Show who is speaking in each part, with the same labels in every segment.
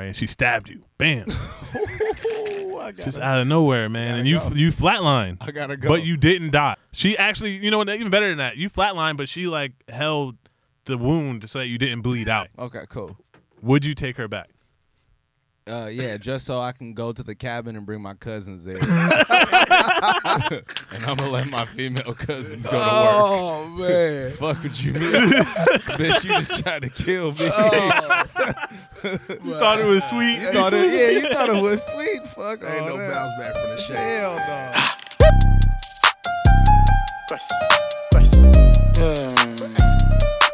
Speaker 1: man. She stabbed you. Bam.
Speaker 2: Ooh, I,
Speaker 1: Just
Speaker 2: gotta,
Speaker 1: out of nowhere, man. And you
Speaker 2: go.
Speaker 1: you flatlined.
Speaker 2: I gotta go.
Speaker 1: But you didn't die. She actually, you know, what? even better than that. You flatlined, but she like held the wound so that you didn't bleed out.
Speaker 2: Okay, cool.
Speaker 1: Would you take her back?
Speaker 2: Uh, yeah, just so I can go to the cabin and bring my cousins there, and I'm gonna let my female cousins go to work.
Speaker 3: Oh man.
Speaker 2: Fuck what you mean? Bitch, you just tried to kill me.
Speaker 3: Oh,
Speaker 1: You thought it was sweet.
Speaker 2: you thought it, yeah, you thought it was sweet. Fuck
Speaker 3: ain't
Speaker 2: all
Speaker 3: no
Speaker 2: that.
Speaker 3: bounce back from the shit.
Speaker 2: Hell no.
Speaker 4: Bryson, Bryson, Bryson,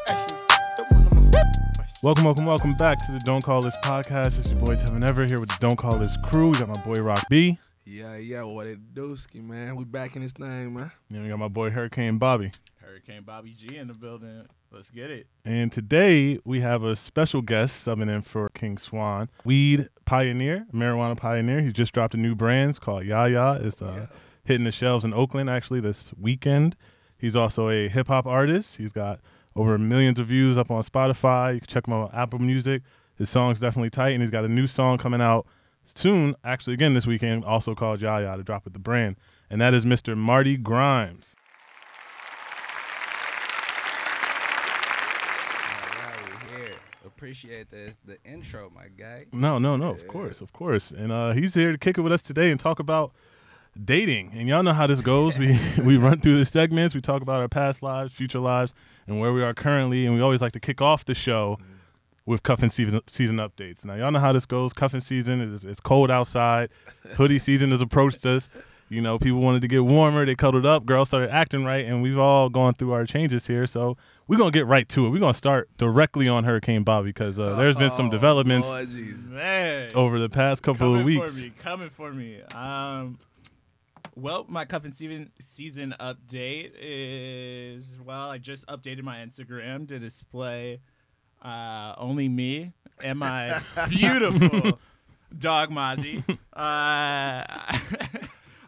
Speaker 4: Bryson, don't want no more. Bryson.
Speaker 1: Welcome, welcome, welcome back to the Don't Call This podcast. It's your boy Tevin Ever here with the Don't Call This crew. We got my boy Rock B.
Speaker 3: Yeah, yeah, what it dooski, man. We back in this thing, man.
Speaker 1: And we got my boy Hurricane Bobby.
Speaker 5: Hurricane Bobby G in the building. Let's get it.
Speaker 1: And today we have a special guest subbing in for King Swan, weed pioneer, marijuana pioneer. He just dropped a new brand it's called Yaya. It's uh, hitting the shelves in Oakland actually this weekend. He's also a hip hop artist. He's got over millions of views up on Spotify. You can check him out on Apple Music. His song's definitely tight, and he's got a new song coming out soon, actually again this weekend, also called Yaya to drop with the brand. And that is Mr. Marty Grimes.
Speaker 2: here. Appreciate this. The intro, my guy.
Speaker 1: No, no, no. Of course, of course. And uh, he's here to kick it with us today and talk about dating. And y'all know how this goes. We we run through the segments. We talk about our past lives, future lives, and where we are currently. And we always like to kick off the show with cuffing season season updates. Now y'all know how this goes. Cuffing season is it's cold outside. Hoodie season has approached us. You know, people wanted to get warmer. They cuddled up. Girls started acting right, and we've all gone through our changes here. So we're gonna get right to it. We're gonna start directly on Hurricane Bobby because uh, there's been some developments
Speaker 3: Lord Jesus.
Speaker 5: Man.
Speaker 1: over the past couple
Speaker 5: coming
Speaker 1: of
Speaker 5: for
Speaker 1: weeks.
Speaker 5: me. Coming for me. Um, well, my cuffing season season update is well. I just updated my Instagram to display uh, only me and my beautiful dog Mozzie. Uh,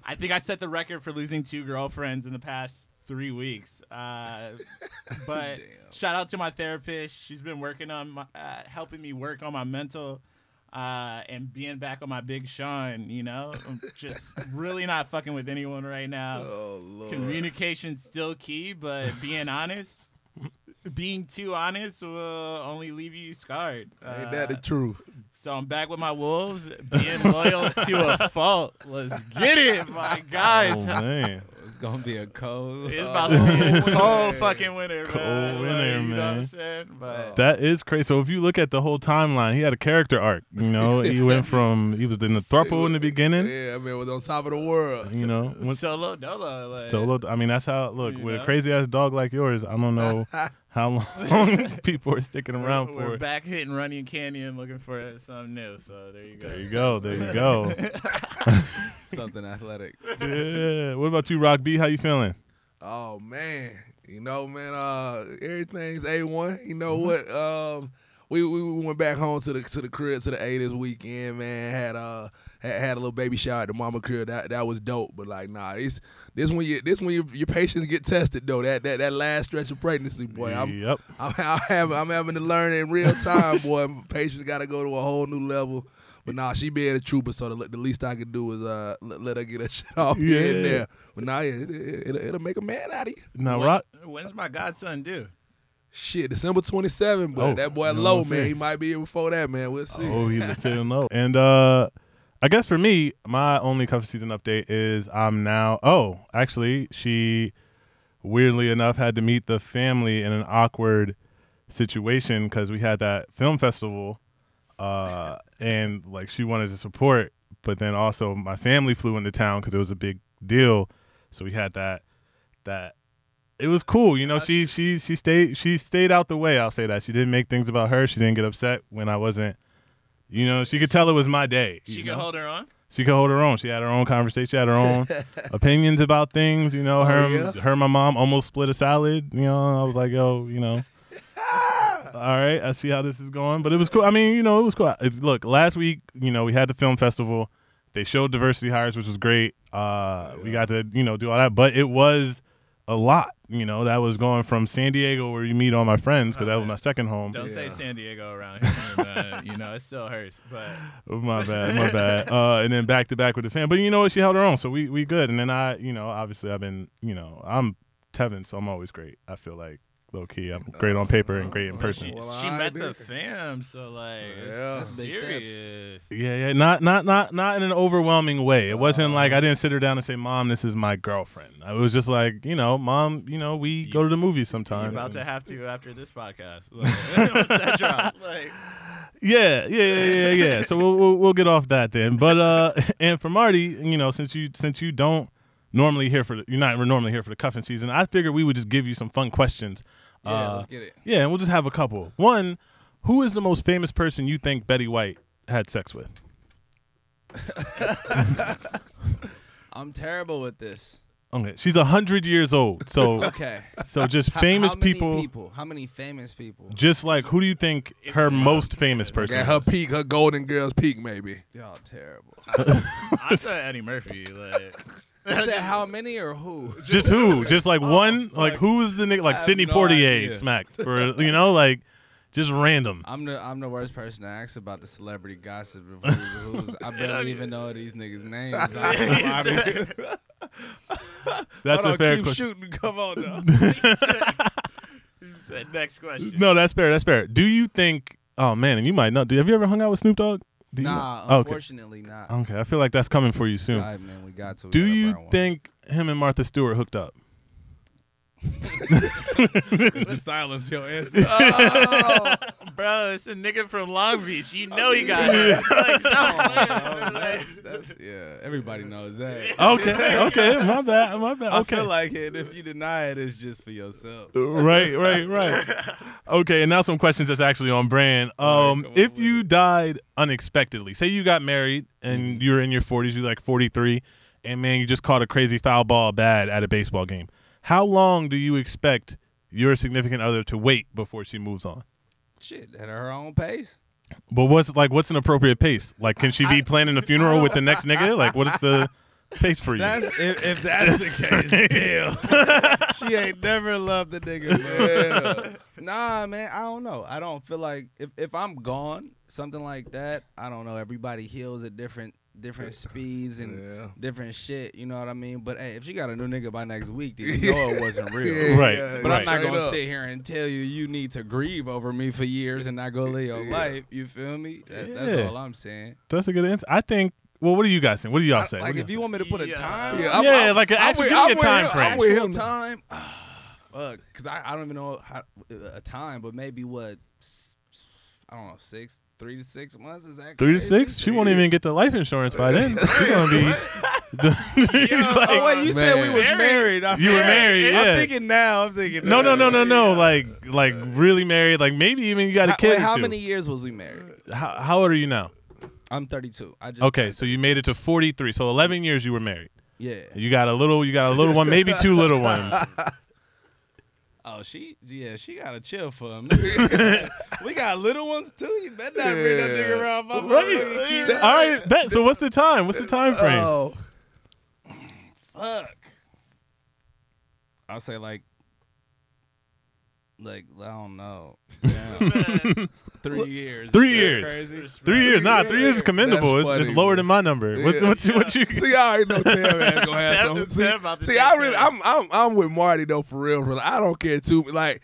Speaker 5: I think I set the record for losing two girlfriends in the past three weeks. Uh, but shout out to my therapist. She's been working on my, uh, helping me work on my mental uh, and being back on my big shine. You know, I'm just really not fucking with anyone right now.
Speaker 3: Oh Lord.
Speaker 5: Communication's still key, but being honest, being too honest will only leave you scarred.
Speaker 3: Ain't
Speaker 5: Uh,
Speaker 3: that the truth?
Speaker 5: so I'm back with my wolves, being loyal to a fault. Let's get it, my guys.
Speaker 1: Oh man,
Speaker 2: It's gonna be a cold. uh,
Speaker 5: It's about to be a
Speaker 3: Cold
Speaker 5: cold
Speaker 3: winter.
Speaker 5: fucking winter, bro.
Speaker 1: Cold winter,
Speaker 5: Like, You know what
Speaker 1: man.
Speaker 5: I'm saying?
Speaker 3: Oh,
Speaker 5: But
Speaker 1: that is crazy. So if you look at the whole timeline, he had a character arc. You know, he went from he was in the throuple in the beginning.
Speaker 3: Yeah, I mean, was on top of the world.
Speaker 1: You know, went
Speaker 5: solo dolo. Like,
Speaker 1: solo. I mean, that's how. Look,
Speaker 5: You
Speaker 1: with a
Speaker 5: know?
Speaker 1: crazy ass dog like yours, I don't know how long people are sticking around
Speaker 5: we're
Speaker 1: for. it.
Speaker 5: back hitting Runyon Canyon looking for something new. So there you go.
Speaker 1: There you go. There you go.
Speaker 2: something athletic.
Speaker 1: yeah. What about you, Rock B? How you feeling?
Speaker 3: Oh man, you know, man, uh, everything's a one. You know
Speaker 1: Mm-hmm.
Speaker 3: what? Um, we, we we went back home to the to the crib to the A this weekend. Man, had uh had, had a little baby shower at the mama crib. That that was dope. But like, nah, this this when you this when your your patience get tested though. That that that last stretch of pregnancy, boy. I'm
Speaker 1: yep.
Speaker 3: I'm, I'm having I'm having to learn in real time, boy. Patience got to go to a whole new level. But nah, she being a trooper, so the, the least I can do is uh let, let her get her shit off yeah.
Speaker 1: Yeah.
Speaker 3: in there. But nah, yeah, it, it, it'll, it'll make a man out of you.
Speaker 1: Now,
Speaker 5: When-
Speaker 1: Rock.
Speaker 5: When's my godson due?
Speaker 3: Shit, December 27, but
Speaker 1: Oh,
Speaker 3: that boy
Speaker 1: you know what
Speaker 3: low,
Speaker 1: I'm
Speaker 3: man.
Speaker 1: saying.
Speaker 3: He might be here before that, man. We'll see.
Speaker 1: Oh, he looks still low. And uh, I guess for me, my only cover season update is I'm now. Oh, actually, she weirdly enough had to meet the family in an awkward situation because we had that film festival, uh, and like she wanted to support, but then also my family flew into town because it was a big deal, so we had that that. It was cool, you know. She she she stayed she stayed out the way. I'll say that she didn't make things about her. She didn't get upset when I wasn't. You know, she could tell it was my day.
Speaker 5: She
Speaker 1: you know?
Speaker 5: can hold her on.
Speaker 1: She could hold her own. She had her own conversation. She had her own opinions about things. You know, her,
Speaker 3: yeah?
Speaker 1: her, and my mom almost split a salad. You know, I was like, yo, you know, all right, I see how this is going, but it was cool. I mean, you know, it was cool. It, look, last week, you know, we had the film festival. They showed diversity hires, which was great. Uh, We got to, you know, do all that, but it was a lot. You know, that was going from San Diego where you meet all my friends because that was my second home.
Speaker 6: Don't say San Diego around here. man. you know, it still hurts. But
Speaker 1: Oh, My bad, my bad. Uh, and then back to back with the fan, but you know what? She held her own, so we we good. And then I, you know, obviously I've been, you know, I'm Tevin, so I'm always great. I feel like low key, I'm great on paper and great in person.
Speaker 6: she,
Speaker 3: Well,
Speaker 6: she
Speaker 3: I
Speaker 6: met the
Speaker 3: did.
Speaker 6: fam, so like,
Speaker 3: Yeah.
Speaker 6: it's
Speaker 2: Big steps.
Speaker 6: serious.
Speaker 1: Yeah, yeah, not not not not in an overwhelming way. It wasn't like I didn't sit her down and say, "Mom, this is my girlfriend." It was just like, you know, mom, you know, we go to the movies
Speaker 6: You're
Speaker 1: sometimes.
Speaker 6: about to
Speaker 1: and-
Speaker 6: have to after this podcast. Like, once that drops, like,
Speaker 1: Yeah, yeah, yeah, yeah, yeah. so we'll, we'll we'll get off that then. But uh, and for Marty, you know, since you since you don't normally here for the, you're not normally here for the cuffing season, I figured we would just give you some fun questions.
Speaker 2: Yeah,
Speaker 1: uh,
Speaker 2: let's get it.
Speaker 1: yeah, and we'll just have a couple. One, who is the most famous person you think Betty White had sex with?
Speaker 2: I'm terrible with this.
Speaker 1: Okay, she's hundred years old. So
Speaker 2: Okay.
Speaker 1: so just
Speaker 2: How-
Speaker 1: famous
Speaker 2: how many
Speaker 1: people,
Speaker 2: How many famous people?
Speaker 1: Just like who do you think her most famous person?
Speaker 3: At her
Speaker 1: is?
Speaker 3: peak, her Golden Girls peak, maybe.
Speaker 2: Y'all terrible.
Speaker 6: I said Eddie Murphy. Like,
Speaker 2: I said how many or who?
Speaker 1: Just who? Just like one? Like
Speaker 2: fuck.
Speaker 1: who is the nigga? Like
Speaker 2: Oh, have
Speaker 1: Sidney
Speaker 2: no
Speaker 1: Portier
Speaker 2: idea.
Speaker 1: smack or you know like just random.
Speaker 2: I'm the I'm the worst person to ask about the celebrity gossip. Of who's, who's. I barely even know these niggas' names. I don't know why we-
Speaker 1: That's
Speaker 2: Hold
Speaker 1: a
Speaker 2: on,
Speaker 1: fair
Speaker 2: keep
Speaker 1: question.
Speaker 2: shooting. Come on, though.
Speaker 6: said next question.
Speaker 1: No, that's fair. That's fair. Do you think? Oh man, and you might not. Do have you ever hung out with Snoop Dogg? Do you-
Speaker 2: nah,
Speaker 1: okay.
Speaker 2: unfortunately not.
Speaker 1: Okay. I feel like that's coming for you soon.
Speaker 2: God, man, we got to. we
Speaker 1: Do
Speaker 2: gotta
Speaker 1: you
Speaker 2: burn one.
Speaker 1: think him and Martha Stewart hooked up?
Speaker 6: the silence your answer.
Speaker 1: Oh.
Speaker 6: bro, it's a nigga from Long Beach. You know he got it. Like,
Speaker 2: Oh,
Speaker 6: stop playing.
Speaker 2: that's, that's, yeah, everybody knows that.
Speaker 1: Okay. Okay. My bad. My bad.
Speaker 2: I
Speaker 1: Okay.
Speaker 2: feel like it. If you deny it, it's just for yourself.
Speaker 1: right, right, right. Okay, and now some questions that's actually on brand. Um,
Speaker 2: come on
Speaker 1: if
Speaker 2: with
Speaker 1: you died unexpectedly, say you got married
Speaker 2: Mm-hmm.
Speaker 1: and you're in your 40s, you're like 43, and man, you just caught a crazy foul ball bad at a baseball game. How long do you expect your significant other to wait before she moves on?
Speaker 2: Shit, at her own pace.
Speaker 1: But what's like, what's an appropriate pace? Like, can she be planning a funeral with the next nigga? Like, what is the pace for you?
Speaker 2: That's if, if that's the case. Damn, she ain't never loved the nigga. Man. Nah, man, I don't know. I don't feel like if, if I'm gone, something like that. I don't know. Everybody heals at different different speeds and
Speaker 3: Yeah.
Speaker 2: different shit. You know what I mean? But hey, if she got a new nigga by next week, then you know it wasn't real.
Speaker 1: Right,
Speaker 2: But I'm not
Speaker 3: straight
Speaker 2: gonna
Speaker 3: up.
Speaker 2: sit here and tell you you need to grieve over me for years and not go live your life. You feel me? That,
Speaker 1: Yeah.
Speaker 2: That's all I'm saying.
Speaker 1: That's a good answer. I think. Well, what do you guys think? What do y'all say? What
Speaker 2: Like
Speaker 1: do
Speaker 2: if
Speaker 1: y'all
Speaker 2: you want me to put a
Speaker 6: Yeah.
Speaker 2: time,
Speaker 3: Yeah,
Speaker 2: I'm-
Speaker 1: Yeah,
Speaker 2: I'm-
Speaker 1: like an
Speaker 2: I'm
Speaker 1: actual-
Speaker 2: with-
Speaker 1: give me
Speaker 2: I'm
Speaker 1: a
Speaker 2: with
Speaker 1: time
Speaker 2: him-
Speaker 1: frame.
Speaker 2: I'm with
Speaker 3: Actual
Speaker 2: him. time. Ah, Fuck, because I, I don't even know how, a time, but maybe what s- I don't know six, three to six months is that
Speaker 1: Three to
Speaker 2: crazy?
Speaker 1: six? She won't even get the life insurance by then. She's gonna be. She's like,
Speaker 2: Oh wait, you said we
Speaker 3: Man.
Speaker 2: was married. I
Speaker 1: You were
Speaker 2: forgot.
Speaker 1: married, yeah.
Speaker 2: I'm thinking now. I'm thinking.
Speaker 1: no, no,
Speaker 2: now.
Speaker 1: no, no, no. Like, like really married. Like maybe even you got a
Speaker 2: How,
Speaker 1: kid.
Speaker 2: wait,
Speaker 1: or
Speaker 2: how
Speaker 1: two.
Speaker 2: many years was we married?
Speaker 1: How, how old are you now?
Speaker 2: I'm 32. I just
Speaker 1: Okay, so you made it to forty-three. So eleven years you were married.
Speaker 2: Yeah.
Speaker 1: You got a little. You got a little one. Maybe two little ones.
Speaker 2: Oh, she yeah, she gotta chill for a minute. we got little ones too. You better not bring that nigga
Speaker 3: Yeah.
Speaker 2: around my motherfucking
Speaker 1: Right.
Speaker 2: kid.
Speaker 1: All right. Bet. So what's the time? What's the time frame?
Speaker 3: Oh,
Speaker 2: Fuck. I'll say like, like I don't know. Damn. three
Speaker 1: Three
Speaker 2: years. Is that
Speaker 1: years.
Speaker 2: Crazy.
Speaker 1: three years. Nah, three years is
Speaker 3: That's
Speaker 1: commendable. It's, it's
Speaker 3: funny,
Speaker 1: lower
Speaker 3: bro.
Speaker 1: than my number. What's
Speaker 3: Yeah.
Speaker 1: what's what you?
Speaker 3: see, I already know Tam ass gonna have
Speaker 6: Tam-
Speaker 3: something.
Speaker 6: Tam
Speaker 3: See,
Speaker 6: about to
Speaker 3: see
Speaker 6: say
Speaker 3: I really,
Speaker 6: Tam.
Speaker 3: I'm, I'm, I'm with Marty though for real. For real. I don't care too. Like,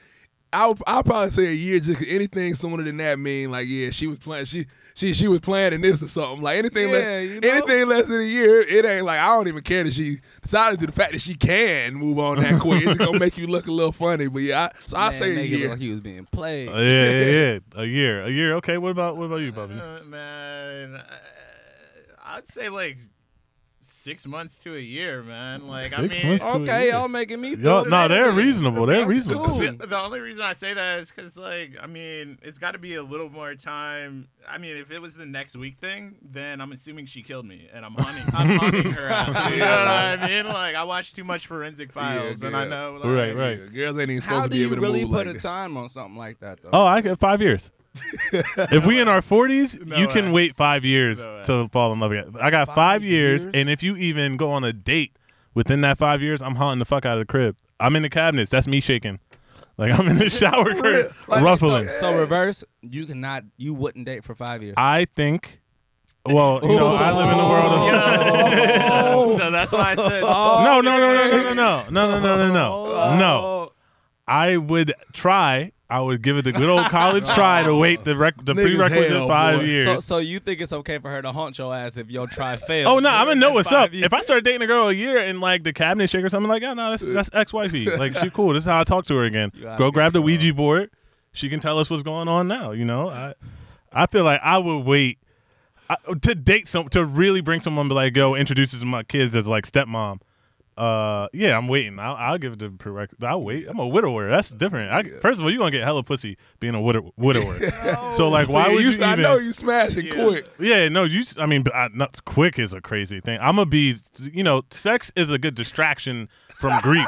Speaker 3: I, would- I'll probably say a year just 'cause anything sooner than that mean like, yeah, she was playing, she, she, she was planning this or something. Like anything,
Speaker 2: Yeah,
Speaker 3: less,
Speaker 2: you know?
Speaker 3: anything less than a year, it ain't like I don't even care that she decided to the fact that she can move on that quick. It's gonna make you look a little funny, but yeah, I, so I
Speaker 2: Man,
Speaker 3: say a
Speaker 2: make it look
Speaker 3: year.
Speaker 2: like he was being played.
Speaker 1: Yeah, Oh, yeah, yeah. A year. A year. Okay. What about what about you, Bobby?
Speaker 6: Uh, man, uh, I'd say like six months to a year, man. Like, I
Speaker 1: Six
Speaker 6: mean,
Speaker 1: months to a
Speaker 2: Okay,
Speaker 1: year.
Speaker 2: y'all making me feel.
Speaker 1: Yo, no,
Speaker 2: bad.
Speaker 1: they're reasonable. They're
Speaker 6: That's
Speaker 1: reasonable.
Speaker 2: cool.
Speaker 6: The, the only reason I say that is because, like, I mean, it's got to be a little more time. I mean, if it was the next week thing, then I'm assuming she killed me, and I'm haunting, I'm haunting her ass. You know what I mean? Like, I watched too much Forensic Files, and I
Speaker 3: yeah.
Speaker 6: know, like,
Speaker 1: Right, right.
Speaker 3: Yeah, girls ain't even supposed
Speaker 2: How
Speaker 3: to
Speaker 2: do
Speaker 3: be
Speaker 2: you
Speaker 3: able to
Speaker 2: really
Speaker 3: move
Speaker 2: put
Speaker 3: like
Speaker 2: a
Speaker 3: that.
Speaker 2: time on something like that though?
Speaker 1: Oh, I get five years. if we in our forties,
Speaker 6: No
Speaker 1: you can
Speaker 6: way.
Speaker 1: wait five years
Speaker 6: No way.
Speaker 1: to fall in love again. I got five, years, and if you even go on a date within that five years, I'm haunting the fuck out of the crib. I'm in the cabinets. That's me shaking. Like I'm in the shower curtain,
Speaker 3: Like,
Speaker 1: ruffling.
Speaker 2: So reverse, you cannot, you wouldn't date for five years.
Speaker 1: I think. Well, you know, I live in the world of.
Speaker 6: so that's why I said
Speaker 1: Oh. No, no, no, no, no, no, no, no, no, no,
Speaker 2: Oh.
Speaker 1: no, no. I would try. I would give it the good old college try to wait the rec- the
Speaker 3: Niggas
Speaker 1: prerequisite
Speaker 3: hell,
Speaker 1: five
Speaker 3: boy.
Speaker 1: years.
Speaker 2: So, so you think it's okay for her to haunt your ass if your try fails?
Speaker 1: Oh no, I'm gonna know
Speaker 2: In
Speaker 1: what's
Speaker 2: five
Speaker 1: up.
Speaker 2: years.
Speaker 1: If I start dating a girl a year and like the cabinet shake or something like, oh no, that's that's ex wifey. Like she cool. This is how I talk to her again.
Speaker 2: out of
Speaker 1: Go grab the Ouija board. She can tell us what's going on now. You know, I I feel like I would wait I, to date some to really bring someone but like go introduce us to my kids as like stepmom. Uh yeah, I'm waiting. I'll, I'll give it the prerequisite. I'll wait. I'm a widower. That's different. I, first of all, you're gonna get hella pussy being a widow- widower. So like, why
Speaker 3: See,
Speaker 1: would you?
Speaker 3: you, I
Speaker 1: even-
Speaker 3: know you smash it
Speaker 6: Yeah.
Speaker 3: quick.
Speaker 1: yeah, no, you. s- I mean, but I, not quick is a crazy thing. I'm gonna be, you know, sex is a good distraction from grief.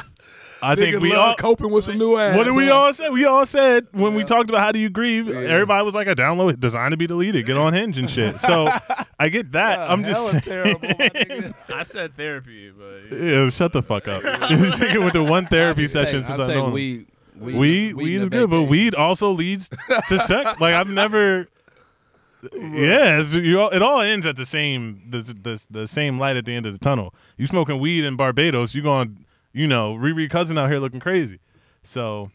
Speaker 1: I think
Speaker 3: Niggas
Speaker 1: we
Speaker 3: love
Speaker 1: all.
Speaker 3: coping with some new ass.
Speaker 1: What did we
Speaker 3: huh?
Speaker 1: all say? We all said when we talked about how do you grieve. Everybody was like, "I download it, designed to be deleted, get on Hinge and shit." So I get that. I'm
Speaker 2: Hella
Speaker 1: just.
Speaker 2: terrible. my nigga.
Speaker 6: I said therapy, but
Speaker 1: Ew, shut the fuck up. Thinking with the one therapy session
Speaker 2: I'll
Speaker 1: since I
Speaker 2: take
Speaker 1: know him.
Speaker 2: weed. Weed,
Speaker 1: weed, weed
Speaker 2: in
Speaker 1: is
Speaker 2: a
Speaker 1: good, but
Speaker 2: vacation.
Speaker 1: weed also leads to sex. Like I've never. Yeah, it's, you all, it all ends at the same the, the the same light at the end of the tunnel. You smoking weed in Barbados, you going, you know, Riri cousin out here looking crazy. So,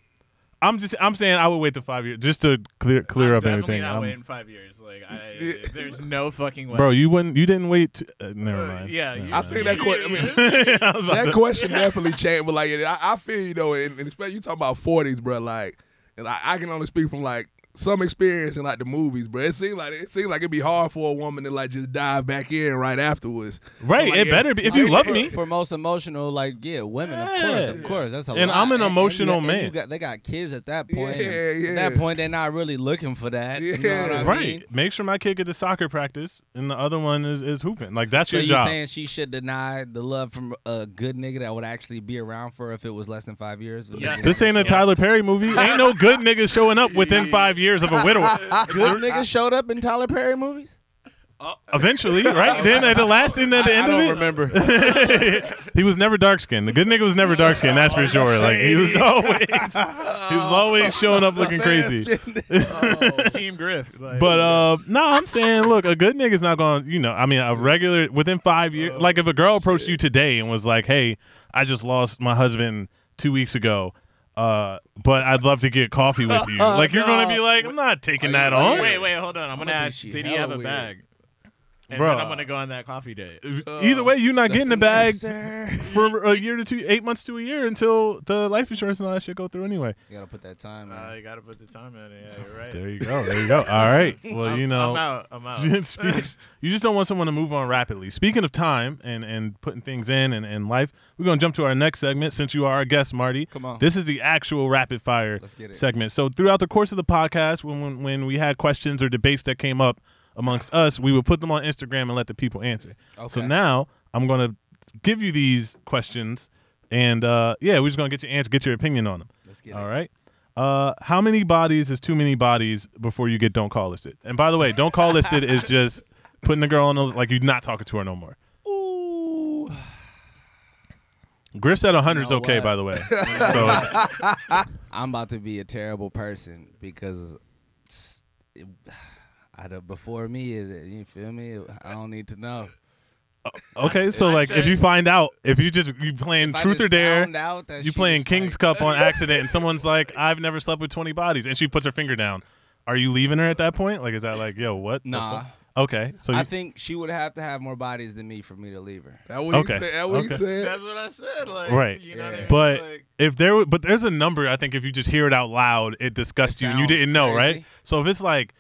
Speaker 1: I'm just I'm saying I would wait the five years just to clear clear
Speaker 6: I'm
Speaker 1: up
Speaker 6: definitely
Speaker 1: everything.
Speaker 6: Not
Speaker 1: I'm-
Speaker 6: waiting five years. Like, I, there's no fucking way.
Speaker 1: bro, you wouldn't you didn't wait. To, uh, never
Speaker 6: Uh,
Speaker 1: mind.
Speaker 6: yeah,
Speaker 1: Never
Speaker 6: you-
Speaker 3: I
Speaker 1: mind.
Speaker 3: think that. que- I mean,
Speaker 1: I was about
Speaker 3: that
Speaker 1: to-
Speaker 3: question definitely changed. But like, I, I feel you know, and, and especially you talking about forties, bro. Like, and I, I can only speak from like some experience in like the movies, bro. It seemed like it seemed like it'd be hard for a woman to like just dive back in right afterwards.
Speaker 1: right,
Speaker 3: Like,
Speaker 1: it
Speaker 3: yeah.
Speaker 1: better be if you
Speaker 3: Like,
Speaker 1: love
Speaker 2: for,
Speaker 1: me.
Speaker 2: for most emotional, like yeah, women,
Speaker 1: Yeah.
Speaker 2: of course, of course, that's a
Speaker 1: And
Speaker 2: lot.
Speaker 1: I'm an
Speaker 2: you
Speaker 1: emotional
Speaker 2: got- and
Speaker 1: man.
Speaker 2: you got- they got kids at that point.
Speaker 3: Yeah,
Speaker 2: and At
Speaker 3: yeah.
Speaker 2: that point, they're not really looking for that. you know what I
Speaker 3: Yeah.
Speaker 1: Right.
Speaker 2: mean?
Speaker 1: Make sure my kid get to soccer practice, and the other one is, is hooping. Like that's
Speaker 2: So
Speaker 1: your
Speaker 2: you
Speaker 1: job.
Speaker 2: saying she should deny the love from a good nigga that would actually be around for her if it was less than five years?
Speaker 6: Yes.
Speaker 1: this ain't a Tyler Perry movie. Ain't no good niggas showing up within five years of a widower.
Speaker 2: good nigga showed up in Tyler Perry movies.
Speaker 1: Eventually, right? Then at the last and at the end of it,
Speaker 6: remember.
Speaker 1: he was never dark skinned. The good nigga was never dark skinned. That's for sure. Like he was always, he was always showing up looking crazy.
Speaker 6: Team Griff. Like,
Speaker 1: But uh, no, I'm saying, look, a good nigga's not going. to You know, I mean, a regular within five years. like, if a girl approached you today and was like, "Hey, I just lost my husband two weeks ago, uh, but I'd love to get coffee with you," like you're gonna be like, "I'm not taking that on."
Speaker 6: wait, wait, hold on. I'm gonna
Speaker 2: I'ma be
Speaker 6: ask.
Speaker 2: she
Speaker 6: Did he
Speaker 2: hella
Speaker 6: have a
Speaker 2: weird.
Speaker 6: bag? And
Speaker 1: Bro.
Speaker 6: then I'm gonna go on that coffee date.
Speaker 2: Uh,
Speaker 1: Either way, you're not getting the bag
Speaker 2: You
Speaker 1: for a year to two, eight months to a year until the life insurance and all that shit go through anyway.
Speaker 2: gotta put that time.
Speaker 6: Uh,
Speaker 2: in.
Speaker 6: you gotta put the time in. it. Yeah, you're right.
Speaker 1: There you go. There you go. All right. Well,
Speaker 6: I'm,
Speaker 1: you know.
Speaker 6: I'm out. I'm out.
Speaker 1: Speak- you just don't want someone to move on rapidly. Speaking of time and, and putting things in and, and life, we're going to jump to our next segment since you are our guest, Marty.
Speaker 2: Come on.
Speaker 1: This is the actual rapid fire
Speaker 2: Let's get it.
Speaker 1: segment. So, throughout the course of the podcast, when, when, when we had questions or debates that came up amongst us, we would put them on Instagram and let the people answer. So,
Speaker 2: Okay.
Speaker 1: now I'm going to give you these questions. And uh, yeah, we're just going to get your answer, get your opinion on them.
Speaker 2: Let's get
Speaker 1: All
Speaker 2: it.
Speaker 1: right. Uh, how many bodies is too many bodies before you get don't call listed? And by the way, don't call listed is just putting the girl on the like you're not talking to her no more.
Speaker 2: Ooh.
Speaker 1: Griff said 100 is
Speaker 2: know
Speaker 1: okay,
Speaker 2: what?
Speaker 1: by the way. So
Speaker 2: I'm about to be a terrible person because s- it- I don't, before me, it, you feel me? I don't need to know.
Speaker 1: okay, so like if you find out, if you just you playing
Speaker 2: If I
Speaker 1: truth
Speaker 2: just
Speaker 1: or dare,
Speaker 2: found out that
Speaker 1: you
Speaker 2: she
Speaker 1: playing
Speaker 2: was
Speaker 1: King's
Speaker 2: like-
Speaker 1: Cup on accident, and someone's like, "I've never slept with 20 bodies," and she puts her finger down. Are you leaving her at that point? Like, is that like, yo, what? the
Speaker 2: Nah.
Speaker 1: fuck? Okay, so
Speaker 2: I
Speaker 1: you,
Speaker 2: think she would have to have more bodies than me for me to leave her.
Speaker 3: That what you
Speaker 1: Okay.
Speaker 3: said. That what you
Speaker 1: Okay.
Speaker 3: said.
Speaker 6: That's what I said. Like,
Speaker 1: Right.
Speaker 6: You know what I mean?
Speaker 1: But
Speaker 6: Like,
Speaker 1: if there, w- but there's a number. I think if you just hear it out loud, it disgusts
Speaker 2: It
Speaker 1: you and you
Speaker 2: sounds
Speaker 1: didn't know,
Speaker 2: crazy.
Speaker 1: right? So if it's like,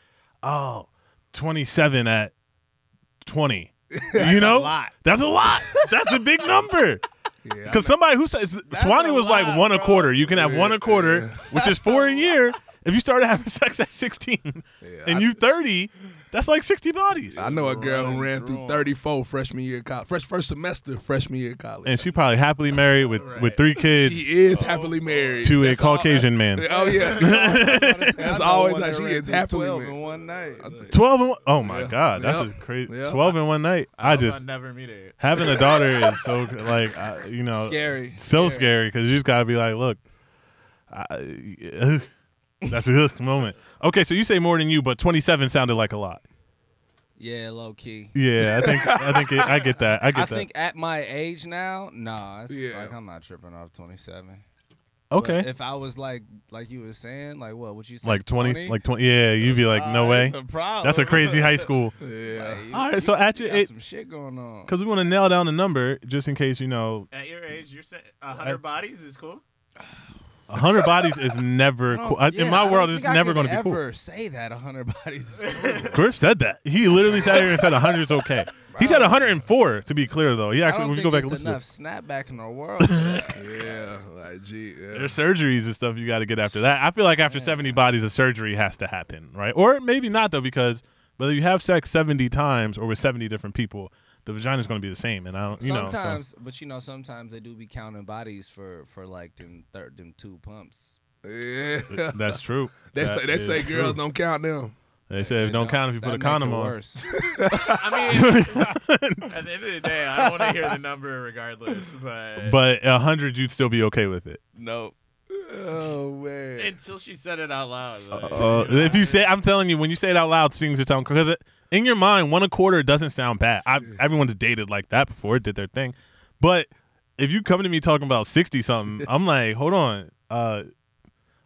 Speaker 1: oh, 27 at 20, you know,
Speaker 6: lot.
Speaker 1: that's a lot. That's a big number.
Speaker 3: Yeah,
Speaker 1: Because somebody who says Swanee
Speaker 6: a
Speaker 1: was like
Speaker 6: lot,
Speaker 1: one a
Speaker 6: bro.
Speaker 1: quarter. You can have one
Speaker 3: Yeah,
Speaker 1: a quarter,
Speaker 3: yeah.
Speaker 1: which is four a year. If you started having sex at 16
Speaker 3: Yeah,
Speaker 1: and
Speaker 3: I-
Speaker 1: you 30, That's like 60 bodies.
Speaker 3: I know a girl who ran through
Speaker 6: Wrong.
Speaker 3: 34 freshman year college, fresh first semester freshman year college.
Speaker 1: And she probably happily married with, with three kids
Speaker 3: she
Speaker 6: Oh,
Speaker 3: is happily married
Speaker 1: to a
Speaker 3: That's all-
Speaker 1: Caucasian man.
Speaker 3: Oh yeah, that's always how she is happily
Speaker 2: twelve
Speaker 3: married.
Speaker 2: in one night. It's
Speaker 1: 12 and one. Oh my
Speaker 3: Yeah.
Speaker 1: God. That's
Speaker 3: Yep.
Speaker 1: just crazy.
Speaker 3: Yep.
Speaker 1: 12 in one night. I
Speaker 6: hope
Speaker 1: just,
Speaker 6: never meet it.
Speaker 1: having a daughter is so, like, I, you know,
Speaker 2: scary.
Speaker 1: so scary because you just got to be like, look, I, that's a good moment. Okay, so you say more than you, but 27 sounded like a lot.
Speaker 2: Yeah, low key.
Speaker 1: Yeah, I think I think it, I get that. I get
Speaker 2: I
Speaker 1: that.
Speaker 2: think at my age now, nah, it's
Speaker 3: Yeah.
Speaker 2: like I'm not tripping off 27. But
Speaker 1: okay.
Speaker 2: if I was like, like you were saying, like what would you say?
Speaker 1: Like 20, like 20. Yeah, you'd be like, no way.
Speaker 2: Ah, That's a problem.
Speaker 1: That's a crazy high school.
Speaker 3: Yeah,
Speaker 2: You-
Speaker 1: All
Speaker 2: you
Speaker 1: right, so at your
Speaker 2: got
Speaker 1: age,
Speaker 2: some shit going on.
Speaker 1: because we want to nail down a number just in case, you know,
Speaker 6: At your age, you're saying 100 bodies is cool.
Speaker 1: 100 bodies is never cool. I-
Speaker 2: Yeah,
Speaker 1: in
Speaker 2: I
Speaker 1: my
Speaker 2: don't
Speaker 1: world,
Speaker 2: think
Speaker 1: it's
Speaker 2: I
Speaker 1: never
Speaker 2: could
Speaker 1: going to be cool.
Speaker 2: Ever say that 100 bodies is cool.
Speaker 1: Griff said that. He literally sat here and said 100 is okay. He said 104, to be clear, though. He
Speaker 2: I
Speaker 1: actually,
Speaker 2: don't
Speaker 1: if you
Speaker 2: think
Speaker 1: go back and
Speaker 2: it's
Speaker 1: listen to
Speaker 2: enough
Speaker 1: it,
Speaker 2: snapback in our world. for that.
Speaker 3: yeah, like gee, yeah.
Speaker 1: there's surgeries and stuff you got to get after that. I feel like after 70 bodies, a surgery has to happen, right? Or maybe not, though, because whether you have sex 70 times or with 70 different people, the vagina's going to be the same. And I don't, you know. so-
Speaker 2: sometimes, but you know, sometimes they do be counting bodies for for like them third them two pumps.
Speaker 3: yeah.
Speaker 1: That's true.
Speaker 3: They
Speaker 1: That
Speaker 3: say they
Speaker 1: is
Speaker 3: say
Speaker 1: true.
Speaker 3: girls don't count them.
Speaker 1: They say
Speaker 2: They
Speaker 1: don't, count if you
Speaker 2: that
Speaker 1: put a
Speaker 2: make
Speaker 1: condom
Speaker 2: it
Speaker 1: on.
Speaker 2: worse.
Speaker 6: I mean, at the end of the day, I don't want to hear the number regardless. But,
Speaker 1: But a hundred, you'd still be okay with it.
Speaker 2: no,
Speaker 3: Oh man,
Speaker 6: until she said it out loud, like,
Speaker 1: Uh, if you say, I'm telling you, when you say it out loud, things it sound because in your mind, one a quarter doesn't sound bad. I, everyone's dated like that before, did their thing. But if you come to me talking about sixty something, I'm like, hold on, uh,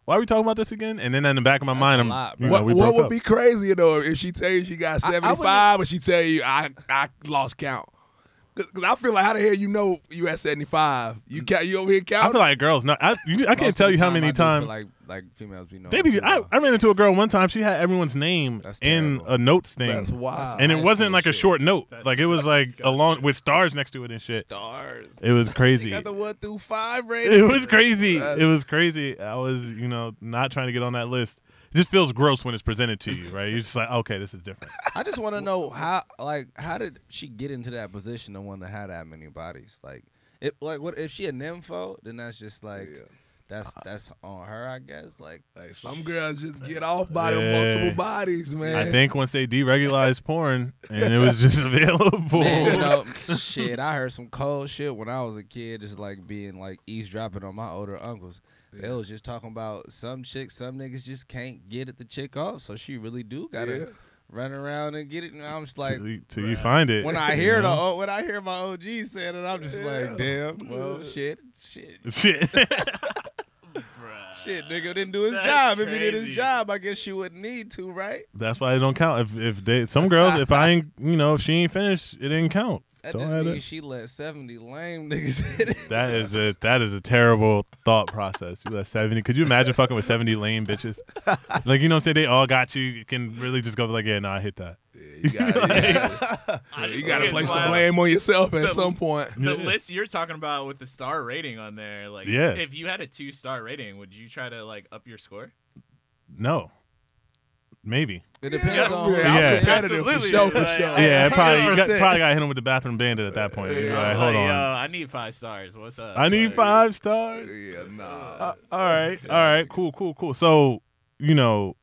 Speaker 1: why are we talking about this again? And then in the back of my mind,
Speaker 2: a
Speaker 1: I'm,
Speaker 2: lot,
Speaker 1: you know,
Speaker 3: what,
Speaker 1: we
Speaker 3: what
Speaker 1: broke
Speaker 3: would
Speaker 1: up.
Speaker 3: be crazy though if she tell you she got
Speaker 2: I- I wouldn't- e-
Speaker 3: seventy five, but she tell you I I lost count. Cause, 'cause I feel like how the hell you know you at seventy five? You count you over here
Speaker 1: Mm. I
Speaker 3: counting?
Speaker 1: feel like girls. No, I, you, I
Speaker 2: Most
Speaker 1: can't
Speaker 2: of
Speaker 1: tell
Speaker 2: the
Speaker 1: you how
Speaker 2: time I
Speaker 1: many
Speaker 2: do feel
Speaker 1: times.
Speaker 2: Like like females be knowing.
Speaker 1: They be,
Speaker 2: too,
Speaker 1: I,
Speaker 2: though.
Speaker 1: I ran into a girl one time. She had everyone's name
Speaker 2: That's
Speaker 1: in
Speaker 2: terrible.
Speaker 1: a notes thing.
Speaker 3: That's wild.
Speaker 1: and it
Speaker 2: high
Speaker 1: wasn't
Speaker 2: school
Speaker 1: like a
Speaker 2: shit.
Speaker 1: short note. like it was like a long with stars next to it and shit.
Speaker 2: stars.
Speaker 1: It was crazy.
Speaker 2: Got the
Speaker 1: it
Speaker 2: one through five rating.
Speaker 1: was crazy.
Speaker 3: That's-
Speaker 1: It was crazy. I was, you know, not trying to get on that list. It just feels gross when it's presented to you, right? You're just like, okay, this is different.
Speaker 2: I just want to know how, like, how did she get into that position to want to have that many bodies? Like, if like what if she a nympho? Then that's just like,
Speaker 3: Yeah.
Speaker 2: that's that's on her, I guess. Like,
Speaker 3: Like some girls just get off by them
Speaker 1: Yeah.
Speaker 3: multiple bodies, man.
Speaker 1: I think once they deregulized porn and it was just available.
Speaker 2: man, you know, shit. I heard some cold shit when I was a kid, just like being like eavesdropping on my older uncles. They was just talking about some chicks, some niggas just can't get at the chick off, so she really do gotta
Speaker 3: Yeah.
Speaker 2: run around and get it. And I'm just like,
Speaker 1: till, you- till you find it.
Speaker 2: when I
Speaker 1: you
Speaker 2: hear the
Speaker 1: know?
Speaker 2: oh, when I hear my OG saying it, I'm just like, damn, well, shit, shit,
Speaker 1: shit.
Speaker 6: bruh.
Speaker 2: shit, nigga didn't do his
Speaker 6: That's
Speaker 2: job. If he did
Speaker 6: crazy.
Speaker 2: his job, I guess she wouldn't need to, right?
Speaker 1: That's why it don't count. If if they some girls, if I ain't you know, if she ain't finished, it didn't count.
Speaker 2: That
Speaker 1: Don't
Speaker 2: just
Speaker 1: have
Speaker 2: means
Speaker 1: that.
Speaker 2: she let seventy lame niggas hit it.
Speaker 1: That is a that is a terrible thought process. You left seventy. Could you imagine fucking with seventy lame bitches? Like you know what I'm saying? They all got you. You can really just go like, yeah, no, I hit that.
Speaker 3: Yeah, you gotta,
Speaker 6: I just
Speaker 3: you gotta
Speaker 6: think
Speaker 3: place
Speaker 6: it's
Speaker 3: the
Speaker 6: wild.
Speaker 3: blame on yourself at
Speaker 6: The-
Speaker 3: some point.
Speaker 6: The
Speaker 1: Yeah.
Speaker 6: list you're talking about with the star rating on there, like,
Speaker 1: Yeah.
Speaker 6: if you had a two star rating, would you try to like up your score?
Speaker 1: No, maybe.
Speaker 2: It depends on.
Speaker 3: yeah, I'm
Speaker 1: Yeah.
Speaker 3: competitive for
Speaker 6: Absolutely.
Speaker 3: sure, for
Speaker 6: Like,
Speaker 3: sure.
Speaker 2: Uh,
Speaker 6: I-
Speaker 1: Yeah, I probably you got,
Speaker 6: 100%.
Speaker 1: probably got hit him with the bathroom bandit at that point. You'd be
Speaker 3: Yeah.
Speaker 1: like,
Speaker 6: I'm
Speaker 1: hold
Speaker 6: like,
Speaker 1: on,
Speaker 6: Yo, I need five stars. What's up?
Speaker 1: I need
Speaker 6: Like,
Speaker 1: five stars.
Speaker 3: Yeah, nah.
Speaker 1: Uh, all right, all right, cool, cool, cool. So you know,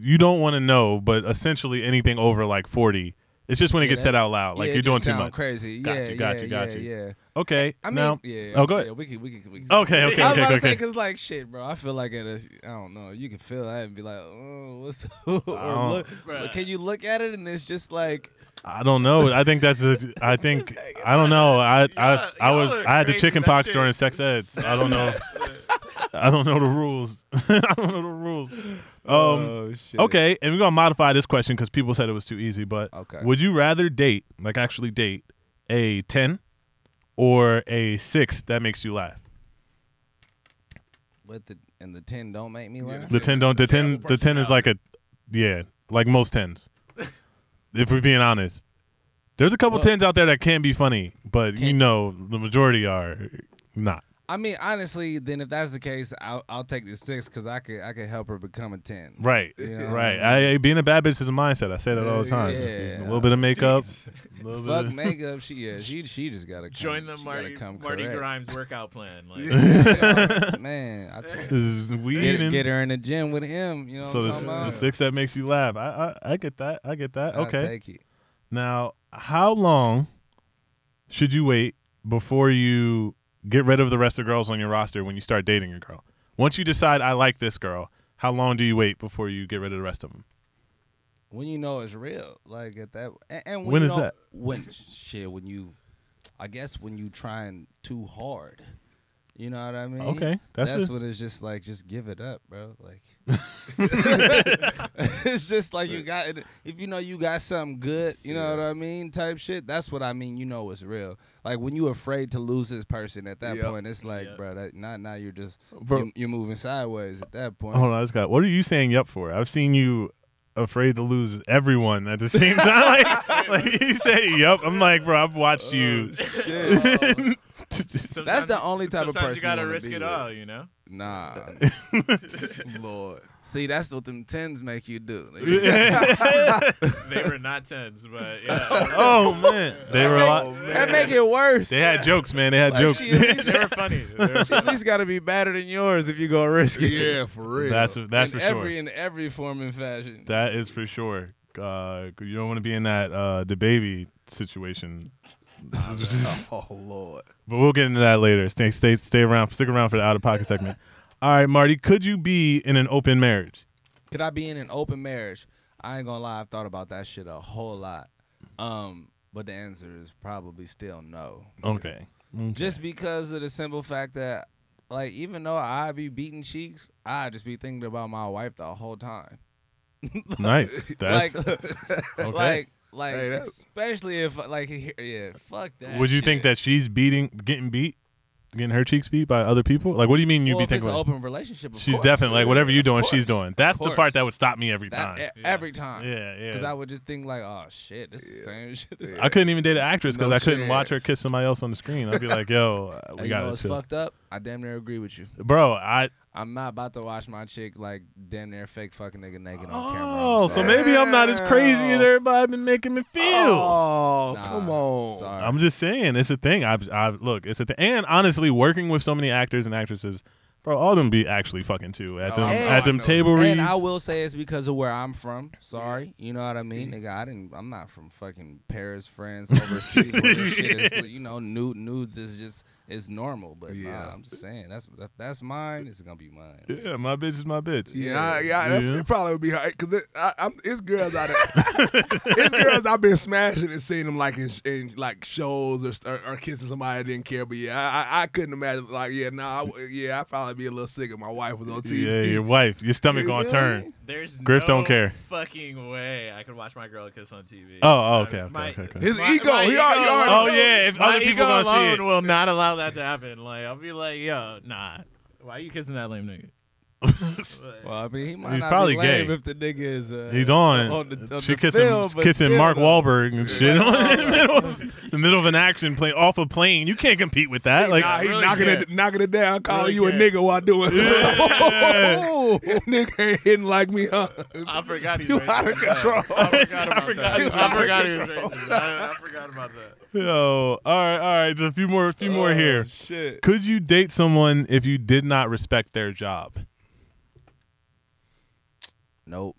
Speaker 1: you don't want to know, but essentially anything over like forty, it's just when it
Speaker 2: Yeah,
Speaker 1: gets
Speaker 2: that-
Speaker 1: said out loud, like
Speaker 2: yeah,
Speaker 1: you're
Speaker 2: it
Speaker 1: doing
Speaker 2: just
Speaker 1: too
Speaker 2: sound
Speaker 1: much.
Speaker 2: Crazy.
Speaker 1: Got
Speaker 2: yeah,
Speaker 1: you, got
Speaker 2: yeah,
Speaker 1: you, got
Speaker 2: yeah,
Speaker 1: you.
Speaker 2: Yeah.
Speaker 1: Okay,
Speaker 2: I mean,
Speaker 1: now
Speaker 2: yeah.
Speaker 1: Oh, go ahead.
Speaker 2: Yeah, we can, we can, we can.
Speaker 1: okay, okay,
Speaker 2: I was
Speaker 1: okay,
Speaker 2: about
Speaker 1: okay,
Speaker 2: to say,
Speaker 1: okay.
Speaker 2: cause like shit, bro. I feel like at a, I don't know. You can feel that and be like, oh, what's or
Speaker 1: don't-
Speaker 2: look,
Speaker 6: Bruh.
Speaker 2: can you look at it and it's just like,
Speaker 1: I don't know. I think that's a. I think I don't know. I I,
Speaker 6: Y'all-
Speaker 1: I was
Speaker 6: y'all are
Speaker 1: I had the
Speaker 6: crazy.
Speaker 1: chicken
Speaker 6: That
Speaker 1: pox
Speaker 6: shit
Speaker 1: during sex ed. so I don't know.
Speaker 6: sucks.
Speaker 1: I don't know the rules. I don't know the rules.
Speaker 6: Uh,
Speaker 1: Um.
Speaker 2: oh shit.
Speaker 1: Okay, and we're gonna modify this question because people said it was too easy. But
Speaker 2: Okay.
Speaker 1: would you rather date, like actually date, a ten or a six that makes you laugh?
Speaker 2: But the and the ten don't make me laugh.
Speaker 1: The ten don't. The ten. The ten is like a, yeah, like most tens. if we're being honest, there's a couple
Speaker 2: Well-
Speaker 1: tens out there that can be funny, but you
Speaker 2: Can-
Speaker 1: know the majority are not.
Speaker 2: I mean, honestly, then if that's the case, I'll, I'll take the six because I could I could help her become a ten.
Speaker 1: Right,
Speaker 2: Yeah.
Speaker 1: right. I, I- being a bad bitch is a mindset. I say that all the time. It's- it's a
Speaker 2: Yeah.
Speaker 1: little bit of makeup, a little bit.
Speaker 2: Fuck
Speaker 1: of-
Speaker 2: makeup, she yeah, she she just gotta come,
Speaker 5: Join the
Speaker 2: she
Speaker 5: Marty,
Speaker 2: gotta come
Speaker 5: Marty
Speaker 2: correct.
Speaker 5: Grimes workout plan. Like,
Speaker 2: Man, I tell you,
Speaker 1: This is weed
Speaker 2: get,
Speaker 1: and
Speaker 2: get her in the gym with him. You know
Speaker 1: so
Speaker 2: what
Speaker 1: the,
Speaker 2: I'm
Speaker 1: s-
Speaker 2: talking
Speaker 1: the
Speaker 2: about?
Speaker 1: six that makes you laugh. I, I I get that. I get that.
Speaker 2: I'll
Speaker 1: Okay.
Speaker 2: take it.
Speaker 1: Now, how long should you wait before you get rid of the rest of the girls on your roster when you start dating a girl? Once you decide I like this girl, how long do you wait before you get rid of the rest of them?
Speaker 2: when you know it's real, like at that. And, and
Speaker 1: When
Speaker 2: you
Speaker 1: is
Speaker 2: know-
Speaker 1: that?
Speaker 2: When shit, when you, I guess when you trying too hard, you know what I mean.
Speaker 1: Okay, that's
Speaker 2: that's,
Speaker 1: a-
Speaker 2: what it's just like. Just give it up, bro. Like, it's just like you got. it. If you know you got something good, you know what I mean. Type shit. That's what I mean. You know it's real. Like when you afraid to lose this person at that
Speaker 3: Yep.
Speaker 2: point, it's like, bro, that, not now you're just
Speaker 1: Bro-
Speaker 2: you, you're moving sideways at that point.
Speaker 1: Hold on, I just got. What are you saying yep for? I've seen you afraid to lose everyone at the same time. Like, like you say yep. I'm like, bro, I've watched you.
Speaker 2: Shit.
Speaker 5: sometimes-
Speaker 2: That's the only type of person
Speaker 5: Sometimes you gotta
Speaker 2: wanna
Speaker 5: risk
Speaker 2: be
Speaker 5: it
Speaker 2: with.
Speaker 5: all, you know.
Speaker 2: Nah.
Speaker 3: Lord.
Speaker 2: See, that's what them tens make you do.
Speaker 5: They were not tens, but yeah,
Speaker 1: oh man, they were a lot.
Speaker 2: that make it worse.
Speaker 1: They had jokes, man. They had
Speaker 2: Oh, Like,
Speaker 1: jokes.
Speaker 2: she at least-
Speaker 5: they were funny. They were
Speaker 2: she at least got to be better than yours if you gonna risk it.
Speaker 3: Yeah, for real. Oh,
Speaker 1: that's that's
Speaker 2: in
Speaker 1: for sure.
Speaker 2: every in every form and fashion.
Speaker 1: That is for sure. Uh, you don't want to be in that uh, the baby situation.
Speaker 3: oh Lord.
Speaker 1: But we'll get into that later. Stay, stay, stay around. Stick around for the out of pocket segment. All right, Marty, could you be in an open marriage?
Speaker 2: Could I be in an open marriage? I ain't gonna lie, I've thought about that shit a whole lot. Um, but the answer is probably still no.
Speaker 1: Okay. Mm,
Speaker 2: Just because of the simple fact that, like, even though I be beating cheeks, I just be thinking about my wife the whole time.
Speaker 1: Nice. That's
Speaker 2: like,
Speaker 1: okay.
Speaker 2: like, like,
Speaker 3: Hey, that's-
Speaker 2: especially if like, here- yeah, fuck that.
Speaker 1: Would you think that she's beating, getting beat, getting her cheeks beat by other people? Like, what do you mean you'd be
Speaker 2: well,
Speaker 1: thinking?
Speaker 2: if it's
Speaker 1: Like,
Speaker 2: an open relationship. Of
Speaker 1: she's
Speaker 2: course.
Speaker 1: definitely like whatever you're doing, she's
Speaker 2: course.
Speaker 1: doing. That's the part
Speaker 2: course.
Speaker 1: that would stop me every
Speaker 2: That-
Speaker 1: time.
Speaker 2: e- every time.
Speaker 1: yeah, yeah.
Speaker 2: Because I would just think like, oh shit, this is the same shit. As
Speaker 1: I couldn't even date an actress because
Speaker 3: No
Speaker 1: I couldn't watch her
Speaker 3: chance.
Speaker 1: kiss somebody else on the screen. I'd be like, "Yo, uh,
Speaker 2: And
Speaker 1: we
Speaker 2: you know
Speaker 1: gotta
Speaker 2: it's
Speaker 1: chill,
Speaker 2: fucked up. I damn near agree with you.
Speaker 1: bro." I
Speaker 2: I'm not about to watch my chick like damn near fake fucking nigga naked on camera. I'm
Speaker 1: oh, so
Speaker 2: sorry.
Speaker 1: maybe I'm not as crazy as
Speaker 3: Damn.
Speaker 1: everybody been making me feel.
Speaker 3: Oh,
Speaker 2: Nah,
Speaker 3: come on.
Speaker 2: Sorry.
Speaker 1: I'm just saying, it's a thing. I've, I've look, it's a thing. And honestly, working with so many actors and actresses, bro, all them be actually fucking too at
Speaker 3: Oh,
Speaker 1: them
Speaker 2: I know,
Speaker 1: at
Speaker 3: I
Speaker 1: them
Speaker 3: know.
Speaker 1: table reads.
Speaker 2: and I will say it's because of where I'm from. Sorry, you know what I mean, nigga. I didn't. I'm not from fucking Paris, France, overseas. where this shit is, you know, nude nudes is just is normal. But
Speaker 3: Yeah.
Speaker 2: nah, I'm just saying that's that, that's mine. It's gonna be mine.
Speaker 1: yeah, my bitch is my bitch.
Speaker 3: Yeah, I- yeah, that
Speaker 1: Yeah.
Speaker 3: It probably would be hard because it, I- I'm- it's girls out there. it's girls I've been smashing and seeing them like in, in like shows or, st- or kissing somebody I didn't care. But yeah, I, I, I couldn't imagine like yeah, nah, I w yeah, I'd probably be a little sick if my wife was on TV.
Speaker 1: Yeah, your wife, your stomach
Speaker 3: You
Speaker 1: gonna
Speaker 3: feel
Speaker 1: turn.
Speaker 3: me?
Speaker 5: There's
Speaker 1: Griff
Speaker 5: no
Speaker 1: don't care.
Speaker 5: Fucking way I could watch my girl kiss on TV.
Speaker 1: Oh, oh, okay, okay,
Speaker 5: My-
Speaker 1: okay, okay.
Speaker 3: His
Speaker 5: my-
Speaker 3: ego,
Speaker 5: my
Speaker 3: he already-
Speaker 5: ego
Speaker 1: Oh
Speaker 5: alone-
Speaker 1: yeah, if
Speaker 5: my
Speaker 1: other people
Speaker 5: ego
Speaker 1: gonna see
Speaker 5: alone
Speaker 1: it,
Speaker 5: will not allow that to happen. Like I'll be like, yo, nah. Why are you kissing that lame nigga? Like,
Speaker 2: Well, I mean, he might
Speaker 1: He's
Speaker 2: not
Speaker 1: probably
Speaker 2: be lame
Speaker 1: gay.
Speaker 2: if the nigga is. Uh,
Speaker 1: He's on.
Speaker 2: on the- on
Speaker 1: she
Speaker 2: the
Speaker 1: kissing,
Speaker 2: film, but
Speaker 1: kissing
Speaker 2: still,
Speaker 1: Mark
Speaker 2: though.
Speaker 1: Wahlberg and shit in the middle, of, the middle of an action play off a plane. You can't compete with that. Like,
Speaker 3: nah, he
Speaker 5: really
Speaker 3: knocking
Speaker 5: care.
Speaker 3: it knocking it down, calling
Speaker 5: Really
Speaker 3: you
Speaker 5: care.
Speaker 3: a nigga while doing.
Speaker 1: Yeah.
Speaker 3: nigga ain't hitting like me, huh?
Speaker 5: I forgot he's
Speaker 3: You
Speaker 5: racist.
Speaker 3: out of control.
Speaker 5: I forgot about that.
Speaker 3: You
Speaker 5: I
Speaker 3: out of
Speaker 5: forgot he was racist. I, I forgot about that.
Speaker 1: yo, all right, all right, just a few more, a few more
Speaker 3: Oh,
Speaker 1: here.
Speaker 3: Shit.
Speaker 1: Could you date someone if you did not respect their job?
Speaker 2: Nope.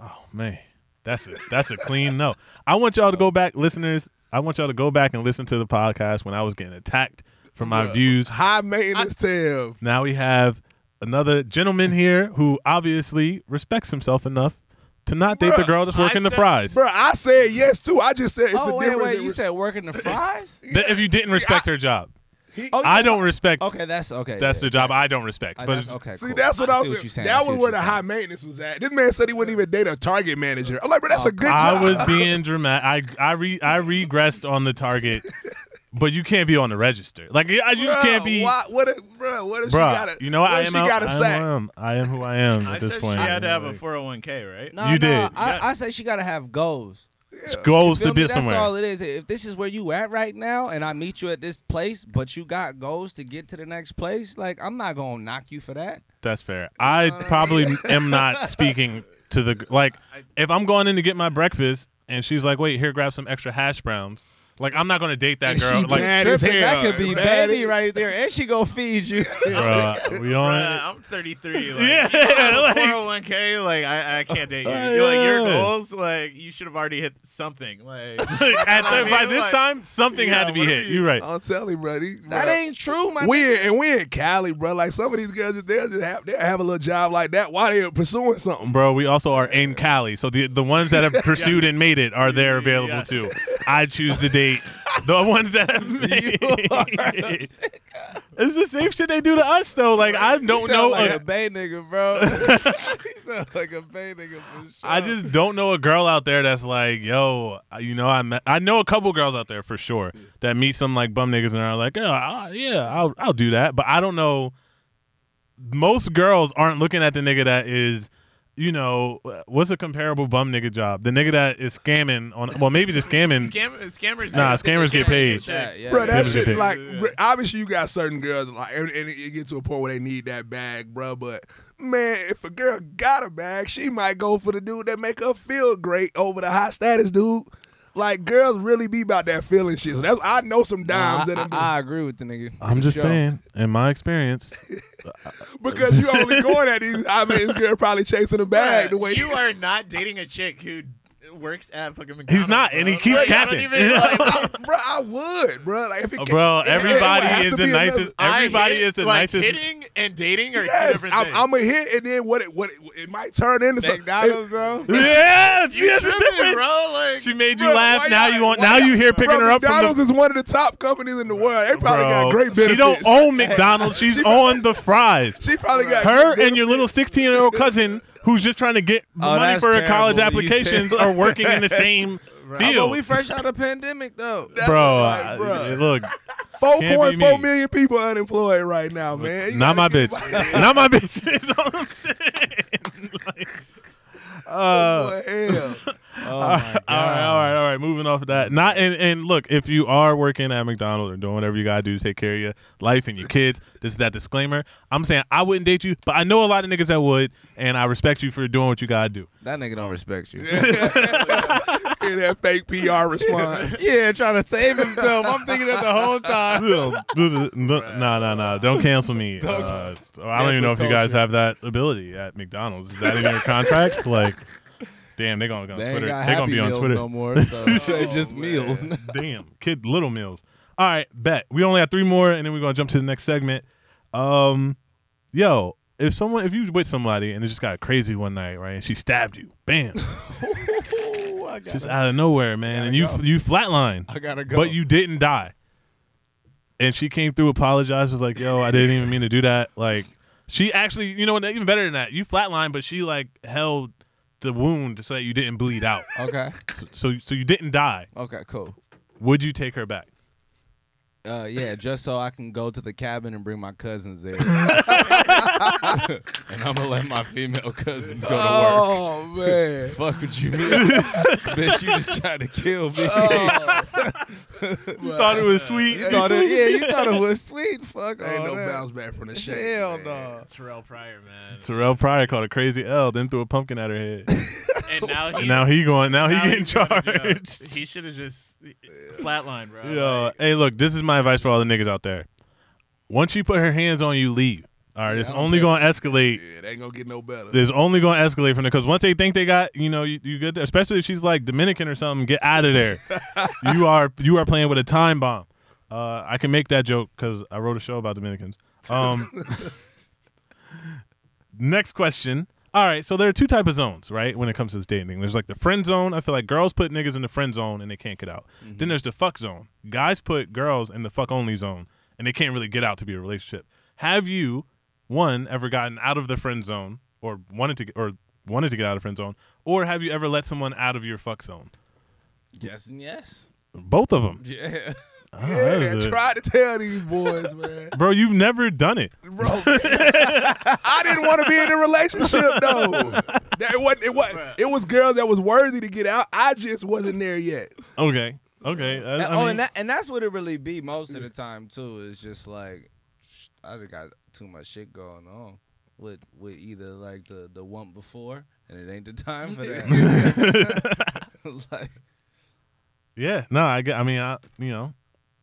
Speaker 1: Oh man, that's a that's a clean no. I want y'all to go back, listeners. I want y'all to go back and listen to the podcast when I was getting attacked for my views.
Speaker 3: High maintenance, Tim.
Speaker 1: Now we have another gentleman here who obviously respects himself enough to not date the
Speaker 3: Bruh,
Speaker 1: girl that's
Speaker 5: I
Speaker 1: working the
Speaker 5: said-
Speaker 1: fries.
Speaker 3: Bro, I said yes too. I just said it's
Speaker 2: oh
Speaker 3: a
Speaker 2: wait,
Speaker 3: difference.
Speaker 2: wait.
Speaker 3: in
Speaker 2: You
Speaker 3: res-
Speaker 2: said working the fries?
Speaker 1: That if you didn't respect her job, I don't respect.
Speaker 2: Okay, that's okay.
Speaker 1: That's
Speaker 2: yeah.
Speaker 1: the job I don't respect.
Speaker 2: Uh,
Speaker 1: but
Speaker 2: that's-
Speaker 1: it's-
Speaker 2: okay.
Speaker 3: See,
Speaker 2: cool.
Speaker 3: that's what I,
Speaker 2: see
Speaker 3: was.
Speaker 2: you're saying, I
Speaker 3: that
Speaker 2: see
Speaker 3: was
Speaker 2: what
Speaker 3: where
Speaker 2: you're
Speaker 3: the high
Speaker 2: saying.
Speaker 3: maintenance was at. This man said he wouldn't even date a Target manager. I'm like, bro, that's
Speaker 2: Oh,
Speaker 3: a good
Speaker 1: I
Speaker 3: job.
Speaker 1: was being dramatic. I I re I regressed on the target, but you can't be on the register. Like I just
Speaker 3: Bruh,
Speaker 1: can't be.
Speaker 3: Why, what, if, bro? What if
Speaker 1: Bruh,
Speaker 3: she got a?
Speaker 1: you know what?
Speaker 3: what
Speaker 1: I
Speaker 3: if
Speaker 1: am.
Speaker 3: She
Speaker 1: out-
Speaker 3: got a
Speaker 1: I
Speaker 3: sack.
Speaker 1: am. I am who I am
Speaker 5: I
Speaker 1: at this
Speaker 5: said
Speaker 1: point.
Speaker 5: she had to have a
Speaker 1: Like,
Speaker 5: 401k, right?
Speaker 2: No,
Speaker 1: You
Speaker 2: no,
Speaker 1: did.
Speaker 2: I, I say she gotta have goals.
Speaker 1: goals
Speaker 2: Feel
Speaker 1: to
Speaker 2: me?
Speaker 1: be
Speaker 2: That's
Speaker 1: somewhere.
Speaker 2: all it is. If this is where you at right now, and I meet you at this place, but you got goals to get to the next place, like I'm not gonna knock you for that.
Speaker 1: That's fair. I probably am not speaking to the like. If I'm going in to get my breakfast and she's like, "Wait, here, grab some extra hash browns." Like, I'm not going to date that girl.
Speaker 3: she
Speaker 1: Like,
Speaker 3: mad as
Speaker 2: Tripping, that
Speaker 3: hell.
Speaker 2: could be
Speaker 3: Mad
Speaker 2: baby
Speaker 3: as-
Speaker 2: right there, and she gonna feed you.
Speaker 1: bruh, we on
Speaker 5: Bruh,
Speaker 1: it?
Speaker 5: I'm 33. Like,
Speaker 1: Yeah, like,
Speaker 5: 401k, like I, I can't date you.
Speaker 1: Oh,
Speaker 5: You're like your
Speaker 1: yeah.
Speaker 5: goals, like you should have already hit something. Like
Speaker 1: at the-
Speaker 5: mean,
Speaker 1: by this
Speaker 5: like-
Speaker 1: time, something had to be hit. You're right.
Speaker 3: I'm telling you, bro. These,
Speaker 2: that
Speaker 3: bro,
Speaker 2: ain't true, my.
Speaker 3: we in- and we in Cali, bro. Like some of these girls, they'll just have they'll have a little job like that while they're pursuing something.
Speaker 1: Bro, we also are in Cali, so the the ones that have pursued and made it are there available
Speaker 5: Yes.
Speaker 1: too. I choose to date the ones that have made it. It's the same shit they do to us though. Like I
Speaker 2: You
Speaker 1: don't
Speaker 2: sound
Speaker 1: know.
Speaker 2: like
Speaker 3: uh,
Speaker 1: a-
Speaker 2: a bay nigga, bro. you sound like a bay nigga for sure.
Speaker 1: I just don't know a girl out there that's like, yo, uh, you know, I met, I know a couple girls out there for sure that meet some like bum niggas and are like, yeah, I, yeah, I'll I'll do that, but I don't know. Most girls aren't looking at the nigga that is, you know, uh, what's a comparable bum nigga job? The nigga that is scamming on, well, maybe the scamming.
Speaker 5: Scam, scammers.
Speaker 1: Nah, scammers get paid.
Speaker 2: yeah, yeah.
Speaker 3: Bro, that
Speaker 1: Yeah.
Speaker 3: shit
Speaker 1: Yeah.
Speaker 3: like bro, obviously you got certain girls like, and, and it, it get to a point where they need that bag, bro. But man, if a girl got a bag, she might go for the dude that make her feel great over the high status dude. Like girls really be about that feeling shit. So that's I know some dimes
Speaker 2: Nah, I,
Speaker 3: that
Speaker 2: I- I agree with the nigga.
Speaker 1: I'm
Speaker 2: for
Speaker 1: just
Speaker 2: sure.
Speaker 1: saying, in my experience,
Speaker 3: because you only going at these. I mean, this girl probably chasing a bag the way
Speaker 5: you are not dating a chick who works at fucking McDonald's.
Speaker 1: not, and he
Speaker 5: bro.
Speaker 1: keeps
Speaker 5: Like, I don't
Speaker 1: capping.
Speaker 5: even, like,
Speaker 3: bro, I would, bro. Like if it ca-
Speaker 1: bro,
Speaker 3: it- it would have
Speaker 1: everybody is
Speaker 3: to
Speaker 1: the
Speaker 3: be another-
Speaker 1: nicest.
Speaker 5: I
Speaker 1: Everybody
Speaker 5: hit-
Speaker 1: is the
Speaker 5: like,
Speaker 1: nicest.
Speaker 5: Hitting and dating are two
Speaker 3: Yes,
Speaker 5: different
Speaker 3: I'm,
Speaker 5: things.
Speaker 3: I'm a hit, and then what? It, what? It, it might turn into something.
Speaker 2: McDonald's, though.
Speaker 1: Yeah, see,
Speaker 5: you
Speaker 1: that's the
Speaker 5: tripping,
Speaker 1: difference.
Speaker 5: bro. Like,
Speaker 1: She made you
Speaker 3: Bro,
Speaker 1: laugh.
Speaker 3: why
Speaker 1: Now
Speaker 3: y'all-
Speaker 1: you want.
Speaker 3: why
Speaker 1: Now
Speaker 3: y'all-
Speaker 1: you here picking
Speaker 3: Bro,
Speaker 1: her up from
Speaker 3: McDonald's
Speaker 1: the.
Speaker 3: is one of the top companies in the world. They probably got
Speaker 1: Bro,
Speaker 3: great benefits.
Speaker 1: She don't own McDonald's. She's on the fries.
Speaker 3: She probably got
Speaker 1: Her
Speaker 3: great
Speaker 1: and your little
Speaker 3: benefits.
Speaker 1: 16 year old cousin who's just trying to get
Speaker 2: Oh,
Speaker 1: money
Speaker 2: that's
Speaker 1: for her college
Speaker 2: terrible that you
Speaker 1: applications
Speaker 2: said
Speaker 1: are working in the same
Speaker 2: But
Speaker 1: field.
Speaker 2: we fresh out of pandemic, though. Oh
Speaker 3: That's
Speaker 1: bro,
Speaker 3: like,
Speaker 1: I-
Speaker 3: bro.
Speaker 1: look,
Speaker 3: Four
Speaker 1: can't be
Speaker 3: point
Speaker 1: me.
Speaker 3: four million people unemployed right now, man. You
Speaker 1: not my
Speaker 3: gotta
Speaker 1: bitch.
Speaker 3: get
Speaker 1: not my bitch. That's all I'm saying. Like,
Speaker 3: Oh,
Speaker 1: uh,
Speaker 3: my- Hell.
Speaker 1: all right, all right, all right, all right. Moving off of that. Not and, and look, if you are working at McDonald's or doing whatever you gotta do to take care of your life and your kids, this is that disclaimer. I'm saying I wouldn't date you, but I know a lot of niggas that would, and I respect you for doing what you gotta do.
Speaker 2: That nigga don't respect you.
Speaker 3: Hear that fake PR response.
Speaker 2: yeah, trying to save himself. I'm thinking that the whole time.
Speaker 1: no, no, no. Don't cancel me. Uh, I don't even know if you guys have that ability at McDonald's. Is that in your contract? Like, damn, they're gonna go on
Speaker 2: They ain't
Speaker 1: Twitter.
Speaker 2: got
Speaker 1: They're gonna
Speaker 2: happy
Speaker 1: be on
Speaker 2: meals
Speaker 1: Twitter.
Speaker 2: no more. So uh, it's just meals.
Speaker 1: Damn, kid, little meals. All right, bet. We only have three more, and then we're gonna jump to the next segment. Um, yo, if someone, if you with somebody and it just got crazy one night, right, and she stabbed you, bam, just out of nowhere, man, and you you flatline,
Speaker 2: I gotta go.
Speaker 1: but you didn't die, and she came through, apologized, was like, yo, I didn't even mean to do that. Like, she actually, you know, what? even better than that, you flatlined, but she like held the wound so that you didn't bleed out,
Speaker 2: Okay.
Speaker 1: so so, so you didn't die.
Speaker 2: Okay. Cool.
Speaker 1: Would you take her back?
Speaker 2: Uh, yeah, just so I can go to the cabin and bring my cousins there, and I'm gonna let my female cousins go to work.
Speaker 3: Oh man.
Speaker 2: Fuck what you mean, bitch? You just tried to kill me.
Speaker 3: Oh,
Speaker 1: You thought it was sweet.
Speaker 2: you thought it, yeah, you thought it was sweet. Fuck
Speaker 3: ain't
Speaker 1: Oh,
Speaker 2: all
Speaker 3: no
Speaker 2: that.
Speaker 3: bounce back from the shade.
Speaker 2: Hell
Speaker 3: man.
Speaker 2: no.
Speaker 5: Terrell Pryor, man.
Speaker 1: Terrell Pryor called a crazy L, then threw a pumpkin at her head.
Speaker 5: And now he's
Speaker 1: And now he going. Now he
Speaker 5: now
Speaker 1: getting
Speaker 5: he's going to jail.
Speaker 1: charged.
Speaker 5: He should have just flatlined, bro.
Speaker 1: Yo,
Speaker 5: Like,
Speaker 1: hey, look. This is my advice for all the niggas out there. Once you put her hands on you, leave. All right, it's
Speaker 2: I don't
Speaker 1: only
Speaker 2: care.
Speaker 1: going to escalate.
Speaker 3: Yeah, it ain't gonna get no better.
Speaker 1: It's only going to escalate from there because once they think they got, you know, you, you good. There, especially if she's like Dominican or something, get out of there. you are you are playing with a time bomb. Uh, I can make that joke because I wrote a show about Dominicans. Um, next question. All right, so there are two type of zones, right? When it comes to this dating, there's like the friend zone. I feel like girls put niggas in the friend zone and they can't get out.
Speaker 2: Mm-hmm.
Speaker 1: Then there's the fuck zone. Guys put girls in the fuck only zone and they can't really get out to be a relationship. Have you one ever gotten out of the friend zone or wanted to get, or wanted to get out of friend zone, or have you ever let someone out of your fuck zone?
Speaker 2: Yes and yes.
Speaker 1: Both of them. Ah,
Speaker 2: Yeah.
Speaker 3: yeah, try to tell these boys, man.
Speaker 1: Bro, you've never done it.
Speaker 3: Bro, I didn't want to be in a relationship though. That it wasn't. It was. It was girls that was worthy to get out. I just wasn't there yet.
Speaker 1: Okay. Okay. I- I
Speaker 2: And-
Speaker 1: mean-
Speaker 2: oh,
Speaker 1: Mm.
Speaker 2: and that, and that's what it really be most of the time too. Is just like sh- I just got too much shit going on with with either like the the one before, and it ain't the time for that. like
Speaker 1: yeah. No, I get. I mean, I you know,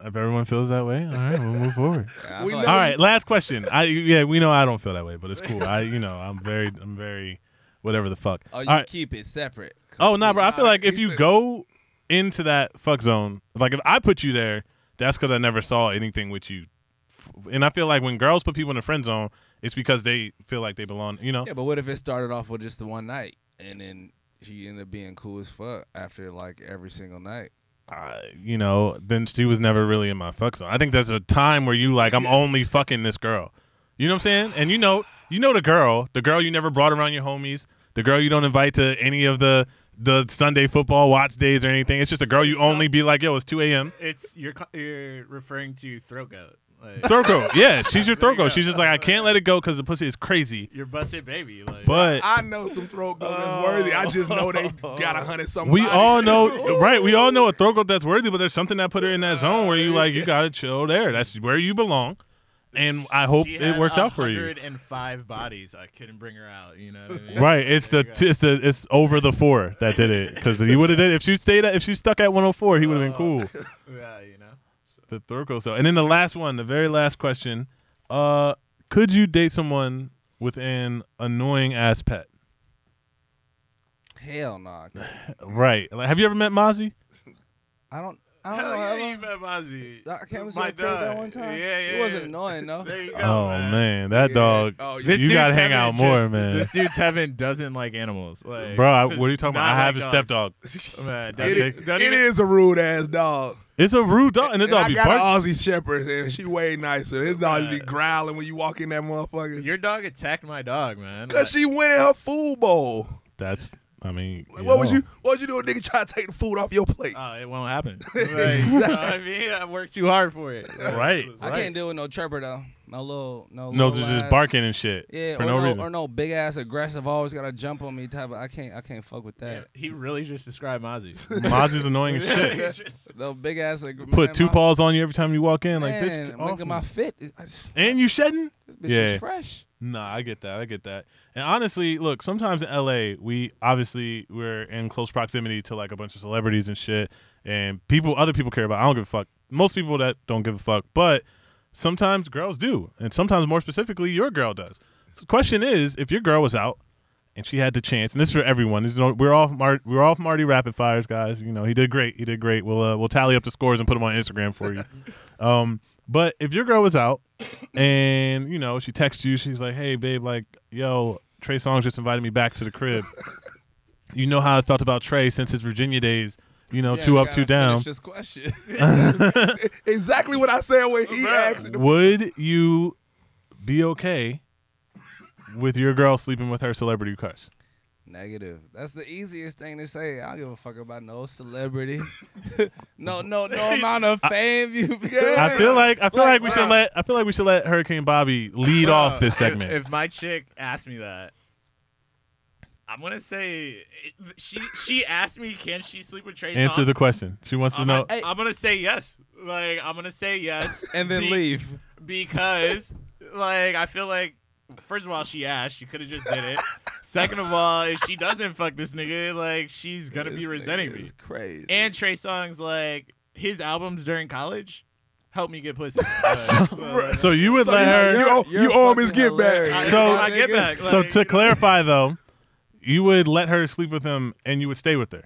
Speaker 1: if everyone feels that way, all right, we'll move forward.
Speaker 2: I'm
Speaker 3: We
Speaker 2: like,
Speaker 1: All right, last question. I yeah, we know I don't feel that way, but it's cool. I you know I'm very I'm very whatever the fuck.
Speaker 2: oh,
Speaker 1: All
Speaker 2: you
Speaker 1: right.
Speaker 2: keep it separate.
Speaker 1: Oh no, bro. I feel
Speaker 3: Nah,
Speaker 1: like if
Speaker 3: he
Speaker 1: you
Speaker 3: said-
Speaker 1: go into that fuck zone, like if I put you there, that's because I never saw anything with you. F- And I feel like when girls put people in the friend zone, it's because they feel like they belong. You know.
Speaker 2: Yeah, but what if it started off with just the one night, and then she ended up being cool as fuck after like every single night?
Speaker 1: uh, you know, then she was never really in my fuck zone. I think there's a time where you like, I'm only fucking this girl. You know what I'm saying? And you know, you know the girl, the girl you never brought around your homies, the girl you don't invite to any of the the Sunday football watch days or anything. It's just a girl you only be like, yo, it's 2 a.m.
Speaker 5: It's you're co- you're referring to throat goat. Like,
Speaker 1: Throat goat. Yeah, she's your
Speaker 5: There
Speaker 1: throat
Speaker 5: you
Speaker 1: goat.
Speaker 5: go.
Speaker 1: She's just like, I can't let it go because the pussy is crazy.
Speaker 5: you're busted baby. Like,
Speaker 1: But
Speaker 3: I know some throat goat that's worthy. I just know they got a hundred something.
Speaker 1: we all know, right? We all know a throat goat that's worthy, but there's something that put her in that zone where you like, you gotta chill there. That's where you belong. And I hope
Speaker 5: she
Speaker 1: it
Speaker 5: had
Speaker 1: works out for you.
Speaker 5: 105 bodies. I couldn't bring her out. You know what I mean?
Speaker 1: Right, it's the it's the it's over the four that did it because he would have did if she stayed at if she stuck at 104 he would have been cool.
Speaker 5: Yeah, you know.
Speaker 1: The Thurko so and then the last one, the very last question, uh, could you date someone with an annoying ass pet?
Speaker 2: Hell no, nah.
Speaker 1: Right, like have you ever met Mozzie?
Speaker 2: I don't. I don't
Speaker 5: Hell
Speaker 2: know.
Speaker 5: yeah,
Speaker 2: how
Speaker 5: you
Speaker 2: long-
Speaker 5: met Mozzie.
Speaker 2: I came to see
Speaker 5: My
Speaker 2: your crib that
Speaker 5: dog.
Speaker 2: one time.
Speaker 5: Yeah, yeah.
Speaker 2: It wasn't
Speaker 5: yeah.
Speaker 2: annoying though.
Speaker 5: There you go.
Speaker 1: Oh man, that dog,
Speaker 3: Oh, yeah.
Speaker 5: This
Speaker 1: you
Speaker 5: dude
Speaker 1: gotta hang
Speaker 5: Tevin
Speaker 1: out
Speaker 5: just-
Speaker 1: more, man.
Speaker 5: This dude Tevin doesn't like animals. Like,
Speaker 1: bro. I,
Speaker 5: does
Speaker 1: what are you talking about?
Speaker 5: not
Speaker 1: I have a
Speaker 5: like dogs.
Speaker 1: stepdog.
Speaker 5: Man, don't
Speaker 3: It
Speaker 5: even-
Speaker 3: is,
Speaker 5: don't
Speaker 3: it
Speaker 5: even-
Speaker 3: is a rude ass dog.
Speaker 1: It's a rude dog, and the
Speaker 3: And I
Speaker 1: dog be
Speaker 3: got
Speaker 1: barking.
Speaker 3: an Aussie Shepherd, and she way nicer. His dog be growling when you walk in that motherfucker.
Speaker 5: Your dog attacked my dog, man.
Speaker 3: Cause she went in her food bowl.
Speaker 1: That's, I mean,
Speaker 3: Like, What would
Speaker 1: yo.
Speaker 3: you? What would you do? A nigga try to take the food off your plate.
Speaker 2: Uh,
Speaker 5: Oh, it won't happen. Like, you know what I mean, I worked too hard for it.
Speaker 1: Right,
Speaker 2: I can't deal with no chirper though. No little,
Speaker 1: No,
Speaker 2: no. little
Speaker 1: just
Speaker 2: ass-
Speaker 1: just barking and shit.
Speaker 2: Yeah,
Speaker 1: for
Speaker 2: or
Speaker 1: no, reason.
Speaker 2: or no big ass aggressive, always gotta jump on me type. Of, I can't, I can't fuck with that.
Speaker 5: He really just described Mozzie.
Speaker 1: Mozzie's annoying as shit.
Speaker 5: He's just-
Speaker 2: No big ass. Ag-
Speaker 1: put
Speaker 2: man,
Speaker 1: two
Speaker 2: my-
Speaker 1: paws on you every time you walk in. Like
Speaker 2: Man,
Speaker 1: this,
Speaker 2: look
Speaker 1: awful.
Speaker 2: at my fit. It- I just-
Speaker 1: and you shedding?
Speaker 2: This bitch
Speaker 1: Yeah.
Speaker 2: is fresh.
Speaker 1: Nah, I get that. I get that. And honestly, look, sometimes in LA, we obviously we're in close proximity to like a bunch of celebrities and shit, and people, other people care about. I don't give a fuck. Most people that don't give a fuck, but sometimes girls do, and sometimes more specifically, your girl does. So the question is, if your girl was out and she had the chance, and this is for everyone. This is no, we're off. Mar- we're off Marty rapid fires, guys. You know he did great. He did great. We'll uh, we'll tally up the scores and put them on Instagram for you. Um, but if your girl was out and you know she texts you, she's like, "Hey, babe, like, yo, Trey Songz just invited me back to the crib." you know how I felt about Trey since his Virginia days. You know, two up, two down.
Speaker 2: Just question.
Speaker 3: exactly what I said when he asked.
Speaker 1: Would you be okay with your girl sleeping with her celebrity crush?
Speaker 2: Negative. That's the easiest thing to say. I don't give a fuck about no celebrity. no, no, no amount of fame you
Speaker 1: I feel like I feel like,
Speaker 2: Like,
Speaker 1: we should
Speaker 2: bro.
Speaker 1: let I feel like we should let Hurricane Bobby lead
Speaker 5: Bro,
Speaker 1: off this
Speaker 5: if-
Speaker 1: segment.
Speaker 5: If, my chick asked me that, I'm gonna say it, she she asked me, can she sleep with Trey?
Speaker 1: Answer
Speaker 5: Songz?"
Speaker 1: the question. She wants to
Speaker 5: I'm,
Speaker 1: know.
Speaker 5: I'm gonna say yes. Like I'm gonna say yes
Speaker 2: and then
Speaker 5: Be-
Speaker 2: leave.
Speaker 5: because like I feel like first of all she asked, she could have just did it. Second of all, if she doesn't fuck this nigga, like she's gonna
Speaker 2: This
Speaker 5: be
Speaker 2: nigga
Speaker 5: resenting me.
Speaker 2: is Crazy.
Speaker 5: And Trey Songz, like his albums during college, helped me get pussy. Uh, uh,
Speaker 1: so you would let her.
Speaker 3: you owe, you owe him his get back.
Speaker 5: I,
Speaker 1: So-
Speaker 5: I get back.
Speaker 1: so
Speaker 5: like,
Speaker 1: to clarify though, you would let her sleep with him and you would stay with her.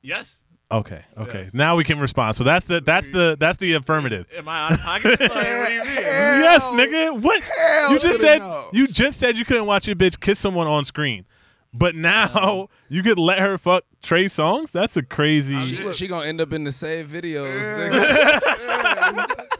Speaker 5: yes.
Speaker 1: Okay. Okay. Now we can respond. So that's the that's the that's the affirmative.
Speaker 5: Am I out of pocket? Like, what do you mean?
Speaker 1: yes, nigga. What? you just
Speaker 3: to the
Speaker 1: said
Speaker 3: no.
Speaker 1: you just said you couldn't watch your bitch kiss someone on screen. But now you could let her fuck Trey Songs? That's a crazy oh
Speaker 2: she, she gonna end up in the same videos. nigga.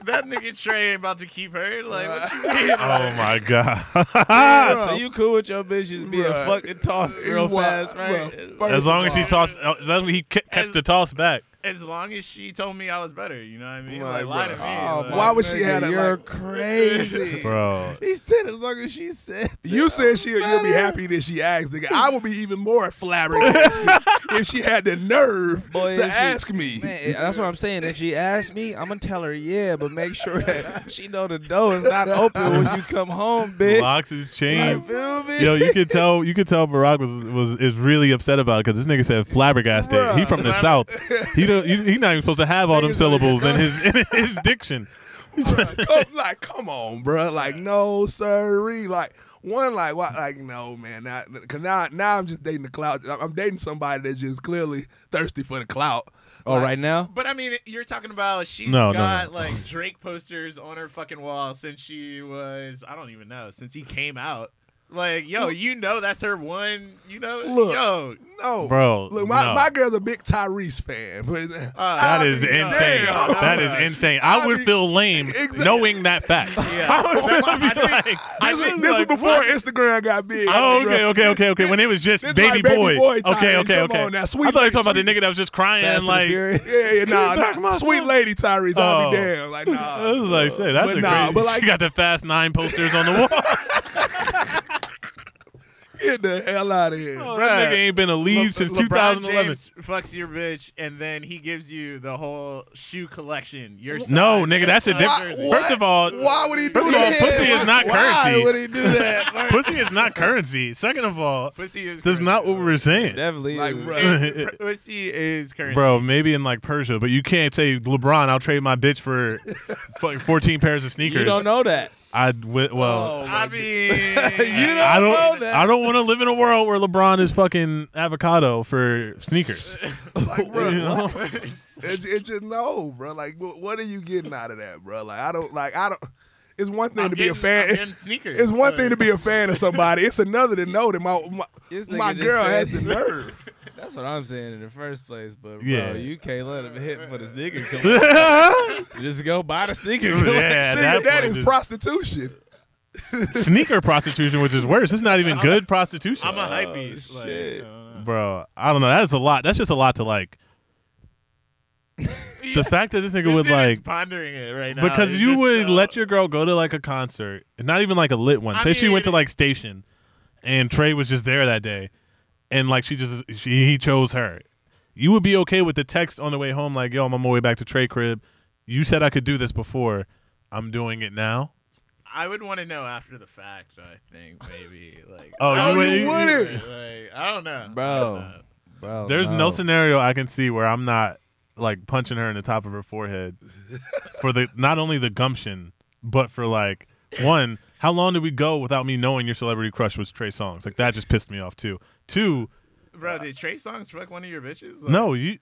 Speaker 5: That nigga Trey ain't about to keep her. Like, what you mean?
Speaker 1: Oh my god.
Speaker 2: so you cool with your bitch just being
Speaker 3: Bruh.
Speaker 2: fucking tossed real
Speaker 3: Well,
Speaker 2: fast, right?
Speaker 3: well, first
Speaker 1: as long
Speaker 3: of
Speaker 1: as she
Speaker 3: all-
Speaker 1: tossed as long as he ca- catch
Speaker 5: As-
Speaker 1: the toss back.
Speaker 5: as long as she told me I was better, you know what I mean?
Speaker 3: Right,
Speaker 5: Like, lie to
Speaker 3: bro.
Speaker 5: me.
Speaker 2: Oh,
Speaker 5: like-
Speaker 2: my
Speaker 3: Why would she
Speaker 2: nigga,
Speaker 3: had it
Speaker 2: You're
Speaker 3: like-
Speaker 2: crazy,
Speaker 1: bro.
Speaker 2: He said as long as she said.
Speaker 3: You said she you'll be
Speaker 2: better.
Speaker 3: happy that she asked. Nigga. I would be even more flabbergasted if she had the nerve
Speaker 2: Boy,
Speaker 3: to
Speaker 2: if she-
Speaker 3: ask me.
Speaker 2: Man, eh, that's what I'm saying. If she asks me, I'm gonna tell her yeah, but make sure that she know the door is not open when you come home, bitch.
Speaker 1: Locks his
Speaker 2: You
Speaker 1: chain.
Speaker 2: feel me?
Speaker 1: Yo, you could tell. You could tell Barack was was is really upset about it because this nigga said flabbergasted. He from the south. He don't. He, he not even supposed to have all them syllables in his in his diction.
Speaker 3: Come- like, come on, bruh. Like, no, sirree. Like, one, like, why, like, no, man. Not, Cause now, now I'm just dating the clout. I'm- I'm dating somebody that's just clearly thirsty for the clout.
Speaker 2: Oh, right now.
Speaker 5: But I mean, you're talking about she's
Speaker 1: No, no,
Speaker 5: got
Speaker 1: no.
Speaker 5: like Drake posters on her fucking wall since she was I don't even know since he came out. Like, yo, you know that's her one. You know,
Speaker 3: Look.
Speaker 5: yo,
Speaker 3: No,
Speaker 1: Bro,
Speaker 3: Look, my,
Speaker 1: no.
Speaker 3: my girl's a big Tyrese fan. But
Speaker 1: That
Speaker 5: uh,
Speaker 1: is
Speaker 5: mean,
Speaker 1: insane.
Speaker 5: damn,
Speaker 1: That
Speaker 5: gosh.
Speaker 1: is insane. I would
Speaker 3: mean,
Speaker 1: feel lame
Speaker 3: exa-
Speaker 1: knowing that fact. I would
Speaker 5: That-
Speaker 1: really
Speaker 5: I
Speaker 1: be
Speaker 5: think-
Speaker 1: like,
Speaker 5: I
Speaker 3: this,
Speaker 5: think-
Speaker 3: is, this is
Speaker 5: look,
Speaker 3: before Instagram got big.
Speaker 1: Oh, okay, okay, okay, okay. When it was just
Speaker 3: This
Speaker 1: baby,
Speaker 3: like Baby
Speaker 1: boy.
Speaker 3: Boy time.
Speaker 1: Okay, okay,
Speaker 3: Come
Speaker 1: okay.
Speaker 3: on
Speaker 1: I thought
Speaker 3: now,
Speaker 1: you
Speaker 3: Sweet
Speaker 1: were talking
Speaker 3: Lady,
Speaker 1: about the
Speaker 3: Sweet-
Speaker 1: nigga that was just crying
Speaker 2: Fast and
Speaker 1: like. It
Speaker 2: Furious.
Speaker 3: Yeah, yeah, nah,
Speaker 1: back
Speaker 3: nah.
Speaker 1: my
Speaker 3: Sweet
Speaker 1: son.
Speaker 3: lady Tyrese, I'll be
Speaker 1: Oh.
Speaker 3: damn. Like, nah.
Speaker 1: was like, shit, that's
Speaker 3: But
Speaker 1: a
Speaker 3: nah,
Speaker 1: crazy.
Speaker 3: but like-
Speaker 1: she got the Fast Nine posters on the wall.
Speaker 3: Get the hell out of here.
Speaker 1: that nigga ain't been a leave
Speaker 5: Le-
Speaker 1: since
Speaker 5: LeBron
Speaker 1: 2011.
Speaker 5: James fucks your bitch, and then he gives you the whole shoe collection. Your
Speaker 1: No,
Speaker 5: size,
Speaker 1: nigga,
Speaker 5: your
Speaker 1: that's a
Speaker 5: size.
Speaker 1: different. First of all,
Speaker 3: why would he do
Speaker 1: First of all,
Speaker 3: that?
Speaker 1: pussy is not
Speaker 2: Why would
Speaker 1: currency.
Speaker 2: he do that?
Speaker 1: Pussy is not currency. Second of all,
Speaker 5: Pussy is
Speaker 1: that's
Speaker 5: currency,
Speaker 1: not what
Speaker 5: bro.
Speaker 1: we're saying,
Speaker 2: Definitely.
Speaker 3: Like,
Speaker 2: is.
Speaker 3: bro.
Speaker 5: It's- Pussy is currency.
Speaker 1: bro. Maybe in like Persia, but you can't say LeBron. I'll trade my bitch for fucking 14 pairs of sneakers.
Speaker 2: You don't know that.
Speaker 1: I w- well,
Speaker 3: Oh, my
Speaker 5: I
Speaker 3: God.
Speaker 5: mean,
Speaker 2: You don't
Speaker 1: I
Speaker 2: know
Speaker 1: don't.
Speaker 2: that.
Speaker 1: I don't want to live in a world where LeBron is fucking avocado for sneakers.
Speaker 3: like, bro,
Speaker 1: You know?
Speaker 3: It, it just no, bro. Like, wh- what are you getting out of that, bro? Like, I don't like. I don't. It's one thing
Speaker 5: I'm
Speaker 3: to
Speaker 5: getting,
Speaker 3: be a fan.
Speaker 5: I'm getting sneakers.
Speaker 3: it's one
Speaker 5: Uh,
Speaker 3: thing to be a fan of somebody. It's another to know that my my,
Speaker 2: This nigga
Speaker 3: my
Speaker 2: just
Speaker 3: girl
Speaker 2: said-
Speaker 3: has the nerve.
Speaker 2: That's what I'm saying in the first place. But bro,
Speaker 1: Yeah.
Speaker 2: you can't let him hit for the sneaker. collection.
Speaker 1: yeah,
Speaker 2: Just go buy the sneaker. collection.
Speaker 1: that,
Speaker 3: Nigga, that
Speaker 1: point
Speaker 3: is
Speaker 1: is
Speaker 3: prostitution.
Speaker 1: sneaker prostitution, which is worse. It's not even good prostitution.
Speaker 5: I'm a hype
Speaker 3: Oh,
Speaker 5: beast. like,
Speaker 2: shit.
Speaker 5: I don't know.
Speaker 1: bro. I don't know. That's a lot. That's just a lot to like. the fact that this nigga
Speaker 5: This
Speaker 1: would
Speaker 5: dude is
Speaker 1: like
Speaker 5: pondering it right now.
Speaker 1: because
Speaker 5: It's
Speaker 1: you
Speaker 5: just
Speaker 1: would
Speaker 5: so-
Speaker 1: let your girl go to like a concert, not even like a lit one.
Speaker 5: I
Speaker 1: Say she went to
Speaker 5: mean-
Speaker 1: like Station, and Trey was just there that day, and like she just she he chose her. You would be okay with the text on the way home, like yo, I'm on my way back to Trey crib. You said I could do this before. I'm doing it now.
Speaker 5: I would want to know after the fact. I think maybe like.
Speaker 1: Oh,
Speaker 3: Oh,
Speaker 1: you,
Speaker 3: you
Speaker 1: you-
Speaker 3: wouldn't.
Speaker 5: Like, I don't know, I don't
Speaker 2: Bro.
Speaker 5: know.
Speaker 2: Bro.
Speaker 1: There's no scenario I can see where I'm not like punching her in the top of her forehead for the not only the gumption, but for like one, how long did we go without me knowing your celebrity crush was Trey Songs? Like that just pissed me off too. Two,
Speaker 5: Bro, did Trey Songz fuck one of your bitches? Like-
Speaker 1: no, you.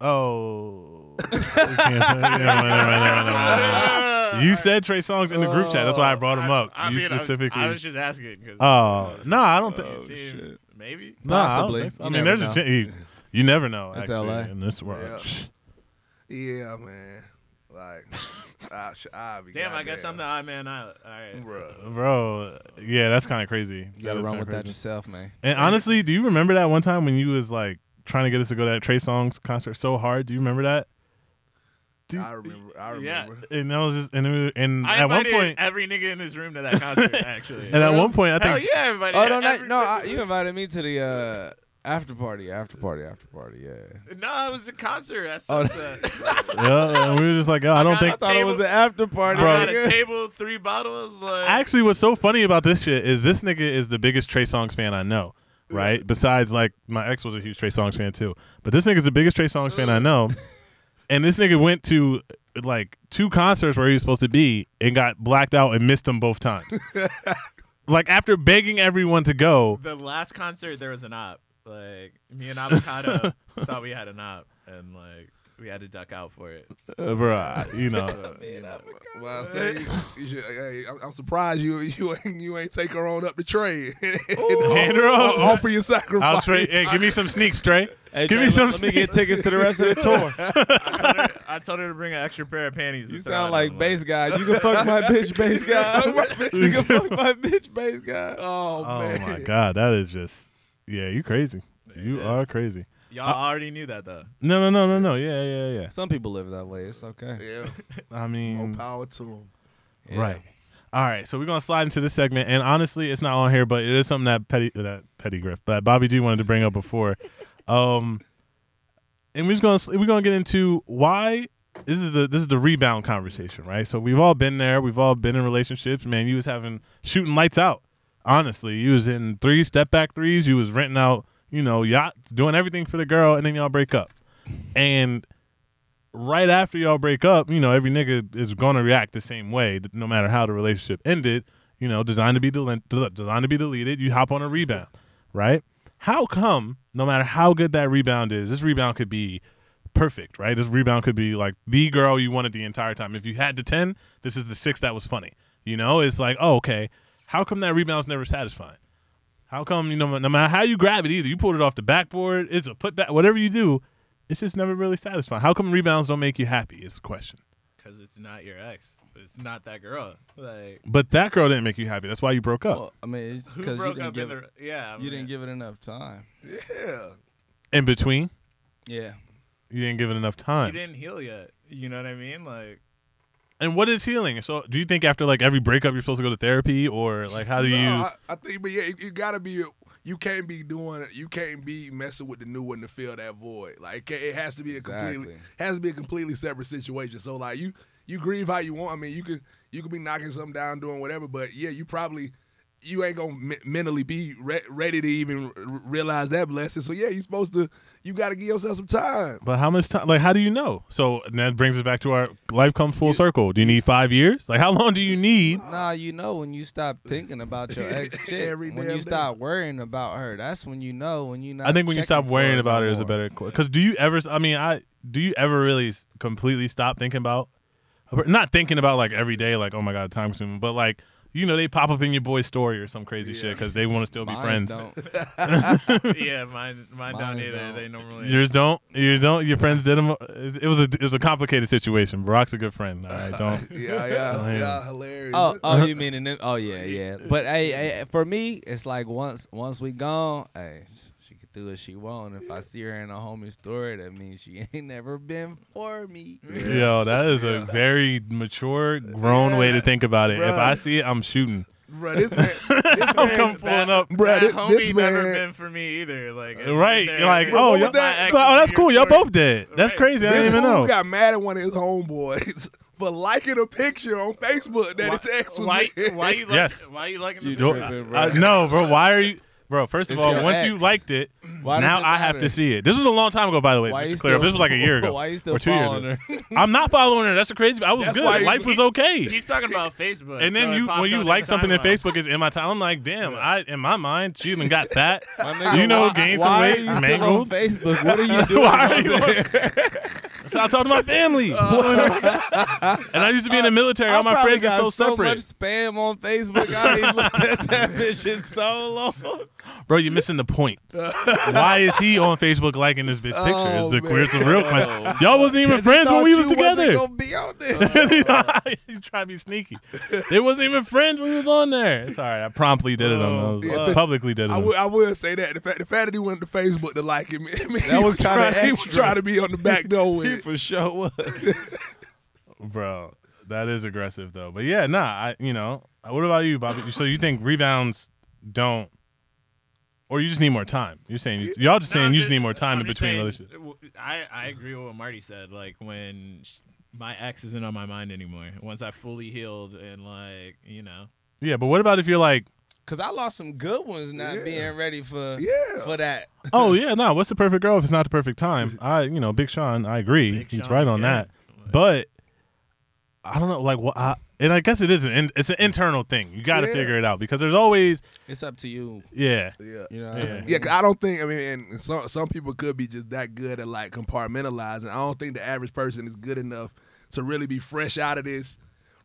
Speaker 1: Oh, We can't- never mind, never mind, never mind, never mind, never mind. you said Trey Songs in the group chat. That's why I brought him up.
Speaker 5: Oh, I, I
Speaker 1: you
Speaker 5: mean, I-
Speaker 1: specifically.
Speaker 5: I, was just asking because.
Speaker 1: oh no, I don't think.
Speaker 2: shit.
Speaker 5: Maybe.
Speaker 1: Nah, I don't
Speaker 2: Possibly.
Speaker 1: think so. I,
Speaker 2: You
Speaker 1: mean,
Speaker 2: never
Speaker 1: there's a
Speaker 2: know.
Speaker 1: chance. You, you never know.
Speaker 2: That's
Speaker 1: actually,
Speaker 2: LA.
Speaker 1: in this world.
Speaker 3: Yeah. Yeah, man. Like, I, sh- I be.
Speaker 5: Damn, I guess I'm the
Speaker 3: goddamn.
Speaker 5: odd man out. All right.
Speaker 3: Bruh.
Speaker 1: Bro, yeah, that's kind of crazy.
Speaker 2: You gotta
Speaker 1: is
Speaker 2: run
Speaker 1: kinda
Speaker 2: with that
Speaker 1: crazy.
Speaker 2: yourself, man.
Speaker 1: And honestly, do you remember that one time when you was like trying to get us to go to that Trey Songz concert so hard? Do you remember that? Dude,
Speaker 3: I remember. I
Speaker 5: Yeah.
Speaker 3: remember.
Speaker 1: And that was just and, it was- and
Speaker 5: I
Speaker 1: at one
Speaker 5: invited
Speaker 1: point,
Speaker 5: every nigga in this room to that concert, actually.
Speaker 1: and at one point, I
Speaker 5: Hell
Speaker 1: think
Speaker 5: yeah, everybody.
Speaker 2: Oh no, no,
Speaker 5: every-
Speaker 2: no! I, you invited me to the uh, after party, after party, after party. Yeah.
Speaker 5: No, it was a concert. uh, That's
Speaker 2: Oh,
Speaker 5: that's a-
Speaker 1: yeah, and we were just like, oh, I don't
Speaker 5: got
Speaker 1: think.
Speaker 5: it.
Speaker 2: I thought it was an after party.
Speaker 5: I got
Speaker 2: nigga.
Speaker 5: a table, three bottles. Like,
Speaker 1: Actually, what's so funny about this shit is this nigga is the biggest Trey Songz fan I know. Right. Besides, like my ex was a huge Trey Songz fan too, but this nigga's the biggest Trey Songz fan I know. And this nigga went to like two concerts where he was supposed to be and got blacked out and missed them both times. like after begging everyone to go,
Speaker 5: the last concert there was an op. Like me and Avocado thought we had an op, and like we had to duck out for it.
Speaker 1: uh, bro, I- you know,
Speaker 5: You know.
Speaker 3: Well, I say you, you should, hey, I'm, I'm surprised you you ain't, you ain't take her on up the train.
Speaker 1: hand her up.
Speaker 3: Offer your sacrifice.
Speaker 1: I'll Trey, hey, give me some sneaks, Trey.
Speaker 2: Hey,
Speaker 1: Give
Speaker 2: Trey,
Speaker 1: me some
Speaker 2: Let, let me get
Speaker 1: sneaks.
Speaker 2: tickets to the rest of the tour.
Speaker 5: I, told her, I told her to bring an extra pair of panties.
Speaker 2: You
Speaker 5: to throw
Speaker 2: sound
Speaker 5: on
Speaker 2: like
Speaker 5: them,
Speaker 2: bass guy. You can fuck my bitch, bass guy. you can fuck my bitch, bass guy.
Speaker 3: Oh,
Speaker 1: Oh
Speaker 3: man.
Speaker 1: my god, that is just yeah, you crazy. You
Speaker 5: Yeah.
Speaker 1: are crazy.
Speaker 5: Y'all already knew that though.
Speaker 1: No, no, no, no, no. Yeah, yeah, yeah.
Speaker 2: Some people live that way. It's okay.
Speaker 5: Hmm.
Speaker 3: Yeah.
Speaker 1: I mean,
Speaker 3: More power to him.
Speaker 1: Right. All right. So we're gonna slide into this segment, and honestly, it's not on here, but it is something that petty uh, that petty griff that Bobby G wanted to bring up before. Um, and we're just gonna sl- we're gonna get into why this is the this is the rebound conversation, right? So we've all been there. We've all been in relationships. Man, you was having shooting lights out. Honestly, you was in three step back threes. You was renting out, you know, yachts, doing everything for the girl, and then y'all break up. And right after y'all break up, you know, every nigga is going to react the same way, th- no matter how the relationship ended. You know, designed to be del- del- designed to be deleted. You hop on a rebound, right? How come, no matter how good that rebound is, this rebound could be perfect, right? This rebound could be like the girl you wanted the entire time. If you had the ten, this is the six that was funny. You know, it's like, oh, okay. How come that rebound's never satisfying? How come you know no matter how you grab it either you pulled it off the backboard, it's a putback, whatever you do, it's just never really satisfying. How come rebounds don't make you happy? Is the question.
Speaker 5: Cause it's not your ex. It's not that girl. Like
Speaker 1: But that girl didn't make you happy. That's why you broke up.
Speaker 2: Well, I mean, it's
Speaker 5: who
Speaker 2: because you
Speaker 5: broke
Speaker 2: didn't
Speaker 5: up
Speaker 2: give
Speaker 5: in
Speaker 2: it,
Speaker 5: the yeah.
Speaker 2: you didn't give it enough time.
Speaker 3: Yeah.
Speaker 1: In between,
Speaker 2: Yeah.
Speaker 1: you didn't give it enough
Speaker 5: you
Speaker 1: time.
Speaker 5: didn't heal yet. You know what I mean? Like
Speaker 1: And what is healing? So, do you think after like every breakup you're supposed to go to therapy, or like how do
Speaker 3: No,
Speaker 1: you?
Speaker 3: I, I think, but yeah, it, it gotta be. You can't be doing. You can't be messing with the new one to fill that void. Like it, ca- it has to be a completely
Speaker 2: Exactly.
Speaker 3: has to be a completely separate situation. So like you you grieve how you want. I mean, you can you can be knocking something down, doing whatever. But yeah, you probably you ain't gonna me- mentally be re- ready to even r- realize that blessing. So yeah, you supposed to. You gotta give yourself some time.
Speaker 1: but how much time? Like how do you know? So and that brings us back to our life comes full circle. Do you need five years? Like how long do you need?
Speaker 2: Nah, you know when you stop thinking about your ex chick,
Speaker 3: Every
Speaker 2: when
Speaker 3: damn
Speaker 2: you
Speaker 3: day.
Speaker 2: stop worrying about her, that's when you know when you not.
Speaker 1: I think when you
Speaker 2: checking
Speaker 1: stop
Speaker 2: for
Speaker 1: worrying
Speaker 2: her
Speaker 1: about
Speaker 2: no
Speaker 1: it is a
Speaker 2: more.
Speaker 1: better because do you ever? I mean, I do you ever really s- completely stop thinking about, not thinking about like every day, like oh my god, time consuming, but like you know they pop up in your boy's story or some crazy shit 'cause shit because they want to still be
Speaker 2: Mines
Speaker 1: friends.
Speaker 2: Don't.
Speaker 5: yeah, mine mine don't
Speaker 2: Mine's
Speaker 5: either.
Speaker 2: don't.
Speaker 5: They normally
Speaker 1: Yours don't. You don't. Your friends did them. It was a it was a complicated situation. Barack's a good friend. All right, don't.
Speaker 3: Yeah, yeah,
Speaker 1: Man.
Speaker 3: yeah, hilarious.
Speaker 2: Oh, oh, you mean in them? Oh yeah, yeah. But hey, hey, for me, it's like once once we gone, hey, she can do what she want. If I see her in a homie story, that means she ain't never been for me.
Speaker 1: Yo, that is a very mature, grown way to think about it. If
Speaker 3: Bruh.
Speaker 1: I see it, I'm shooting.
Speaker 3: Bruh, this man, this
Speaker 1: I'm
Speaker 3: man,
Speaker 1: coming pulling up.
Speaker 3: bruh,
Speaker 5: that
Speaker 3: this,
Speaker 5: homie
Speaker 3: this man,
Speaker 5: never been for me either. Like it's
Speaker 1: Right,
Speaker 5: there.
Speaker 1: you're like,
Speaker 5: It's
Speaker 1: oh,
Speaker 5: my
Speaker 1: y'all,
Speaker 3: that-
Speaker 5: ex's
Speaker 1: oh, that's
Speaker 5: in
Speaker 1: cool.
Speaker 5: your
Speaker 1: Y'all
Speaker 5: story.
Speaker 1: both dead. That's
Speaker 5: Right.
Speaker 1: crazy. I
Speaker 3: This
Speaker 1: didn't even
Speaker 3: fool
Speaker 1: know.
Speaker 3: got mad at one of his homeboys for liking a picture on Facebook that his ex was
Speaker 5: Why?
Speaker 3: in.
Speaker 5: Why you? Like,
Speaker 1: Yes.
Speaker 5: Why you liking
Speaker 2: You
Speaker 5: the
Speaker 1: Yo,
Speaker 2: tripping,
Speaker 1: I-
Speaker 2: bro.
Speaker 1: I- no, bro. Why are you, bro? First of
Speaker 2: It's
Speaker 1: all,
Speaker 2: your
Speaker 1: once
Speaker 2: ex.
Speaker 1: you liked it,
Speaker 2: Why does
Speaker 1: now
Speaker 2: it
Speaker 1: I have
Speaker 2: matter?
Speaker 1: to see it. This was a long time ago, by the way.
Speaker 2: Why
Speaker 1: just
Speaker 2: you
Speaker 1: to clear up,
Speaker 2: still-
Speaker 1: this was like a year ago.
Speaker 2: Why you still
Speaker 1: or two years
Speaker 2: following
Speaker 1: ago.
Speaker 2: her?
Speaker 1: I'm not following her. That's a crazy. I was
Speaker 3: That's
Speaker 1: good.
Speaker 3: why you-
Speaker 1: Life was okay.
Speaker 5: He's talking about Facebook.
Speaker 1: and
Speaker 5: so
Speaker 1: then
Speaker 5: it
Speaker 1: you
Speaker 5: popped
Speaker 1: when
Speaker 5: up
Speaker 1: you
Speaker 5: in
Speaker 1: like
Speaker 5: the
Speaker 1: something in
Speaker 5: timeline.
Speaker 1: Facebook it's in my time. I'm like, damn, I in my mind, she even got fat.
Speaker 2: My nigga,
Speaker 1: you know,
Speaker 2: why-
Speaker 1: gained some
Speaker 2: why
Speaker 1: weight,
Speaker 2: Are you
Speaker 1: mangled.
Speaker 2: still on Facebook, what are you doing?
Speaker 1: Why are you on- So I talk to my family. and I used to be in the military. All
Speaker 2: I
Speaker 1: my
Speaker 2: probably
Speaker 1: friends are
Speaker 2: got
Speaker 1: so separate.
Speaker 2: Much spam on Facebook. I ain't looked at that bitch in so long.
Speaker 1: Bro, you're missing the point. Why is he on Facebook liking this bitch picture?
Speaker 3: Oh,
Speaker 1: is the
Speaker 3: man.
Speaker 1: it's a real question. Y'all wasn't even friends when we was together.
Speaker 2: Gonna be on there.
Speaker 1: you try to be sneaky. They wasn't even friends when we was on there. It's all right. I promptly did it. On,
Speaker 3: yeah,
Speaker 1: I
Speaker 3: but-
Speaker 1: publicly did it.
Speaker 3: I
Speaker 1: on-
Speaker 3: will, I will say that the fact, the fact that he went to Facebook to like him, I mean,
Speaker 2: That was
Speaker 3: he
Speaker 2: kinda
Speaker 3: trying- he was
Speaker 2: extra.
Speaker 3: trying to be on the back door with.
Speaker 2: he
Speaker 3: it.
Speaker 2: for sure was.
Speaker 1: Bro, that is aggressive though. But yeah, nah, I you know, what about you, Bobby? So you think rebounds don't or you just need more time. You're saying you, y'all just
Speaker 5: No,
Speaker 1: saying
Speaker 5: I'm
Speaker 1: you
Speaker 5: just-
Speaker 1: just need more time
Speaker 5: I'm
Speaker 1: in
Speaker 5: just
Speaker 1: between
Speaker 5: saying,
Speaker 1: relationships.
Speaker 5: w- I, I agree with what Marty said. Like when sh- my ex isn't on my mind anymore. Once I fully healed and like you know,
Speaker 1: Yeah, but what about if you're like,
Speaker 2: Cause I lost some good ones not
Speaker 3: Yeah.
Speaker 2: being ready for
Speaker 3: Yeah.
Speaker 2: for that.
Speaker 1: "Oh yeah, nah, what's the perfect girl if it's not the perfect time?" I, you know, Big Sean, I agree.
Speaker 5: Big
Speaker 1: He's
Speaker 5: Sean,
Speaker 1: right on
Speaker 5: yeah.
Speaker 1: that. But I don't know like what I and I guess it is an in, it's an internal thing. You got to
Speaker 3: Yeah.
Speaker 1: figure it out because there's always
Speaker 2: It's up to you.
Speaker 1: yeah.
Speaker 3: Yeah.
Speaker 2: You know.
Speaker 1: Yeah.
Speaker 3: Yeah, 'cause I don't think. I mean, and some some people could be just that good at like compartmentalizing. I don't think the average person is good enough to really be fresh out of this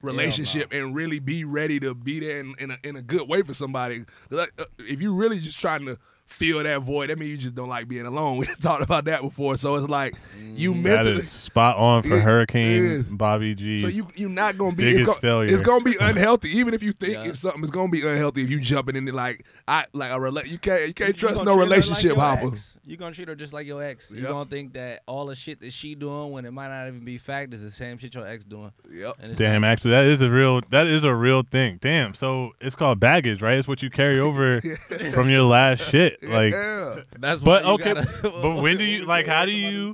Speaker 3: relationship and really be ready to be there in, in, a, in a good way for somebody. Like, uh, if you're really just trying to fill that void. That means you just don't like being alone. We talked about that before. So it's like you
Speaker 1: Mm, That
Speaker 3: mentally
Speaker 1: is spot on for
Speaker 3: It-
Speaker 1: Hurricane
Speaker 3: it is.
Speaker 1: Bobby G.
Speaker 3: so you you're not gonna be
Speaker 1: Biggest
Speaker 3: it's gonna,
Speaker 1: failure.
Speaker 3: it's gonna be unhealthy. Even if you think
Speaker 2: Yeah.
Speaker 3: it's something, it's gonna be unhealthy if you jumping into like I like a rela- you can't you can't
Speaker 2: You
Speaker 3: trust
Speaker 2: gonna treat
Speaker 3: no
Speaker 2: her like
Speaker 3: relationship
Speaker 2: your
Speaker 3: hopper.
Speaker 2: ex. You gonna treat her just like your ex. You
Speaker 3: Yep.
Speaker 2: gonna think that all the shit that she doing when it might not even be fact is the same shit your ex doing.
Speaker 3: Yep.
Speaker 2: And it's
Speaker 1: Damn, actually, that is a real that is a real thing. Damn, so it's called baggage, right? It's what you carry over from your last shit. Like,
Speaker 3: yeah.
Speaker 2: That's
Speaker 1: But
Speaker 2: why you
Speaker 1: okay,
Speaker 2: gotta-
Speaker 1: but when do you like? How do you?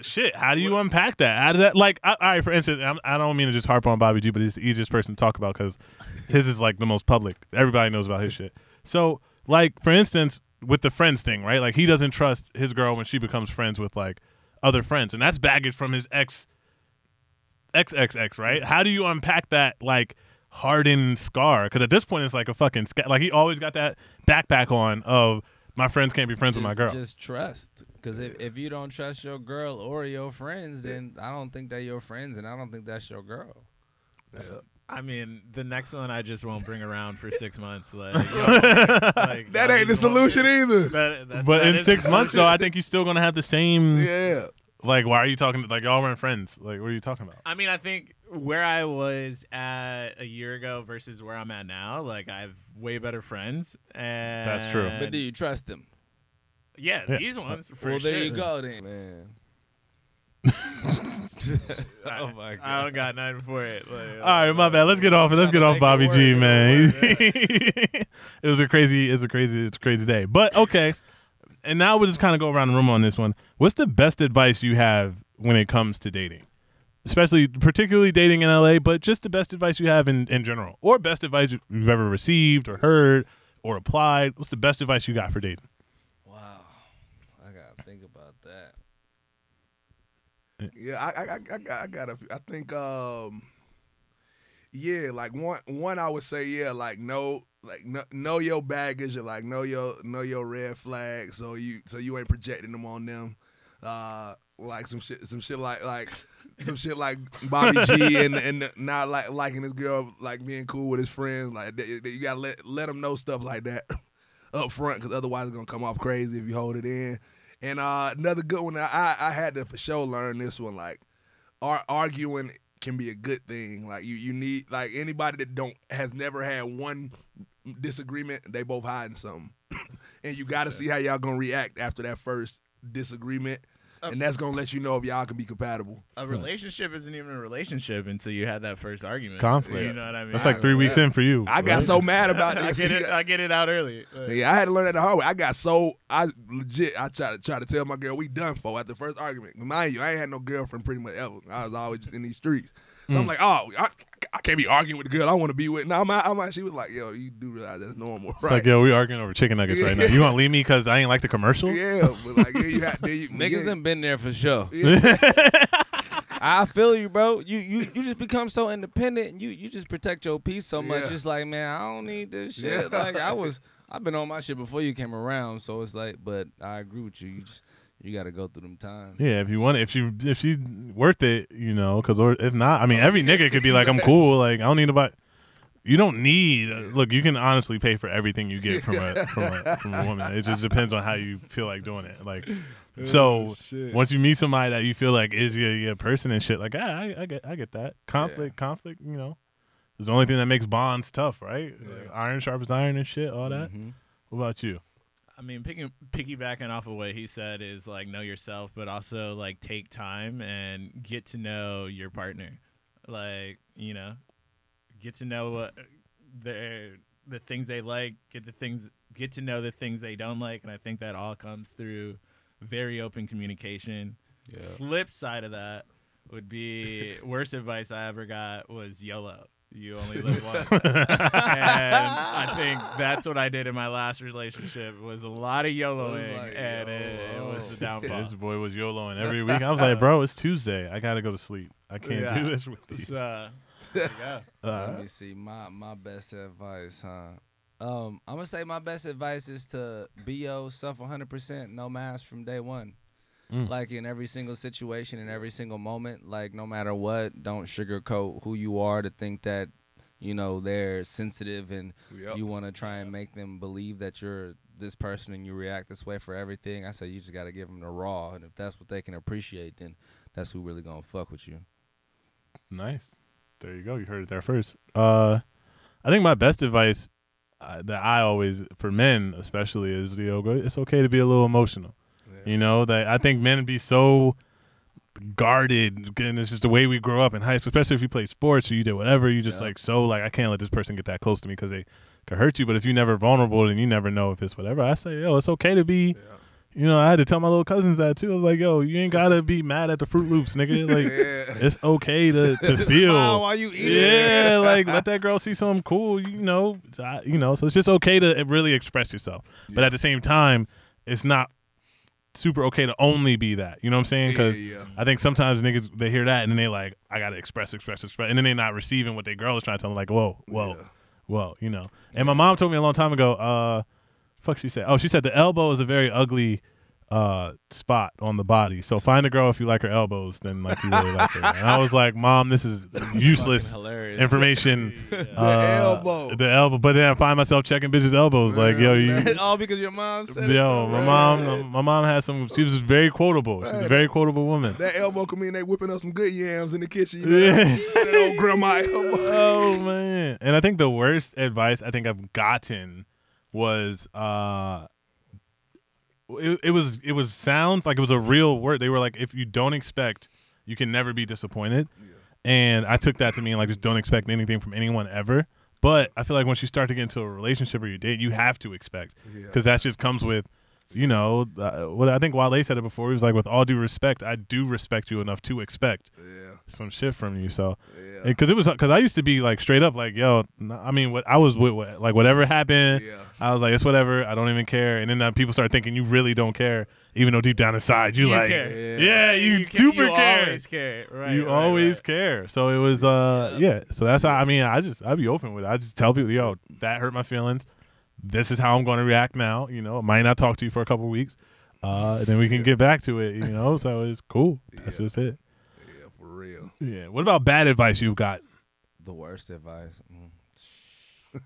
Speaker 1: Shit, how do you unpack that? How does that like? I, all right, for instance, I'm, I don't mean to just harp on Bobby G, but he's the easiest person to talk about because his is like the most public. Everybody knows about his shit. So, like for instance, with the friends thing, right? Like he doesn't trust his girl when she becomes friends with like other friends, and that's baggage from his ex, XXX, right? How do you unpack that like hardened scar? Because at this point, it's like a fucking sca- like he always got that backpack on of my friends can't be friends
Speaker 2: just,
Speaker 1: with my girl.
Speaker 2: Just trust, because if, if you don't trust your girl or your friends, then I don't think that your friends, and I don't think that's your girl.
Speaker 5: I mean, the next one I just won't bring around for six months. Like, like,
Speaker 3: That
Speaker 5: I
Speaker 3: ain't the
Speaker 5: just won't-
Speaker 3: solution either.
Speaker 5: That- that-
Speaker 1: but
Speaker 5: that
Speaker 1: in
Speaker 5: is
Speaker 1: six
Speaker 5: the
Speaker 1: months
Speaker 5: solution.
Speaker 1: though, I think you're still gonna have the same.
Speaker 3: Yeah.
Speaker 1: Like, why are you talking? Like, y'all weren't friends. Like, what are you talking about?
Speaker 5: I mean, I think where I was at a year ago versus where I'm at now, like I have way better friends. And
Speaker 1: true.
Speaker 2: But do you trust them?
Speaker 5: Yeah,
Speaker 1: Yeah.
Speaker 5: these ones. For
Speaker 2: Well, there
Speaker 5: sure.
Speaker 2: you go then, man. oh my god!
Speaker 5: I don't got nothing for it. Like,
Speaker 1: All right, my bad. Let's get off. Let's get off
Speaker 2: Oh, Trying to
Speaker 1: Bobby
Speaker 2: make
Speaker 1: G,
Speaker 2: it work.
Speaker 1: man. it was a crazy. It's a crazy. It's a crazy day. But okay. And now we'll just kind of go around the room on this one. What's the best advice you have when it comes to dating, especially particularly dating in LA, but just the best advice you have in in general, or best advice you've ever received or heard or applied? What's the best advice you got for dating?
Speaker 2: Wow, I gotta think about that.
Speaker 3: Yeah, I I, I, I, got- I got a few. I think um yeah, like one one I would say yeah, like no like no, know your baggage or like know your know your red flags so you so you ain't projecting them on them. Uh like some shit some shit like like some shit like Bobby G and and not like liking this girl like being cool with his friends like that, that you got to let let them know stuff like that up front because otherwise it's gonna come off crazy if you hold it in. And uh, another good one, I I had to for sure learn this one. Like, ar- arguing can be a good thing. Like you you need like anybody that don't has never had one disagreement, they both hiding something, and you got to see how y'all gonna react after that first disagreement.
Speaker 5: Uh,
Speaker 3: And that's gonna let you know if y'all can be compatible.
Speaker 5: A relationship isn't even a relationship until you had that first argument.
Speaker 1: Conflict.
Speaker 5: You know what I mean?
Speaker 1: That's like three weeks in for you.
Speaker 3: I got
Speaker 1: right?
Speaker 3: so mad about
Speaker 5: I
Speaker 3: this.
Speaker 5: get it. I get it out early. Like,
Speaker 3: Yeah, I had to learn that the hard way. I got so I legit I try to try to tell my girl we done for at the first argument. Mind you, I ain't had no girlfriend pretty much ever. I was always in these streets. So
Speaker 1: Hmm.
Speaker 3: I'm like, oh, I, I can't be arguing with the girl I want to be with. Now I'm out, I'm out. She was like, yo, you do realize that's normal,
Speaker 1: It's
Speaker 3: right?
Speaker 1: like, yo, we arguing over chicken nuggets right now. You want to leave me because I ain't like the commercial?
Speaker 3: yeah, but like then you had then you,
Speaker 2: Niggas
Speaker 3: yeah,
Speaker 2: done been there for sure.
Speaker 3: yeah,
Speaker 2: I feel you, bro. You you you just become so independent. And you you just protect your peace so much.
Speaker 3: Yeah.
Speaker 2: It's like, man, I don't need this
Speaker 3: Yeah.
Speaker 2: shit. Like I was, I've been on my shit before you came around. So it's like, but I agree with you. You just you got to go through them times.
Speaker 1: Yeah, if you want, if she if she's worth it, you know, because or if not, I mean, every nigga could be like, I'm cool, like I don't need about. You don't need. Look, you can honestly pay for everything you get from a from a, from a woman. It just depends on how you feel like doing it. Like,
Speaker 3: Oh,
Speaker 1: so once you meet somebody that you feel like is your, your person and shit, like ah, I, I get I get that conflict conflict. You know, is the only thing that makes bonds tough, right? Like, iron sharpens iron and shit, all that.
Speaker 3: Mm-hmm.
Speaker 1: What about you?
Speaker 5: I mean, picking, piggybacking off of what he said is like know yourself, but also like take time and get to know your partner. Like you know, get to know what their the things they like, get the things get to know the things they don't like, and I think that all comes through very open communication. Flip side of that would be worst advice I ever got was YOLO. You only live once and I think that's what I did in my last relationship was a lot of YOLOing,
Speaker 3: like,
Speaker 5: and it, it was the downfall.
Speaker 1: This boy was YOLOing every week. I was like, bro, it's Tuesday. I gotta go to sleep. I can't
Speaker 5: Yeah.
Speaker 1: do this with you.
Speaker 5: so, there you go.
Speaker 1: Uh,
Speaker 2: Let me see my my best advice, huh? Um, I'm gonna say my best advice is to be yourself 100%, no mask from day one. Like in every single situation, in every single moment, like no matter what, don't sugarcoat who you are to think that you know they're sensitive and
Speaker 3: Yep.
Speaker 2: you want to try and make them believe that you're this person and you react this way for everything. I say you just got to give them the raw, and if that's what they can appreciate, then that's who really gonna fuck with you.
Speaker 1: Nice. There you go. You heard it there first. Uh, I think my best advice uh, that I always, for men especially, is you know, go- it's okay to be a little emotional.
Speaker 3: Yeah.
Speaker 1: You know that I think men be so guarded, and it's just the way we grow up in high school. Especially if you play sports or you did whatever, you just
Speaker 2: Yeah.
Speaker 1: like so like I can't let this person get that close to me because they could hurt you. But if you never vulnerable, then you never know if it's whatever. I say, yo, it's okay to be. You know, I had to tell my little cousins that too. I was like, yo, you ain't gotta be mad at the Fruit Loops, nigga. Like,
Speaker 3: Yeah.
Speaker 1: it's okay to to feel.
Speaker 3: Smile while you eat it.
Speaker 1: Yeah, like let that girl see something cool, you know. I- You know, so it's just okay to really express yourself, but at the same time, it's not super okay to only be that. You know what I'm saying? Because
Speaker 3: Yeah, yeah.
Speaker 1: I think sometimes niggas they hear that and then they like, I gotta express, express, express, and then they're not receiving what their girl is trying to tell them. Like, whoa, whoa,
Speaker 3: Yeah.
Speaker 1: whoa, you know. And my mom told me a long time ago. uh Fuck, she said. Oh, she said the elbow is a very ugly uh spot on the body. So find a girl if you like her elbows, then like you really like her. And I was like, Mom, this is useless
Speaker 5: hilarious.
Speaker 1: information.
Speaker 5: Yeah.
Speaker 1: Uh,
Speaker 3: elbow.
Speaker 1: The elbow. But then I find myself checking bitches' elbows. Like, yo, you
Speaker 2: All because your mom said
Speaker 1: yo, my mom my mom had some she was very quotable. She's a very quotable woman.
Speaker 3: That elbow come in, they whipping up some good yams in the kitchen. You know?
Speaker 1: Yeah.
Speaker 3: that old grandma elbow.
Speaker 1: oh man. And I think the worst advice I think I've gotten was uh it, it was it was sound like it was a real word. They were like, if you don't expect, you can never be disappointed. And I took that to mean like just don't expect anything from anyone ever. But I feel like once you start to get into a relationship or you date, you have to expect
Speaker 3: Yeah.
Speaker 1: because that just comes with, you know, uh, what I think Wale said it before. He was like, with all due respect, I do respect you enough to expect
Speaker 3: Yeah,
Speaker 1: some shit from you. So
Speaker 3: yeah,
Speaker 1: because it was because I used to be like straight up like yo, n- I mean what I was with what, like whatever happened,
Speaker 3: Yeah.
Speaker 1: I was like it's whatever, I don't even care, and then uh, people start thinking you really don't care, even though deep down inside you,
Speaker 5: You
Speaker 1: like
Speaker 5: care.
Speaker 1: yeah, you, super
Speaker 5: you
Speaker 1: care,
Speaker 5: Always care. Right,
Speaker 1: you
Speaker 5: right,
Speaker 1: always
Speaker 5: right.
Speaker 1: care. So it was uh yeah, so that's how I mean I just I'd be open with it. I just tell people yo that hurt my feelings, this is how I'm going to react now. You know, I might not talk to you for a couple weeks, uh, and then we can get back to it. You know, so it's cool. That's just it.
Speaker 3: yeah, for real.
Speaker 1: Yeah. What about bad advice you've got?
Speaker 2: The worst advice. Mm.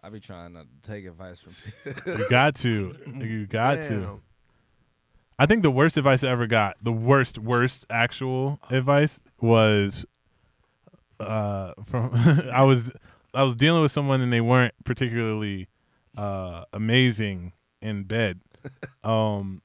Speaker 2: I be trying not to take advice from people.
Speaker 1: You got to. You got to.
Speaker 3: Damn.
Speaker 1: I think the worst advice I ever got, the worst, worst actual advice was uh from I was I was dealing with someone and they weren't particularly uh amazing in bed. Um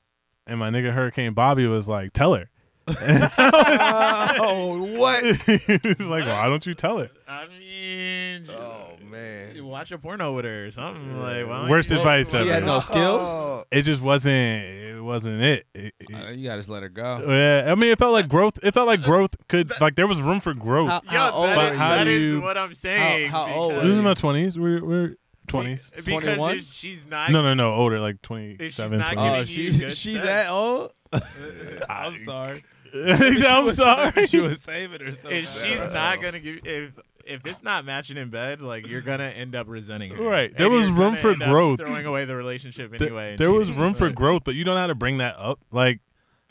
Speaker 1: and my nigga Hurricane Bobby was like, Tell her.
Speaker 3: Oh, what?
Speaker 1: He's like, Why don't you tell her?
Speaker 5: I mean,
Speaker 3: Oh
Speaker 5: you
Speaker 3: man.
Speaker 5: watch a porno with her or something. Like, why don't
Speaker 1: Worst
Speaker 5: you-
Speaker 1: advice ever.
Speaker 2: She had no skills.
Speaker 3: Oh,
Speaker 1: it just wasn't it wasn't it. It- it-
Speaker 2: Uh, you gotta just let her go.
Speaker 1: yeah, I mean, it felt like growth. It felt like growth could like there was room for growth.
Speaker 2: How,
Speaker 5: Yo,
Speaker 2: how old
Speaker 5: that,
Speaker 2: are
Speaker 5: is,
Speaker 2: you?
Speaker 1: how
Speaker 5: that
Speaker 1: do
Speaker 5: is
Speaker 1: you-
Speaker 5: what I'm saying.
Speaker 2: how old
Speaker 1: This
Speaker 5: because-
Speaker 1: is in my twenties. We're we're twenties.
Speaker 5: Because
Speaker 2: 21?
Speaker 5: if she's not,
Speaker 1: No, no, no. Older, like
Speaker 5: If she's
Speaker 1: 27,
Speaker 5: not
Speaker 1: 28.
Speaker 2: oh,
Speaker 5: giving
Speaker 2: she
Speaker 5: you good
Speaker 2: she
Speaker 5: sex.
Speaker 2: that old?
Speaker 5: I'm sorry.
Speaker 1: He said, I'm sorry.
Speaker 2: she was saving herself.
Speaker 5: If she's not gonna give, if if it's not matching in bed, like you're gonna end up resenting her.
Speaker 1: Right.
Speaker 5: And
Speaker 1: There was
Speaker 5: you're
Speaker 1: room
Speaker 5: gonna
Speaker 1: for
Speaker 5: end up
Speaker 1: growth.
Speaker 5: Throwing away the relationship
Speaker 1: There-
Speaker 5: anyway. and
Speaker 1: there was
Speaker 5: cheating.
Speaker 1: room for growth, but you don't know how to bring that up. Like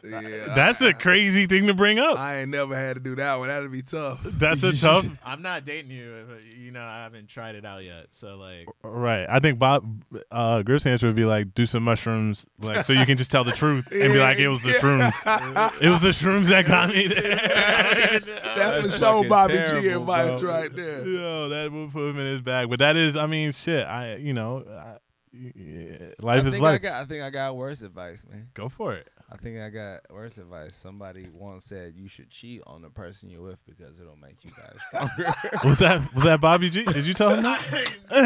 Speaker 3: yeah.
Speaker 1: that's
Speaker 3: I-
Speaker 1: a crazy thing to bring up.
Speaker 3: Uh, I ain't never had to do that one. That'd be tough.
Speaker 1: That's a tough.
Speaker 5: I'm not dating you. if, uh, You know, I haven't tried it out yet. So like,
Speaker 1: Right. I think Bob uh, Griff's answer would be like, do some mushrooms, like so you can just tell the truth and be like, it was the shrooms. It was the shrooms that got me there.
Speaker 3: That's for
Speaker 2: That's
Speaker 3: sure
Speaker 2: fucking
Speaker 3: Bobby G
Speaker 2: terrible,
Speaker 3: advice
Speaker 2: bro.
Speaker 3: right there.
Speaker 1: Yo, that would put him in his bag. But that is, I mean, shit. I, you know, I, yeah,
Speaker 2: I
Speaker 1: life is
Speaker 2: think I
Speaker 1: life.
Speaker 2: got I think I got worse advice, man.
Speaker 1: Go for it.
Speaker 2: I think I got worse advice. Somebody once said you should cheat on the person you're with because it'll make you guys stronger.
Speaker 1: Was that was that Bobby G? Did you tell him that?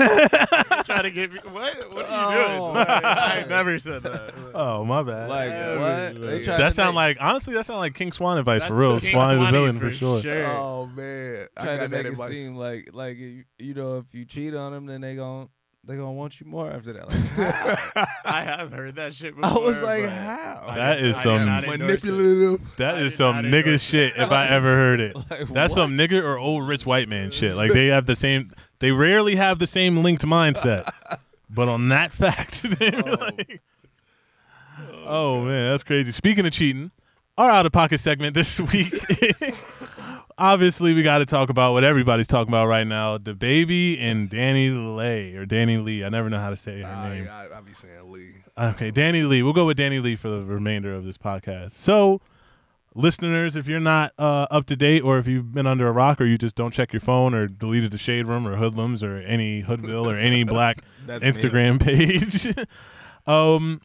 Speaker 5: try to get me. What? What are you doing?
Speaker 3: Oh,
Speaker 5: Like, I never said that.
Speaker 1: Oh my bad.
Speaker 2: like what?
Speaker 3: Yeah, really,
Speaker 2: They
Speaker 3: really.
Speaker 2: tried
Speaker 1: that
Speaker 2: to
Speaker 1: sound
Speaker 2: make-
Speaker 1: like honestly, that sound like King Swan advice
Speaker 5: That's
Speaker 1: for real.
Speaker 5: King
Speaker 1: Swan is a
Speaker 5: Swanee
Speaker 1: villain for, sure.
Speaker 3: Oh man, I
Speaker 2: tried to make
Speaker 3: got that
Speaker 2: it
Speaker 3: advice.
Speaker 2: seem like like you, you know if you cheat on them then they gon' they gonna want you more after that. Like,
Speaker 5: I have heard that shit
Speaker 2: I
Speaker 5: before.
Speaker 2: was like,
Speaker 5: but
Speaker 2: how?
Speaker 1: That is
Speaker 5: I
Speaker 1: some-
Speaker 5: did not endorse it.
Speaker 3: Manipulative.
Speaker 1: That
Speaker 5: I
Speaker 1: is
Speaker 5: did
Speaker 1: some
Speaker 5: not
Speaker 1: nigga
Speaker 5: endorse
Speaker 1: shit if I ever heard it.
Speaker 2: Like,
Speaker 1: That's some nigga or old rich white man shit. Like they have the same. They rarely have the same linked mindset. But on that fact, they were like, oh man, that's crazy. Speaking of cheating, our out of pocket segment this week obviously we got to talk about what everybody's talking about right now: the baby and Danny Lay or Danny Lee. I never know how to say her name.
Speaker 3: I, I, I be saying Lee.
Speaker 1: Okay, Danny Lee. We'll go with Danny Lee for the remainder of this podcast. So, listeners, if you're not uh, up to date, or if you've been under a rock, or you just don't check your phone, or deleted the shade room, or hoodlums, or any hoodville, or any black
Speaker 2: That's me.
Speaker 1: Instagram page, um,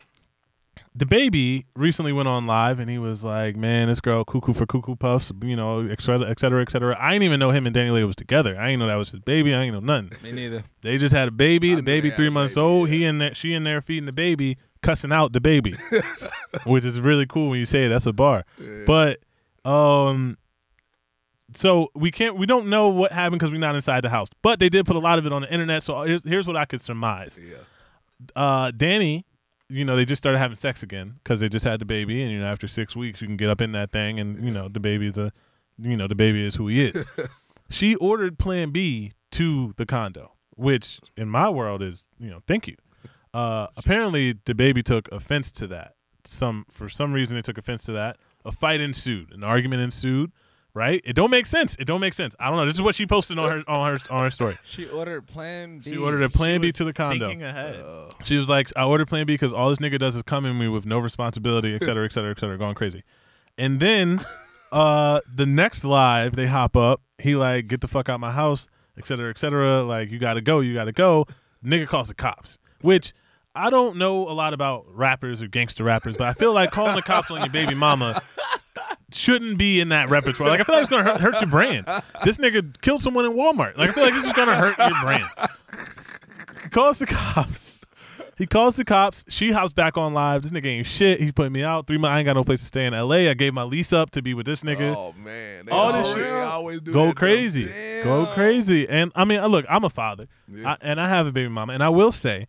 Speaker 1: the baby recently went on live and he was like, "Man, this girl cuckoo for cuckoo puffs, you know, et cetera, et cetera, et cetera." I didn't even know him and Danny Lee was together. I didn't know that was his baby. I didn't know nothing.
Speaker 2: Me neither.
Speaker 1: They just had a baby. The
Speaker 3: knew
Speaker 1: baby
Speaker 3: they had
Speaker 1: three
Speaker 3: a
Speaker 1: months
Speaker 3: baby,
Speaker 1: old. He in there, she in there feeding the baby, cussing out the baby, which is really cool when you say it. That's a bar. But um, so we can't. We don't know what happened because we're not inside the house. But they did put a lot of it on the internet. So here's, here's what I could surmise.
Speaker 3: Yeah.
Speaker 1: Uh, Danny, you know, they just started having sex again because they just had the baby, and you know, after six weeks, you can get up in that thing, and you know, the baby is a, you know, the baby is who he is. she ordered Plan B to the condo, which in my world is you know thank you. Uh, apparently, the baby took offense to that. Some for some reason, it took offense to that. A fight ensued, an argument ensued. Right? It don't make sense. It don't make sense. I don't know. This is what she posted on her on her on her story.
Speaker 2: She ordered Plan B.
Speaker 1: She ordered a Plan B
Speaker 5: was
Speaker 1: to the condo.
Speaker 5: Thinking ahead.
Speaker 2: Oh.
Speaker 1: She was like, I ordered Plan B because all this nigga does is come in me with no responsibility, et cetera, et cetera, et cetera, going crazy. And then uh the next live, they hop up. He like, get the fuck out my house, et cetera, et cetera. Like, you gotta go, you gotta go. Nigga calls the cops, which I don't know a lot about rappers or gangster rappers, but I feel like calling the cops on your baby mama shouldn't be in that repertoire. Like I feel like it's gonna hurt, hurt your brand. This nigga killed someone in Walmart. Like I feel like this is gonna hurt your brand. He calls the cops. He calls the cops. She hops back on live. This nigga ain't shit. He's putting me out. Three months. I ain't got no place to stay in L.A. I gave my lease up to be with this nigga.
Speaker 3: Oh man, they
Speaker 1: All this
Speaker 3: always-
Speaker 1: shit.
Speaker 3: they always do
Speaker 1: Go
Speaker 3: that, though.
Speaker 1: crazy. Go
Speaker 3: Damn.
Speaker 1: crazy. And I mean, look, I'm a father,
Speaker 3: Yeah.
Speaker 1: I, and I have a baby mama, and I will say,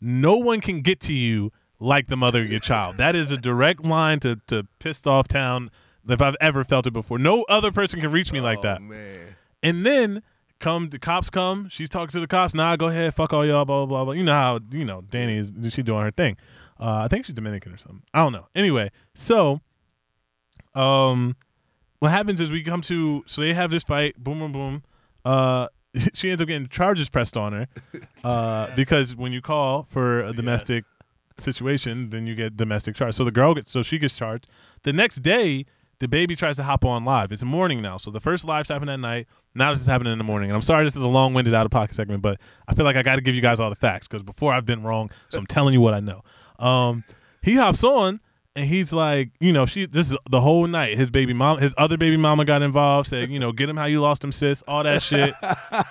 Speaker 1: no one can get to you like the mother of your child. That is a direct line to to pissed off town. If I've ever felt it before, no other person can reach me like
Speaker 3: Oh,
Speaker 1: that.
Speaker 3: man.
Speaker 1: And then come the cops come. She's talking to the cops. Nah, go ahead, fuck all y'all, blah blah blah. blah. You know how you know Danny is. She doing her thing. Uh, I think she's Dominican or something. I don't know. Anyway, so um, what happens is we come to so they have this fight. Boom boom boom. Uh. She ends up getting charges pressed on her uh, because when you call for a domestic situation, then you get domestic charge. So the girl gets, so she gets charged. The next day, the baby tries to hop on live. It's morning now, so the first lives happened at night. Now this is happening in the morning, and I'm sorry this is a long-winded, out-of-pocket segment, but I feel like I got to give you guys all the facts because before I've been wrong, so I'm telling you what I know. Um, he hops on. And he's like, you know, she. This is the whole night. His baby mom, his other baby mama got involved. Said, you know, get him how you lost him, sis. All that shit.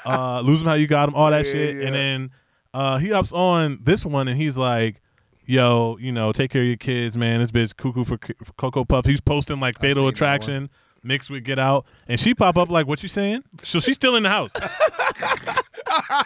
Speaker 1: Uh, lose him how you got him. All that
Speaker 3: Yeah,
Speaker 1: shit.
Speaker 3: yeah.
Speaker 1: And then uh, he hops on this one, and he's like, yo, you know, take care of your kids, man. This bitch cuckoo for, c- for Cocoa Puff. He's posting like Fatal
Speaker 2: seen that one.
Speaker 1: Attraction mixed with Get Out, and she pop up like, "What you saying?" So she's still in the house,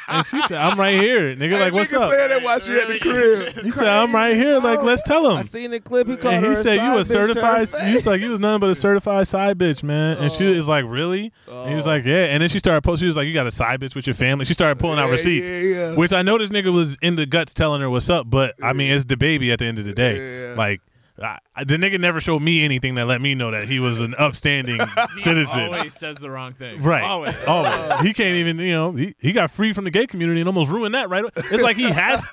Speaker 1: and she said, "I'm right here, nigga. like,
Speaker 3: Hey,
Speaker 1: what's
Speaker 3: nigga
Speaker 1: up?"
Speaker 3: Said that while she at the crib.
Speaker 1: He said, "I'm right here. Like, let's tell
Speaker 2: Oh, I
Speaker 1: him."
Speaker 2: seen the clip. He called
Speaker 1: And
Speaker 2: her
Speaker 1: he said, "You a
Speaker 2: side bitch to her
Speaker 1: certified? You was like, you was nothing but a certified side bitch, man." And
Speaker 2: Oh.
Speaker 1: she is like, "Really?" And he was like, "Yeah." And then she started posting. She was like, "You got a side bitch with your family." She started pulling out
Speaker 3: Yeah,
Speaker 1: receipts.
Speaker 3: Yeah, yeah.
Speaker 1: Which I know this nigga was in the guts telling her what's up, but I mean it's the baby at the end of the day.
Speaker 3: Yeah.
Speaker 1: Like I, I- the nigga never showed me anything that let me know that he was an upstanding citizen.
Speaker 5: Always says the wrong thing.
Speaker 1: Right.
Speaker 5: Always.
Speaker 1: Always.
Speaker 3: Uh,
Speaker 1: He can't even, you know, he, he got free from the gay community and almost ruined that, right? It's like he has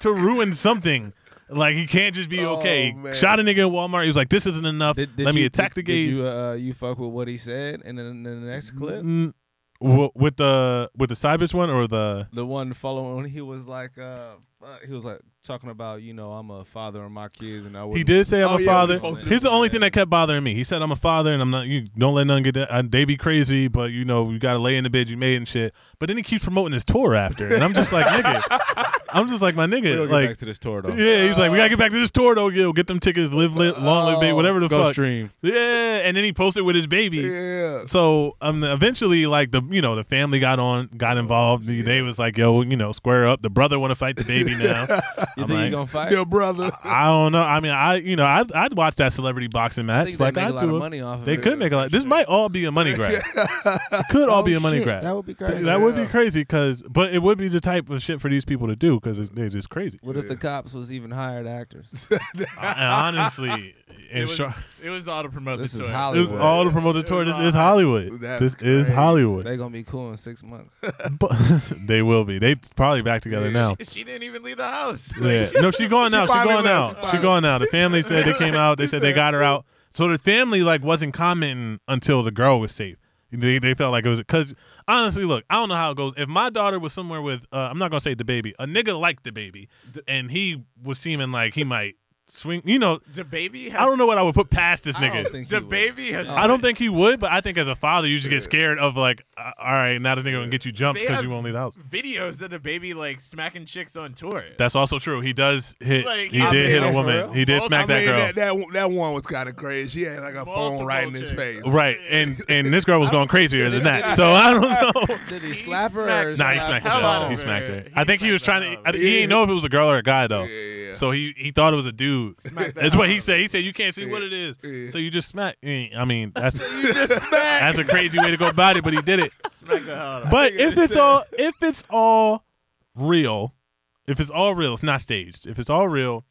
Speaker 1: to ruin something. Like he can't just be
Speaker 3: Oh,
Speaker 1: okay.
Speaker 3: man.
Speaker 1: Shot a nigga in Walmart. He was like, this isn't enough.
Speaker 2: Did, did
Speaker 1: let me
Speaker 2: you-
Speaker 1: attack the
Speaker 2: did- did
Speaker 1: gays.
Speaker 2: you, uh, you fuck with what he said in the, in the next clip?
Speaker 1: Mm, w- with the with the Cybus one or the
Speaker 2: The one following, he was like, uh, fuck, he was like talking about, you know, I'm a father of my kids, and I
Speaker 1: He
Speaker 2: wouldn't-
Speaker 1: did say I'm a
Speaker 3: Oh, yeah, we
Speaker 1: father.
Speaker 3: posted
Speaker 1: Here's
Speaker 3: it.
Speaker 1: the only thing that kept bothering me. He said I'm a father and I'm not. You don't let none get. That, uh, they be crazy, but you know you gotta lay in the bed you made and shit. But then he keeps promoting his tour after, and I'm just like nigga. I'm just like my
Speaker 2: We're gonna
Speaker 1: nigga.
Speaker 2: get
Speaker 1: Like
Speaker 2: back to this tour though.
Speaker 1: yeah, he's like we gotta get back to this tour though. Yo, get them tickets. Live, live long live baby. Whatever the
Speaker 2: Oh, Go
Speaker 1: fuck.
Speaker 2: stream.
Speaker 1: Yeah, and then he posted with his baby.
Speaker 3: yeah.
Speaker 1: So um, eventually, like the you know the family got on, got involved. They- They was like, "Yo, you know, square up." The brother want to fight the baby. celebrity now.
Speaker 2: You
Speaker 1: I'm
Speaker 2: think you
Speaker 1: like,
Speaker 2: gonna fight?
Speaker 3: Your brother.
Speaker 1: I don't know. I mean, I you know, I'd, I'd watch that celebrity boxing
Speaker 2: I
Speaker 1: match.
Speaker 2: think they
Speaker 1: like
Speaker 2: make
Speaker 1: I
Speaker 2: a lot
Speaker 1: do.
Speaker 2: of money off of
Speaker 1: They
Speaker 2: it.
Speaker 1: could make a lot. This might all be a money grab. could all be a money grab.
Speaker 2: Oh, That would be
Speaker 1: Th-
Speaker 2: crazy.
Speaker 1: That would be
Speaker 3: Yeah.
Speaker 1: crazy because, but it would be the type of shit for these people to do because they're just crazy.
Speaker 2: what if the cops was even hired actors?
Speaker 1: And honestly,
Speaker 5: It
Speaker 1: and
Speaker 5: was,
Speaker 1: sure,
Speaker 5: it was all to promote
Speaker 2: This
Speaker 5: the
Speaker 2: is
Speaker 5: tour.
Speaker 1: it was
Speaker 2: Hollywood.
Speaker 1: all to promote the
Speaker 5: It
Speaker 1: tour.
Speaker 5: was
Speaker 1: This is
Speaker 5: all-
Speaker 1: Hollywood.
Speaker 3: That's
Speaker 1: This is
Speaker 3: crazy.
Speaker 1: Hollywood.
Speaker 2: They're gonna be cool in six months.
Speaker 1: But they will be. They probably back together now.
Speaker 5: She didn't even leave the house.
Speaker 1: Yeah. No, she going
Speaker 3: she
Speaker 1: out. She
Speaker 3: finally
Speaker 1: going
Speaker 3: left.
Speaker 1: out.
Speaker 3: She
Speaker 1: She
Speaker 3: finally-
Speaker 1: going out. The family said they came out. They said they got her out. So the family like wasn't commenting until the girl was safe. They, they felt like it was because honestly, look, I don't know how it goes. If my daughter was somewhere with, uh, I'm not gonna say the baby, a nigga like the baby, and he was seeming like he might swing. You know,
Speaker 5: The baby. Has,
Speaker 1: I don't know what I would put past this nigga.
Speaker 2: I don't think
Speaker 5: The
Speaker 2: he would.
Speaker 5: baby has.
Speaker 1: I don't think he would, but I think as a father, you just get scared of like, uh, all right, now the nigga gonna get you jumped
Speaker 5: They
Speaker 1: because
Speaker 5: have-
Speaker 1: you won't leave the house.
Speaker 5: videos of the baby like smacking chicks on tour.
Speaker 1: That's also true. He does hit.
Speaker 5: Like,
Speaker 1: he
Speaker 5: I
Speaker 1: did
Speaker 5: mean,
Speaker 1: hit a
Speaker 3: for
Speaker 1: woman.
Speaker 3: real?
Speaker 1: He did
Speaker 5: Well,
Speaker 1: smack
Speaker 3: I
Speaker 1: that
Speaker 3: mean,
Speaker 1: girl.
Speaker 3: That, that, that one was kind of crazy. She had like a phone
Speaker 5: Multiple
Speaker 3: right in his
Speaker 5: chicks.
Speaker 3: face.
Speaker 1: Right, and and this girl was going crazier than that. So I don't know.
Speaker 2: Did
Speaker 5: He
Speaker 2: he slap her?
Speaker 5: smacked
Speaker 2: Or
Speaker 5: her.
Speaker 1: Nah, he
Speaker 2: slap
Speaker 1: smacked
Speaker 5: Hell
Speaker 1: her.
Speaker 5: out
Speaker 1: down.
Speaker 5: of
Speaker 1: He
Speaker 5: her.
Speaker 1: smacked her.
Speaker 5: He
Speaker 1: I think he was
Speaker 5: smacked
Speaker 1: trying
Speaker 5: her
Speaker 1: to. I,
Speaker 5: out.
Speaker 1: he didn't know if it was a girl or a guy though.
Speaker 3: Yeah, yeah.
Speaker 1: So he he thought it was a dude.
Speaker 5: Smacked
Speaker 1: That's what he said. He said you can't see what it is.
Speaker 3: Yeah.
Speaker 1: So you just smack. eh, I mean, that's
Speaker 5: You just smacked.
Speaker 1: that's a crazy way to go about it, but he did it.
Speaker 5: smacked the hell out of her.
Speaker 1: But if it's all if it's all real, if it's all real, it's not staged. If it's all real,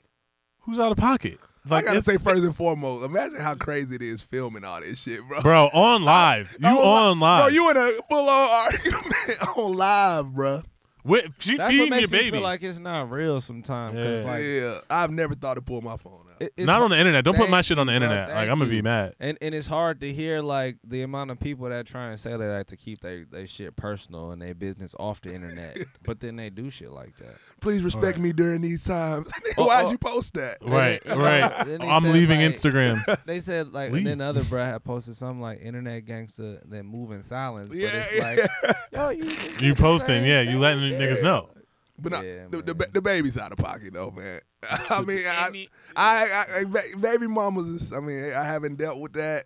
Speaker 1: who's out of pocket?
Speaker 3: I gotta
Speaker 1: it's-
Speaker 3: say first and foremost, imagine how crazy it is filming all this shit, bro.
Speaker 1: bro, on live, you
Speaker 3: Oh,
Speaker 1: on live.
Speaker 3: Bro, you in a full on argument on live, bro.
Speaker 1: With, she
Speaker 2: That's what
Speaker 1: feeding your
Speaker 2: makes me
Speaker 1: baby.
Speaker 2: feel like it's not real sometimes. 'cause,
Speaker 1: Yeah.
Speaker 2: like,
Speaker 3: yeah, I've never thought to pull my phone out.
Speaker 2: it- it's
Speaker 1: not on the internet. Don't put my
Speaker 2: Thank
Speaker 1: shit on the
Speaker 2: you, bro.
Speaker 1: internet. Like
Speaker 2: Thank
Speaker 1: I'm gonna
Speaker 2: you.
Speaker 1: be mad.
Speaker 2: And and it's hard to hear like the amount of people that try and say they like to keep their their shit personal and their business off the internet, but then they do shit like that.
Speaker 3: Please respect me during these times.
Speaker 2: Oh,
Speaker 3: Why'd
Speaker 2: oh.
Speaker 3: you post that?
Speaker 1: Right,
Speaker 2: then-
Speaker 1: right.
Speaker 2: then he
Speaker 1: I'm
Speaker 2: said,
Speaker 1: leaving
Speaker 2: like-
Speaker 1: Instagram.
Speaker 2: They said like, and then the other bruh had posted something like internet gangster that move in silence. But
Speaker 3: Yeah,
Speaker 2: it's
Speaker 3: yeah.
Speaker 2: like, yo, you
Speaker 1: You posting? Yeah, you letting niggas know.
Speaker 3: But not,
Speaker 2: Yeah,
Speaker 3: the, the,
Speaker 2: man.
Speaker 3: ba- the baby's out of pocket though, man. I mean, I,
Speaker 5: Any-
Speaker 3: I, I, I- ba- baby mamas. Is, I mean, I haven't dealt with that.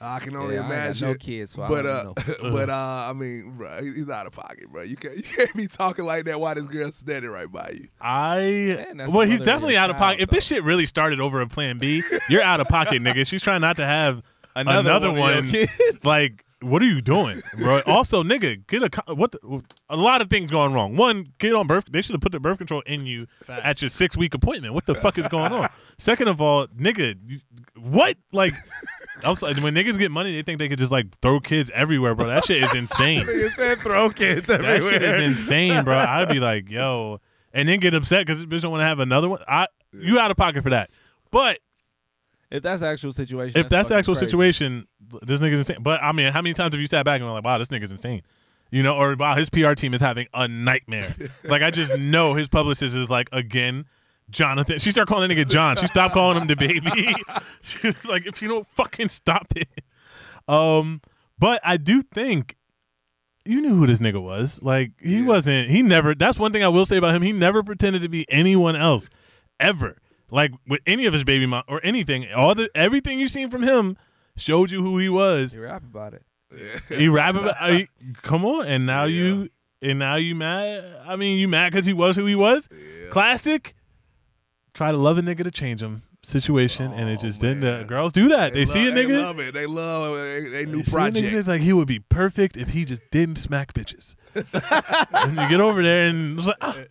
Speaker 3: I can only
Speaker 2: Yeah, I ain't got
Speaker 3: imagine.
Speaker 2: no kids, so I
Speaker 3: but uh,
Speaker 2: don't
Speaker 3: but uh, I mean, bro, he- he's out of pocket, bro. You can't, you can't be talking like that while this girl's standing right by you.
Speaker 1: I
Speaker 2: that's
Speaker 1: well,
Speaker 2: the
Speaker 1: he's
Speaker 2: mother of
Speaker 1: definitely
Speaker 2: your
Speaker 1: out of
Speaker 2: child,
Speaker 1: pocket. If this shit really started over a Plan B, you're out of pocket, nigga. She's trying not to have another, one. Like, what are you doing, bro? also, nigga, get a co- what? The, a lot of things going wrong. One, get on birth. They should have put the birth control in you at your six week appointment. What the fuck is going on? Second of all, nigga, you, what? Like, I'm sorry. When niggas get money, they think they could just like throw kids everywhere, bro. That shit is insane.
Speaker 5: You said throw kids everywhere.
Speaker 1: That shit is insane, bro. I'd be like, yo, and then get upset because this bitch don't want to have another one. I you out of pocket for that. But
Speaker 2: If that's the actual situation,
Speaker 1: if that's the
Speaker 2: fucking
Speaker 1: actual
Speaker 2: crazy.
Speaker 1: situation, this nigga's insane. But I mean, how many times have you sat back and been like, wow, this nigga's insane? You know, or wow, his PR team is having a nightmare. like I just know his publicist is like again. Jonathan, she started calling that nigga John. She stopped calling him the baby. she was like, "If you don't fucking stop it." Um, but I do think you knew who this nigga was. Like he wasn't. He never. That's one thing I will say about him. He never pretended to be anyone else, ever. Like with any of his baby mom or anything. All the everything you seen from him showed you who he was.
Speaker 2: You rap about it.
Speaker 1: He rap about. I, come on, and now you and now you mad. I mean, you mad because he was who he was. Classic. Try to love a nigga to change him situation, and it just didn't. Uh, girls do that. They, see
Speaker 3: love,
Speaker 1: a nigga.
Speaker 3: They love it. They love uh, they, they new
Speaker 1: You see what niggas
Speaker 3: project.
Speaker 1: is like he would be perfect if he just didn't smack bitches. and you get over there and it's like, oh,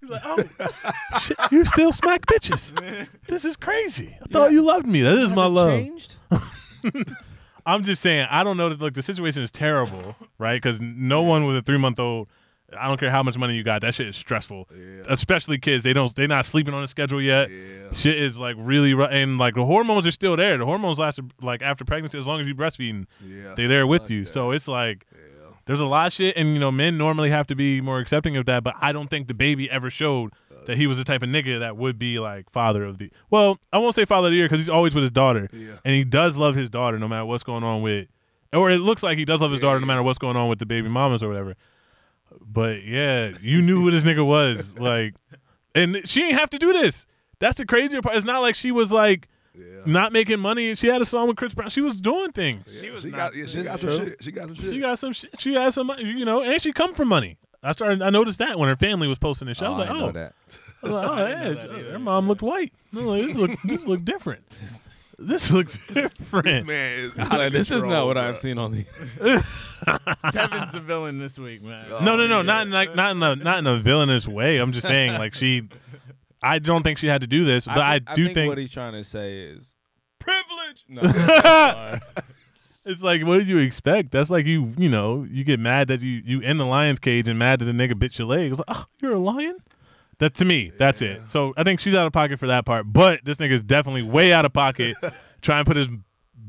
Speaker 1: You're like, oh, shit, you still smack bitches. This is crazy. I thought you loved me. That is my
Speaker 2: Haven't
Speaker 1: love.
Speaker 2: Changed?
Speaker 1: I'm just saying, I don't know. that- Look, the situation is terrible, right? Because no one with a three month old. I don't care how much money you got. That shit is stressful, especially kids. They don't. They're not sleeping on a schedule yet. Shit is like really, ru- and like the hormones are still there. The hormones last like after pregnancy, as long as you breastfeeding,
Speaker 3: Yeah.
Speaker 1: they're there with you. So it's like there's a lot of shit, and you know, men normally have to be more accepting of that. But I don't think the baby ever showed that he was the type of nigga that would be like father of the. Well, I won't say father of the year because he's always with his daughter,
Speaker 3: Yeah.
Speaker 1: and he does love his daughter no matter what's going on with, or it looks like he does love his daughter no matter what's going on with the baby mamas or whatever. But yeah, you knew who this nigga was, like, and she ain't have to do this. That's the crazier part. It's not like she was like. Not making money, she had a song with Chris Brown. She was doing things.
Speaker 3: she got, yeah, she
Speaker 2: this
Speaker 3: got
Speaker 2: is
Speaker 3: some
Speaker 2: true.
Speaker 3: shit. She got some shit.
Speaker 1: She got some. She, she has some. money, You know, and she come from money. I started. I noticed that when her family was posting this shit, I was
Speaker 2: Oh, I
Speaker 1: like,
Speaker 2: didn't
Speaker 1: "Oh,
Speaker 2: know that.
Speaker 1: I was like, oh, yeah,
Speaker 6: that
Speaker 1: j-
Speaker 6: either.
Speaker 1: her mom looked white. I was like, this look, this look different. This looks
Speaker 3: This
Speaker 1: different.
Speaker 3: man is.
Speaker 2: I was like, this is not what I've
Speaker 3: seen.
Speaker 2: seen on the.
Speaker 5: Tevin's the villain this week, man.
Speaker 1: No, no, no, not in like not in a not in a villainous way. I'm just saying, like she, I don't think she had to do this, but I,
Speaker 2: thi-
Speaker 1: do
Speaker 2: think,
Speaker 1: think,
Speaker 2: what he's trying to say is privilege. No,
Speaker 1: it's like, what did you expect? That's like you, you know, you get mad that you you in the lion's cage and mad that the nigga bit your leg. It's like, oh, you're a lion. That to me, that's it. So I think she's out of pocket for that part, but this nigga's definitely way out of pocket trying to put his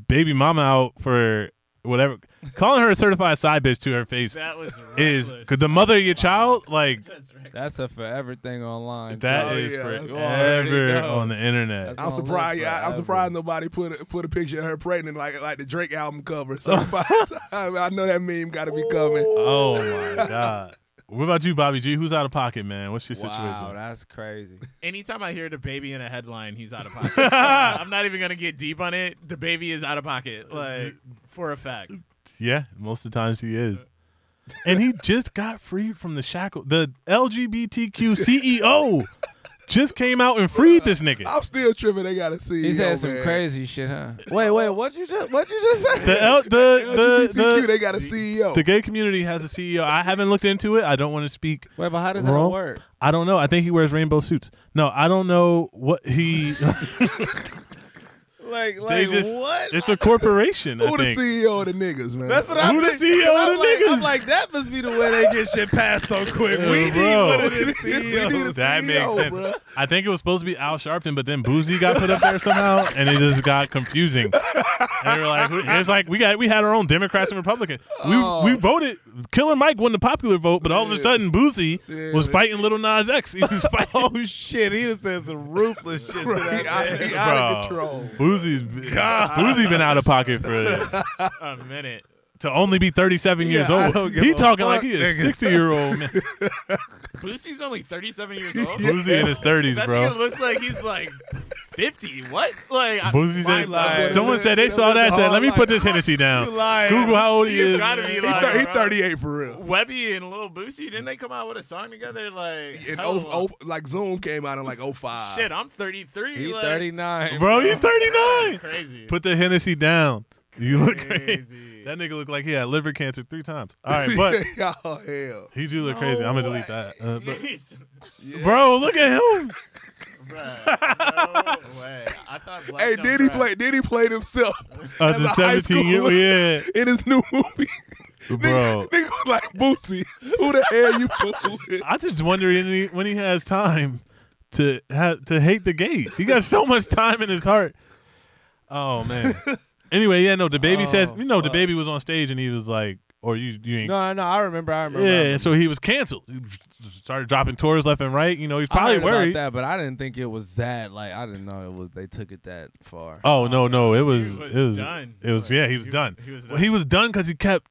Speaker 1: baby mama out for whatever. Calling her a certified side bitch to her face
Speaker 5: That was
Speaker 1: is
Speaker 5: reckless.
Speaker 1: cause the mother of your child, like
Speaker 5: That's reckless.
Speaker 2: that's a forever thing online.
Speaker 1: that
Speaker 3: Oh,
Speaker 1: is
Speaker 3: yeah. You
Speaker 2: already
Speaker 1: forever
Speaker 2: know.
Speaker 1: on the internet.
Speaker 2: Oh, That's-
Speaker 3: I'm
Speaker 2: gonna live
Speaker 3: surprised. Yeah, I'm
Speaker 2: forever.
Speaker 3: surprised nobody put a, put a picture of her pregnant like like the Drake album cover. So I know that meme got to be coming.
Speaker 1: Oh my god. What about you, Bobby G? Who's out of pocket, man? What's your
Speaker 2: Wow,
Speaker 1: situation?
Speaker 2: that's crazy.
Speaker 5: Anytime I hear the baby in a headline, he's out of pocket. I'm not even gonna get deep on it. The baby is out of pocket, like for a fact.
Speaker 1: Yeah, most of the times he
Speaker 2: Uh,
Speaker 1: is. And he just got freed from the shackle. The LGBTQ CEO E just came out and freed this nigga.
Speaker 3: I'm still tripping. They got E to see.
Speaker 2: He said some crazy shit, huh? Wait, wait, what you just what you just say?
Speaker 1: The L, the, the,
Speaker 3: LGBTQ,
Speaker 1: the,
Speaker 3: they got a E CEO.
Speaker 1: the gay community has a CEO. I haven't looked into it. I don't want to speak.
Speaker 2: wait, but how does
Speaker 1: Wrong.
Speaker 2: that work?
Speaker 1: I don't know. I think he wears rainbow suits. No, I don't know what he.
Speaker 2: Like,
Speaker 1: they
Speaker 2: like
Speaker 1: just.
Speaker 2: what?
Speaker 1: It's a corporation. I
Speaker 3: Who the
Speaker 1: think.
Speaker 3: CEO of the niggas, man?
Speaker 2: That's what I
Speaker 1: Who the
Speaker 2: think.
Speaker 3: E
Speaker 1: CEO
Speaker 2: I'm
Speaker 1: the
Speaker 2: like,
Speaker 1: niggas?
Speaker 2: I'm like, that must be the way they get shit passed so quick.
Speaker 1: Yeah,
Speaker 2: we need
Speaker 1: bro.
Speaker 2: one of them
Speaker 3: We need
Speaker 2: CEOs.
Speaker 3: a
Speaker 1: That makes
Speaker 3: CEO,
Speaker 1: sense.
Speaker 3: E bruh.
Speaker 1: I think it was supposed to be Al Sharpton, but then Boozy got put up there somehow, and it just got confusing. And they were like, who- it's like we got we had our own Democrats and Republicans. We we voted. Killer Mike won the popular vote, but all of a sudden Boozy was fighting Little Nas X. He was fighting.
Speaker 2: Oh shit, he was saying some ruthless shit to
Speaker 3: He
Speaker 2: that.
Speaker 3: out,
Speaker 2: man.
Speaker 3: he out of
Speaker 1: Bro.
Speaker 3: control.
Speaker 1: Boozy's Boozy been out of pocket for
Speaker 5: A minute.
Speaker 1: to only be 37 years
Speaker 2: Yeah, I
Speaker 1: old.
Speaker 2: don't give
Speaker 1: He
Speaker 2: a
Speaker 1: talking like
Speaker 2: fuck,
Speaker 1: he is
Speaker 2: nigga.
Speaker 1: 60 year old man.
Speaker 5: Boosie's only 37 years old.
Speaker 1: Boozy in his 30s,
Speaker 5: That
Speaker 1: bro.
Speaker 5: nigga looks like he's like 50. What? Like I-
Speaker 1: Boozy
Speaker 5: my
Speaker 1: said,
Speaker 5: life.
Speaker 3: life.
Speaker 1: someone said they saw that. Said, let me put this Hennessy down. Google how old he
Speaker 5: You
Speaker 1: is.
Speaker 5: gotta be
Speaker 1: man.
Speaker 3: He,
Speaker 5: Like,
Speaker 3: thir- he
Speaker 5: bruh.
Speaker 3: 38 for real.
Speaker 5: Webby and Lil Boosie, didn't they come out with a song together? Like,
Speaker 3: And
Speaker 5: hell,
Speaker 3: oh, oh, like Zoom came out in like 05.
Speaker 5: shit, I'm 33.
Speaker 2: He
Speaker 5: like,
Speaker 2: 39.
Speaker 1: Bro, you 39.
Speaker 5: Crazy.
Speaker 1: Put the Hennessy down. You look crazy.
Speaker 5: crazy.
Speaker 1: That nigga looked like he had liver cancer three times. All right, but
Speaker 3: oh hell.
Speaker 1: he do look crazy. I'm gonna delete that. Uh, but-
Speaker 5: Jeez.
Speaker 1: Bro, look at him.
Speaker 5: Bruh, no way. I thought Black
Speaker 3: Hey,
Speaker 5: Don't
Speaker 3: did he
Speaker 5: Cry.
Speaker 3: play? Did he play himself
Speaker 1: As
Speaker 3: a
Speaker 1: a
Speaker 3: high
Speaker 1: 17
Speaker 3: schooler.
Speaker 1: year
Speaker 3: in his new movie?
Speaker 1: yeah, bro.
Speaker 3: Nigga, nigga was like Boosie. Who the hell you fooling with?
Speaker 1: I just wonder when he, when he has time to ha- to hate the gays. He got so much time in his heart. Oh man. Anyway, yeah, no. The baby says, you know, the baby was on stage and he was like, "Or you, you ain't."
Speaker 2: No, no, I remember. I remember. I
Speaker 1: yeah,
Speaker 2: remember.
Speaker 1: and so he was canceled. He started dropping tours left and right. You know, he's
Speaker 2: I
Speaker 1: probably
Speaker 2: heard
Speaker 1: worried.
Speaker 2: about that, but I didn't think it was that. Like, I didn't know it was. They took it that far.
Speaker 1: Oh no, no, it was,
Speaker 5: was
Speaker 1: it was
Speaker 5: done.
Speaker 1: It was yeah, he was done.
Speaker 5: he was
Speaker 1: Well, he was done because he kept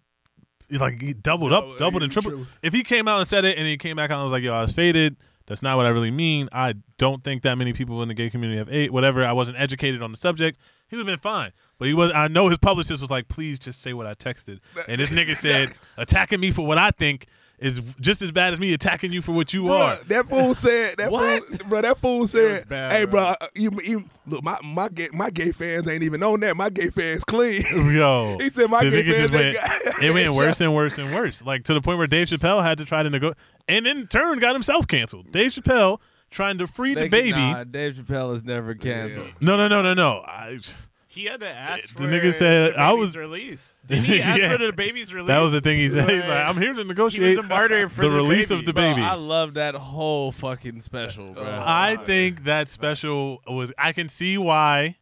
Speaker 1: he, like he doubled
Speaker 3: Double-
Speaker 1: up, doubled and
Speaker 3: he
Speaker 1: tripled.
Speaker 3: tripled.
Speaker 1: If he came out and said it and he came back out and was like, "Yo, I was faded." That's not what I really mean. I don't think that many people in the gay community have eight. Whatever. I wasn't educated on the subject. He would have been fine, but he was. I know his publicist was like, "Please just say what I texted." And this nigga said, "Attacking me for what I think is just as bad as me attacking you for what you are."
Speaker 3: Bruh, that fool said that
Speaker 1: What?
Speaker 3: fool bro, that fool said,
Speaker 5: bad,
Speaker 3: "Hey
Speaker 5: bro.
Speaker 3: bro, you, you look my my gay, my gay fans ain't even on that. My gay fans clean."
Speaker 1: Yo,
Speaker 3: He said my
Speaker 1: the
Speaker 3: gay
Speaker 1: nigga just
Speaker 3: fans
Speaker 1: went.
Speaker 3: ain't got-
Speaker 1: It went worse and worse and worse, like to the point where Dave Chappelle had to try to negotiate, and in turn got himself canceled. Dave Chappelle trying to free
Speaker 2: They
Speaker 1: the
Speaker 2: could-
Speaker 1: baby.
Speaker 2: Nah, Dave Chappelle is never canceled.
Speaker 1: No, no, no, no, no. I,
Speaker 5: He had to ask for
Speaker 1: The nigga said,
Speaker 5: the
Speaker 1: "I
Speaker 5: baby's
Speaker 1: was-"
Speaker 5: release. Didn't he ask
Speaker 1: Yeah.
Speaker 5: for the baby's release?
Speaker 1: that was the thing he said. He's like, I'm here to negotiate
Speaker 5: a martyr for
Speaker 1: the,
Speaker 5: the
Speaker 1: release
Speaker 5: baby.
Speaker 1: of the
Speaker 5: Bro,
Speaker 1: baby.
Speaker 2: Bro, I love that whole fucking special, bro.
Speaker 1: I think that special was. I can see why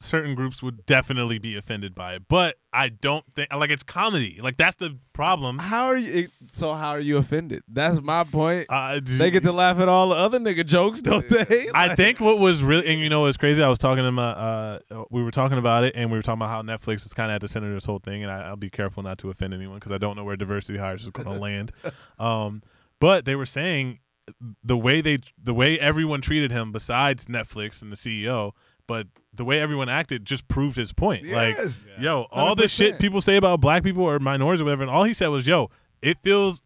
Speaker 1: certain groups would definitely be offended by it, but I don't think like it's comedy. Like that's the problem.
Speaker 2: how are you? So how are you offended? That's my point.
Speaker 1: Uh,
Speaker 2: They get to laugh at all the other nigga jokes, don't they?
Speaker 1: I think what was really, and you know what's crazy? I was talking to my, uh, we were talking about it, and we were talking about how Netflix is kind of at the center of this whole thing, and I, I'll be careful not to offend anyone because I don't know where diversity hires is going to land. Um, but they were saying the way they, the way everyone treated him, besides Netflix and the CEO, but the way everyone acted just proved his point. Like,
Speaker 3: Yes.
Speaker 1: yo, all the shit
Speaker 2: 100%.
Speaker 1: people say about black people or minorities or whatever, and all he said was, yo, it feels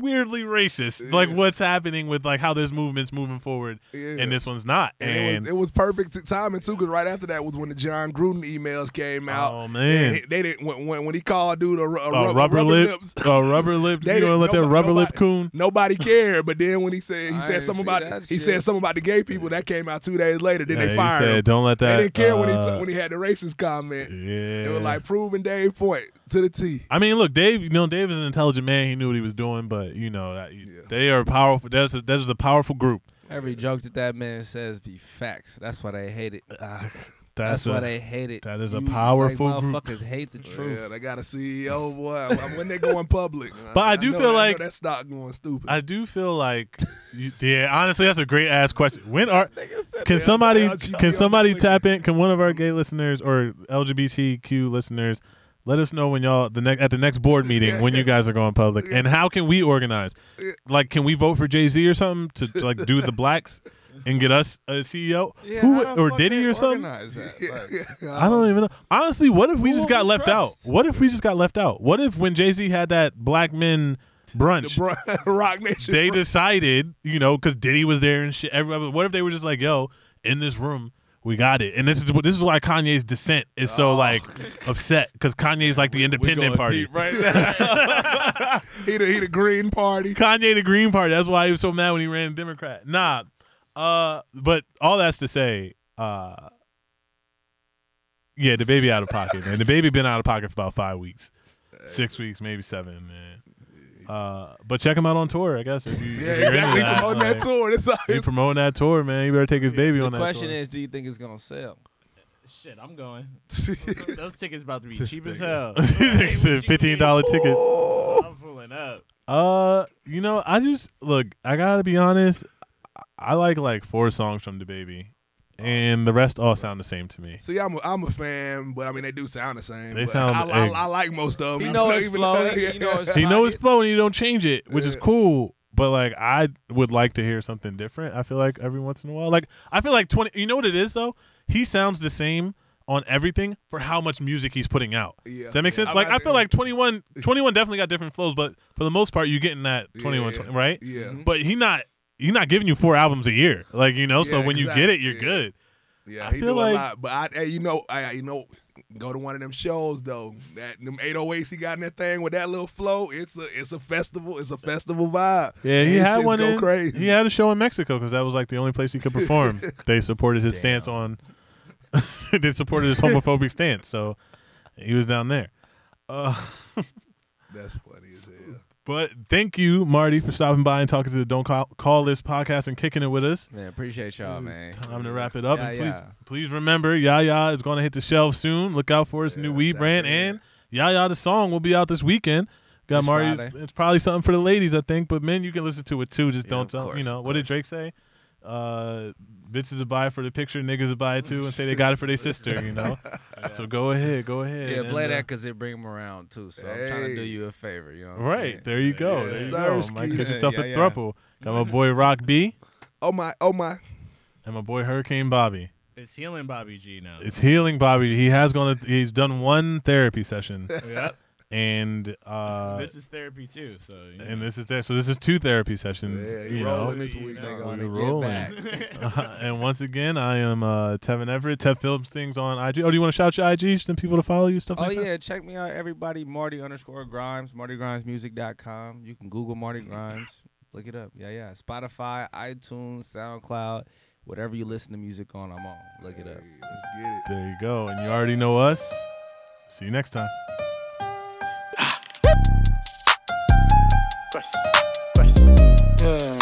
Speaker 1: weirdly racist. Like
Speaker 3: Yeah.
Speaker 1: what's happening with like how this movement's moving forward and this one's not.
Speaker 3: And
Speaker 1: And,
Speaker 3: it, was, it was perfect t- timing too, because right after that was when the John Gruden emails came out.
Speaker 1: Oh, man.
Speaker 3: And he- they didn't when, when when he called dude a, ru- a
Speaker 1: a
Speaker 3: rubber,
Speaker 1: rubber,
Speaker 3: rubber
Speaker 1: lip,
Speaker 3: lips.
Speaker 1: a rubber lip.
Speaker 3: They
Speaker 1: You
Speaker 3: didn't-
Speaker 1: gonna let that
Speaker 3: nobody-
Speaker 1: rubber lip
Speaker 3: nobody-
Speaker 1: coon?
Speaker 3: Nobody cared, but then when he said he
Speaker 2: I
Speaker 3: said
Speaker 2: didn't
Speaker 3: something
Speaker 2: see
Speaker 3: about
Speaker 2: that
Speaker 3: he
Speaker 2: shit.
Speaker 3: said something about the gay people that came out two days later. Then
Speaker 1: Yeah,
Speaker 3: they
Speaker 1: he
Speaker 3: fired
Speaker 1: said,
Speaker 3: him.
Speaker 1: Don't let that.
Speaker 3: they didn't care when he
Speaker 1: uh,
Speaker 3: t- when he had the racist comment.
Speaker 1: yeah.
Speaker 3: It was like proving Dave point to the T.
Speaker 1: I mean, look, Dave. You know, Dave is an intelligent man. He knew what he was doing, but you know, that, they are powerful. That's a, that is a powerful group.
Speaker 2: Every joke that that man says be facts. That's why they hate it.
Speaker 1: Uh, That's,
Speaker 2: That's, why
Speaker 1: a-
Speaker 2: they hate it.
Speaker 1: that is a
Speaker 2: You,
Speaker 1: powerful
Speaker 2: like,
Speaker 1: group.
Speaker 2: motherfuckers hate the truth.
Speaker 3: Yeah, they got a CEO boy. I'm- I'm- when they going public,
Speaker 1: But I do
Speaker 3: know-
Speaker 1: feel
Speaker 3: know
Speaker 1: like-
Speaker 3: that stock going stupid.
Speaker 1: I do feel like, you, yeah. Honestly, that's a great ass question. When are can
Speaker 3: they'll-
Speaker 1: somebody
Speaker 3: they'll jump you
Speaker 1: can
Speaker 3: on
Speaker 1: somebody
Speaker 3: Twitter.
Speaker 1: tap in? Can one of our gay listeners or LGBTQ listeners let us know when y'all the next at the next board meeting when you guys are going public and how can we organize? Like, can we vote for Jay Z or something to, to, like do the blacks and get us a CEO?
Speaker 2: Yeah,
Speaker 1: Who
Speaker 2: how the
Speaker 1: would- or
Speaker 2: fuck
Speaker 1: Diddy
Speaker 2: they
Speaker 1: or something?
Speaker 2: organize that? Like,
Speaker 1: I don't even know. Honestly, what if we just
Speaker 2: would
Speaker 1: got
Speaker 2: we
Speaker 1: left
Speaker 2: trust?
Speaker 1: out? What if we just got left out? What if when Jay Z had that black men brunch,
Speaker 3: Bro, Rock Nation.
Speaker 1: they decided, you know, because Diddy was there and shit. Everybody, what if they were just like, yo, in this room, we got it, and this is what this is why Kanye's dissent is so
Speaker 3: Oh.
Speaker 1: like upset because Kanye's like the independent party.
Speaker 2: right now.
Speaker 3: he, the, he the Green Party.
Speaker 1: Kanye the Green Party. That's why he was so mad when he ran Democrat. Nah, uh, but all that's to say, uh, yeah, the baby out of pocket, man. The baby been out of pocket for about five weeks, six weeks, maybe seven, man. Uh, but check him out on tour, I guess. If you,
Speaker 3: Yeah,
Speaker 1: if you're into
Speaker 3: exactly.
Speaker 1: that,
Speaker 3: Promoting
Speaker 1: like-
Speaker 3: that tour. That's all.
Speaker 1: He promoting that tour, man. You better take his baby
Speaker 2: the
Speaker 1: on that
Speaker 2: question
Speaker 1: tour.
Speaker 2: is, do you think it's gonna sell?
Speaker 6: Shit, I'm going.
Speaker 3: it's-
Speaker 6: Those tickets about to be
Speaker 1: This
Speaker 6: cheap as hell.
Speaker 1: nigga. These
Speaker 6: Hey, what you
Speaker 1: niggas fifteen dollar tickets.
Speaker 6: mean? I'm pulling up.
Speaker 1: Uh, you know, I just look. I gotta be honest. I- I like like four songs from the baby, and the rest all sound the same to me.
Speaker 3: See, I'm a, I'm a fan, but I mean, they do sound the same.
Speaker 1: They
Speaker 3: but
Speaker 1: sound
Speaker 3: I, I,
Speaker 1: egg.
Speaker 3: I like most of them.
Speaker 2: He
Speaker 3: even
Speaker 2: know
Speaker 3: though-
Speaker 2: his
Speaker 3: even
Speaker 2: flow,
Speaker 3: though-
Speaker 2: he- he know his-
Speaker 1: He knows
Speaker 2: Pocket.
Speaker 1: flow and you don't change it, which is
Speaker 3: Yeah.
Speaker 1: cool. But like, I would like to hear something different. I feel like every once in a while, like I feel like twenty. You know what it is though? He sounds the same on everything for how much music he's putting out.
Speaker 3: Yeah.
Speaker 1: Does that make sense?
Speaker 3: I'm
Speaker 1: Like
Speaker 3: not-
Speaker 1: I feel like 21, 21 definitely got different flows, but for the most part, you're getting that 21,
Speaker 3: Yeah. Mm-hmm.
Speaker 1: 20, right?
Speaker 3: Yeah.
Speaker 1: But he not he not giving you four albums a year, like you know. so
Speaker 3: Yeah,
Speaker 1: when you get it,
Speaker 3: exactly.
Speaker 1: you're
Speaker 3: Yeah.
Speaker 1: good.
Speaker 3: Yeah,
Speaker 1: I
Speaker 3: he
Speaker 1: feel
Speaker 3: do
Speaker 1: like-
Speaker 3: a lot. But I, hey, you know, I, you know, go to one of them shows though. That them 808s he got in that thing with that little flow. It's a it's a festival. It's a festival vibe.
Speaker 1: Yeah, he
Speaker 3: His
Speaker 1: had
Speaker 3: shit's
Speaker 1: one.
Speaker 3: Go
Speaker 1: in-
Speaker 3: crazy.
Speaker 1: He had a show in Mexico because that was like the only place he could perform. they supported his stance on. they supported his homophobic stance, so he was down there. Uh,
Speaker 3: That's funny as hell.
Speaker 1: but thank you, Marty, for stopping by and talking to the Don't Call, Call This podcast and kicking it with us.
Speaker 2: Man, appreciate y'all, man.
Speaker 1: Time to wrap it up.
Speaker 2: Yeah,
Speaker 1: and please,
Speaker 2: yeah.
Speaker 1: please remember, Yaya is going to hit the shelf soon. Look out for his new weed
Speaker 3: exactly,
Speaker 1: brand.
Speaker 3: yeah.
Speaker 1: And Yaya, the song, will be out this weekend. Got
Speaker 2: This
Speaker 1: Mario.
Speaker 2: Friday.
Speaker 1: It's probably something for the ladies, I think. But men, you can listen to it too. Just don't
Speaker 2: of
Speaker 1: tell. you
Speaker 2: course,
Speaker 1: know
Speaker 2: of
Speaker 1: what did Drake say? Uh, bitches to buy for the picture, niggas to buy it too, and say they got it for their sister. You know. So go ahead, go ahead.
Speaker 2: Yeah,
Speaker 1: and,
Speaker 2: play
Speaker 1: uh,
Speaker 2: that because it bring them around too. So I'm trying to do
Speaker 3: Hey.
Speaker 2: you a favor. You know what I'm saying?
Speaker 1: uh, Right there, you go.
Speaker 3: Yeah,
Speaker 1: there you
Speaker 3: Sirski.
Speaker 1: go. Might get
Speaker 2: Yeah,
Speaker 1: yourself
Speaker 2: yeah,
Speaker 1: a
Speaker 2: yeah.
Speaker 1: throuple. Got my boy Rock B
Speaker 3: Oh my, oh my.
Speaker 1: and my boy Hurricane Bobby.
Speaker 5: It's healing Bobby G now.
Speaker 1: It's healing Bobby. He has gone. to- He's done one therapy session. And uh,
Speaker 5: this is therapy too. So you know.
Speaker 1: and this is there. So this is two therapy sessions.
Speaker 3: Yeah,
Speaker 1: you
Speaker 3: you rolling
Speaker 1: know.
Speaker 3: this week.
Speaker 2: They
Speaker 3: nigga.
Speaker 2: gonna
Speaker 1: We're
Speaker 2: get
Speaker 1: rolling.
Speaker 2: back.
Speaker 1: and once again, I am uh, Tevin Everett. Tev Phillips things on IG. Oh, do you want to shout your IG? Some people to follow you. Stuff
Speaker 2: Oh
Speaker 1: like that.
Speaker 2: yeah, check me out, everybody. Marty underscore Grimes, MartyGrimesMusic.com. You can Google Marty Grimes, look it up. Yeah, yeah. Spotify, iTunes, SoundCloud, whatever you listen to music on, I'm on. Look it
Speaker 3: Yeah,
Speaker 2: up.
Speaker 3: Let's get it.
Speaker 1: There you go. And you already know us. See you next time.
Speaker 4: Bryson, Bryson, yeah.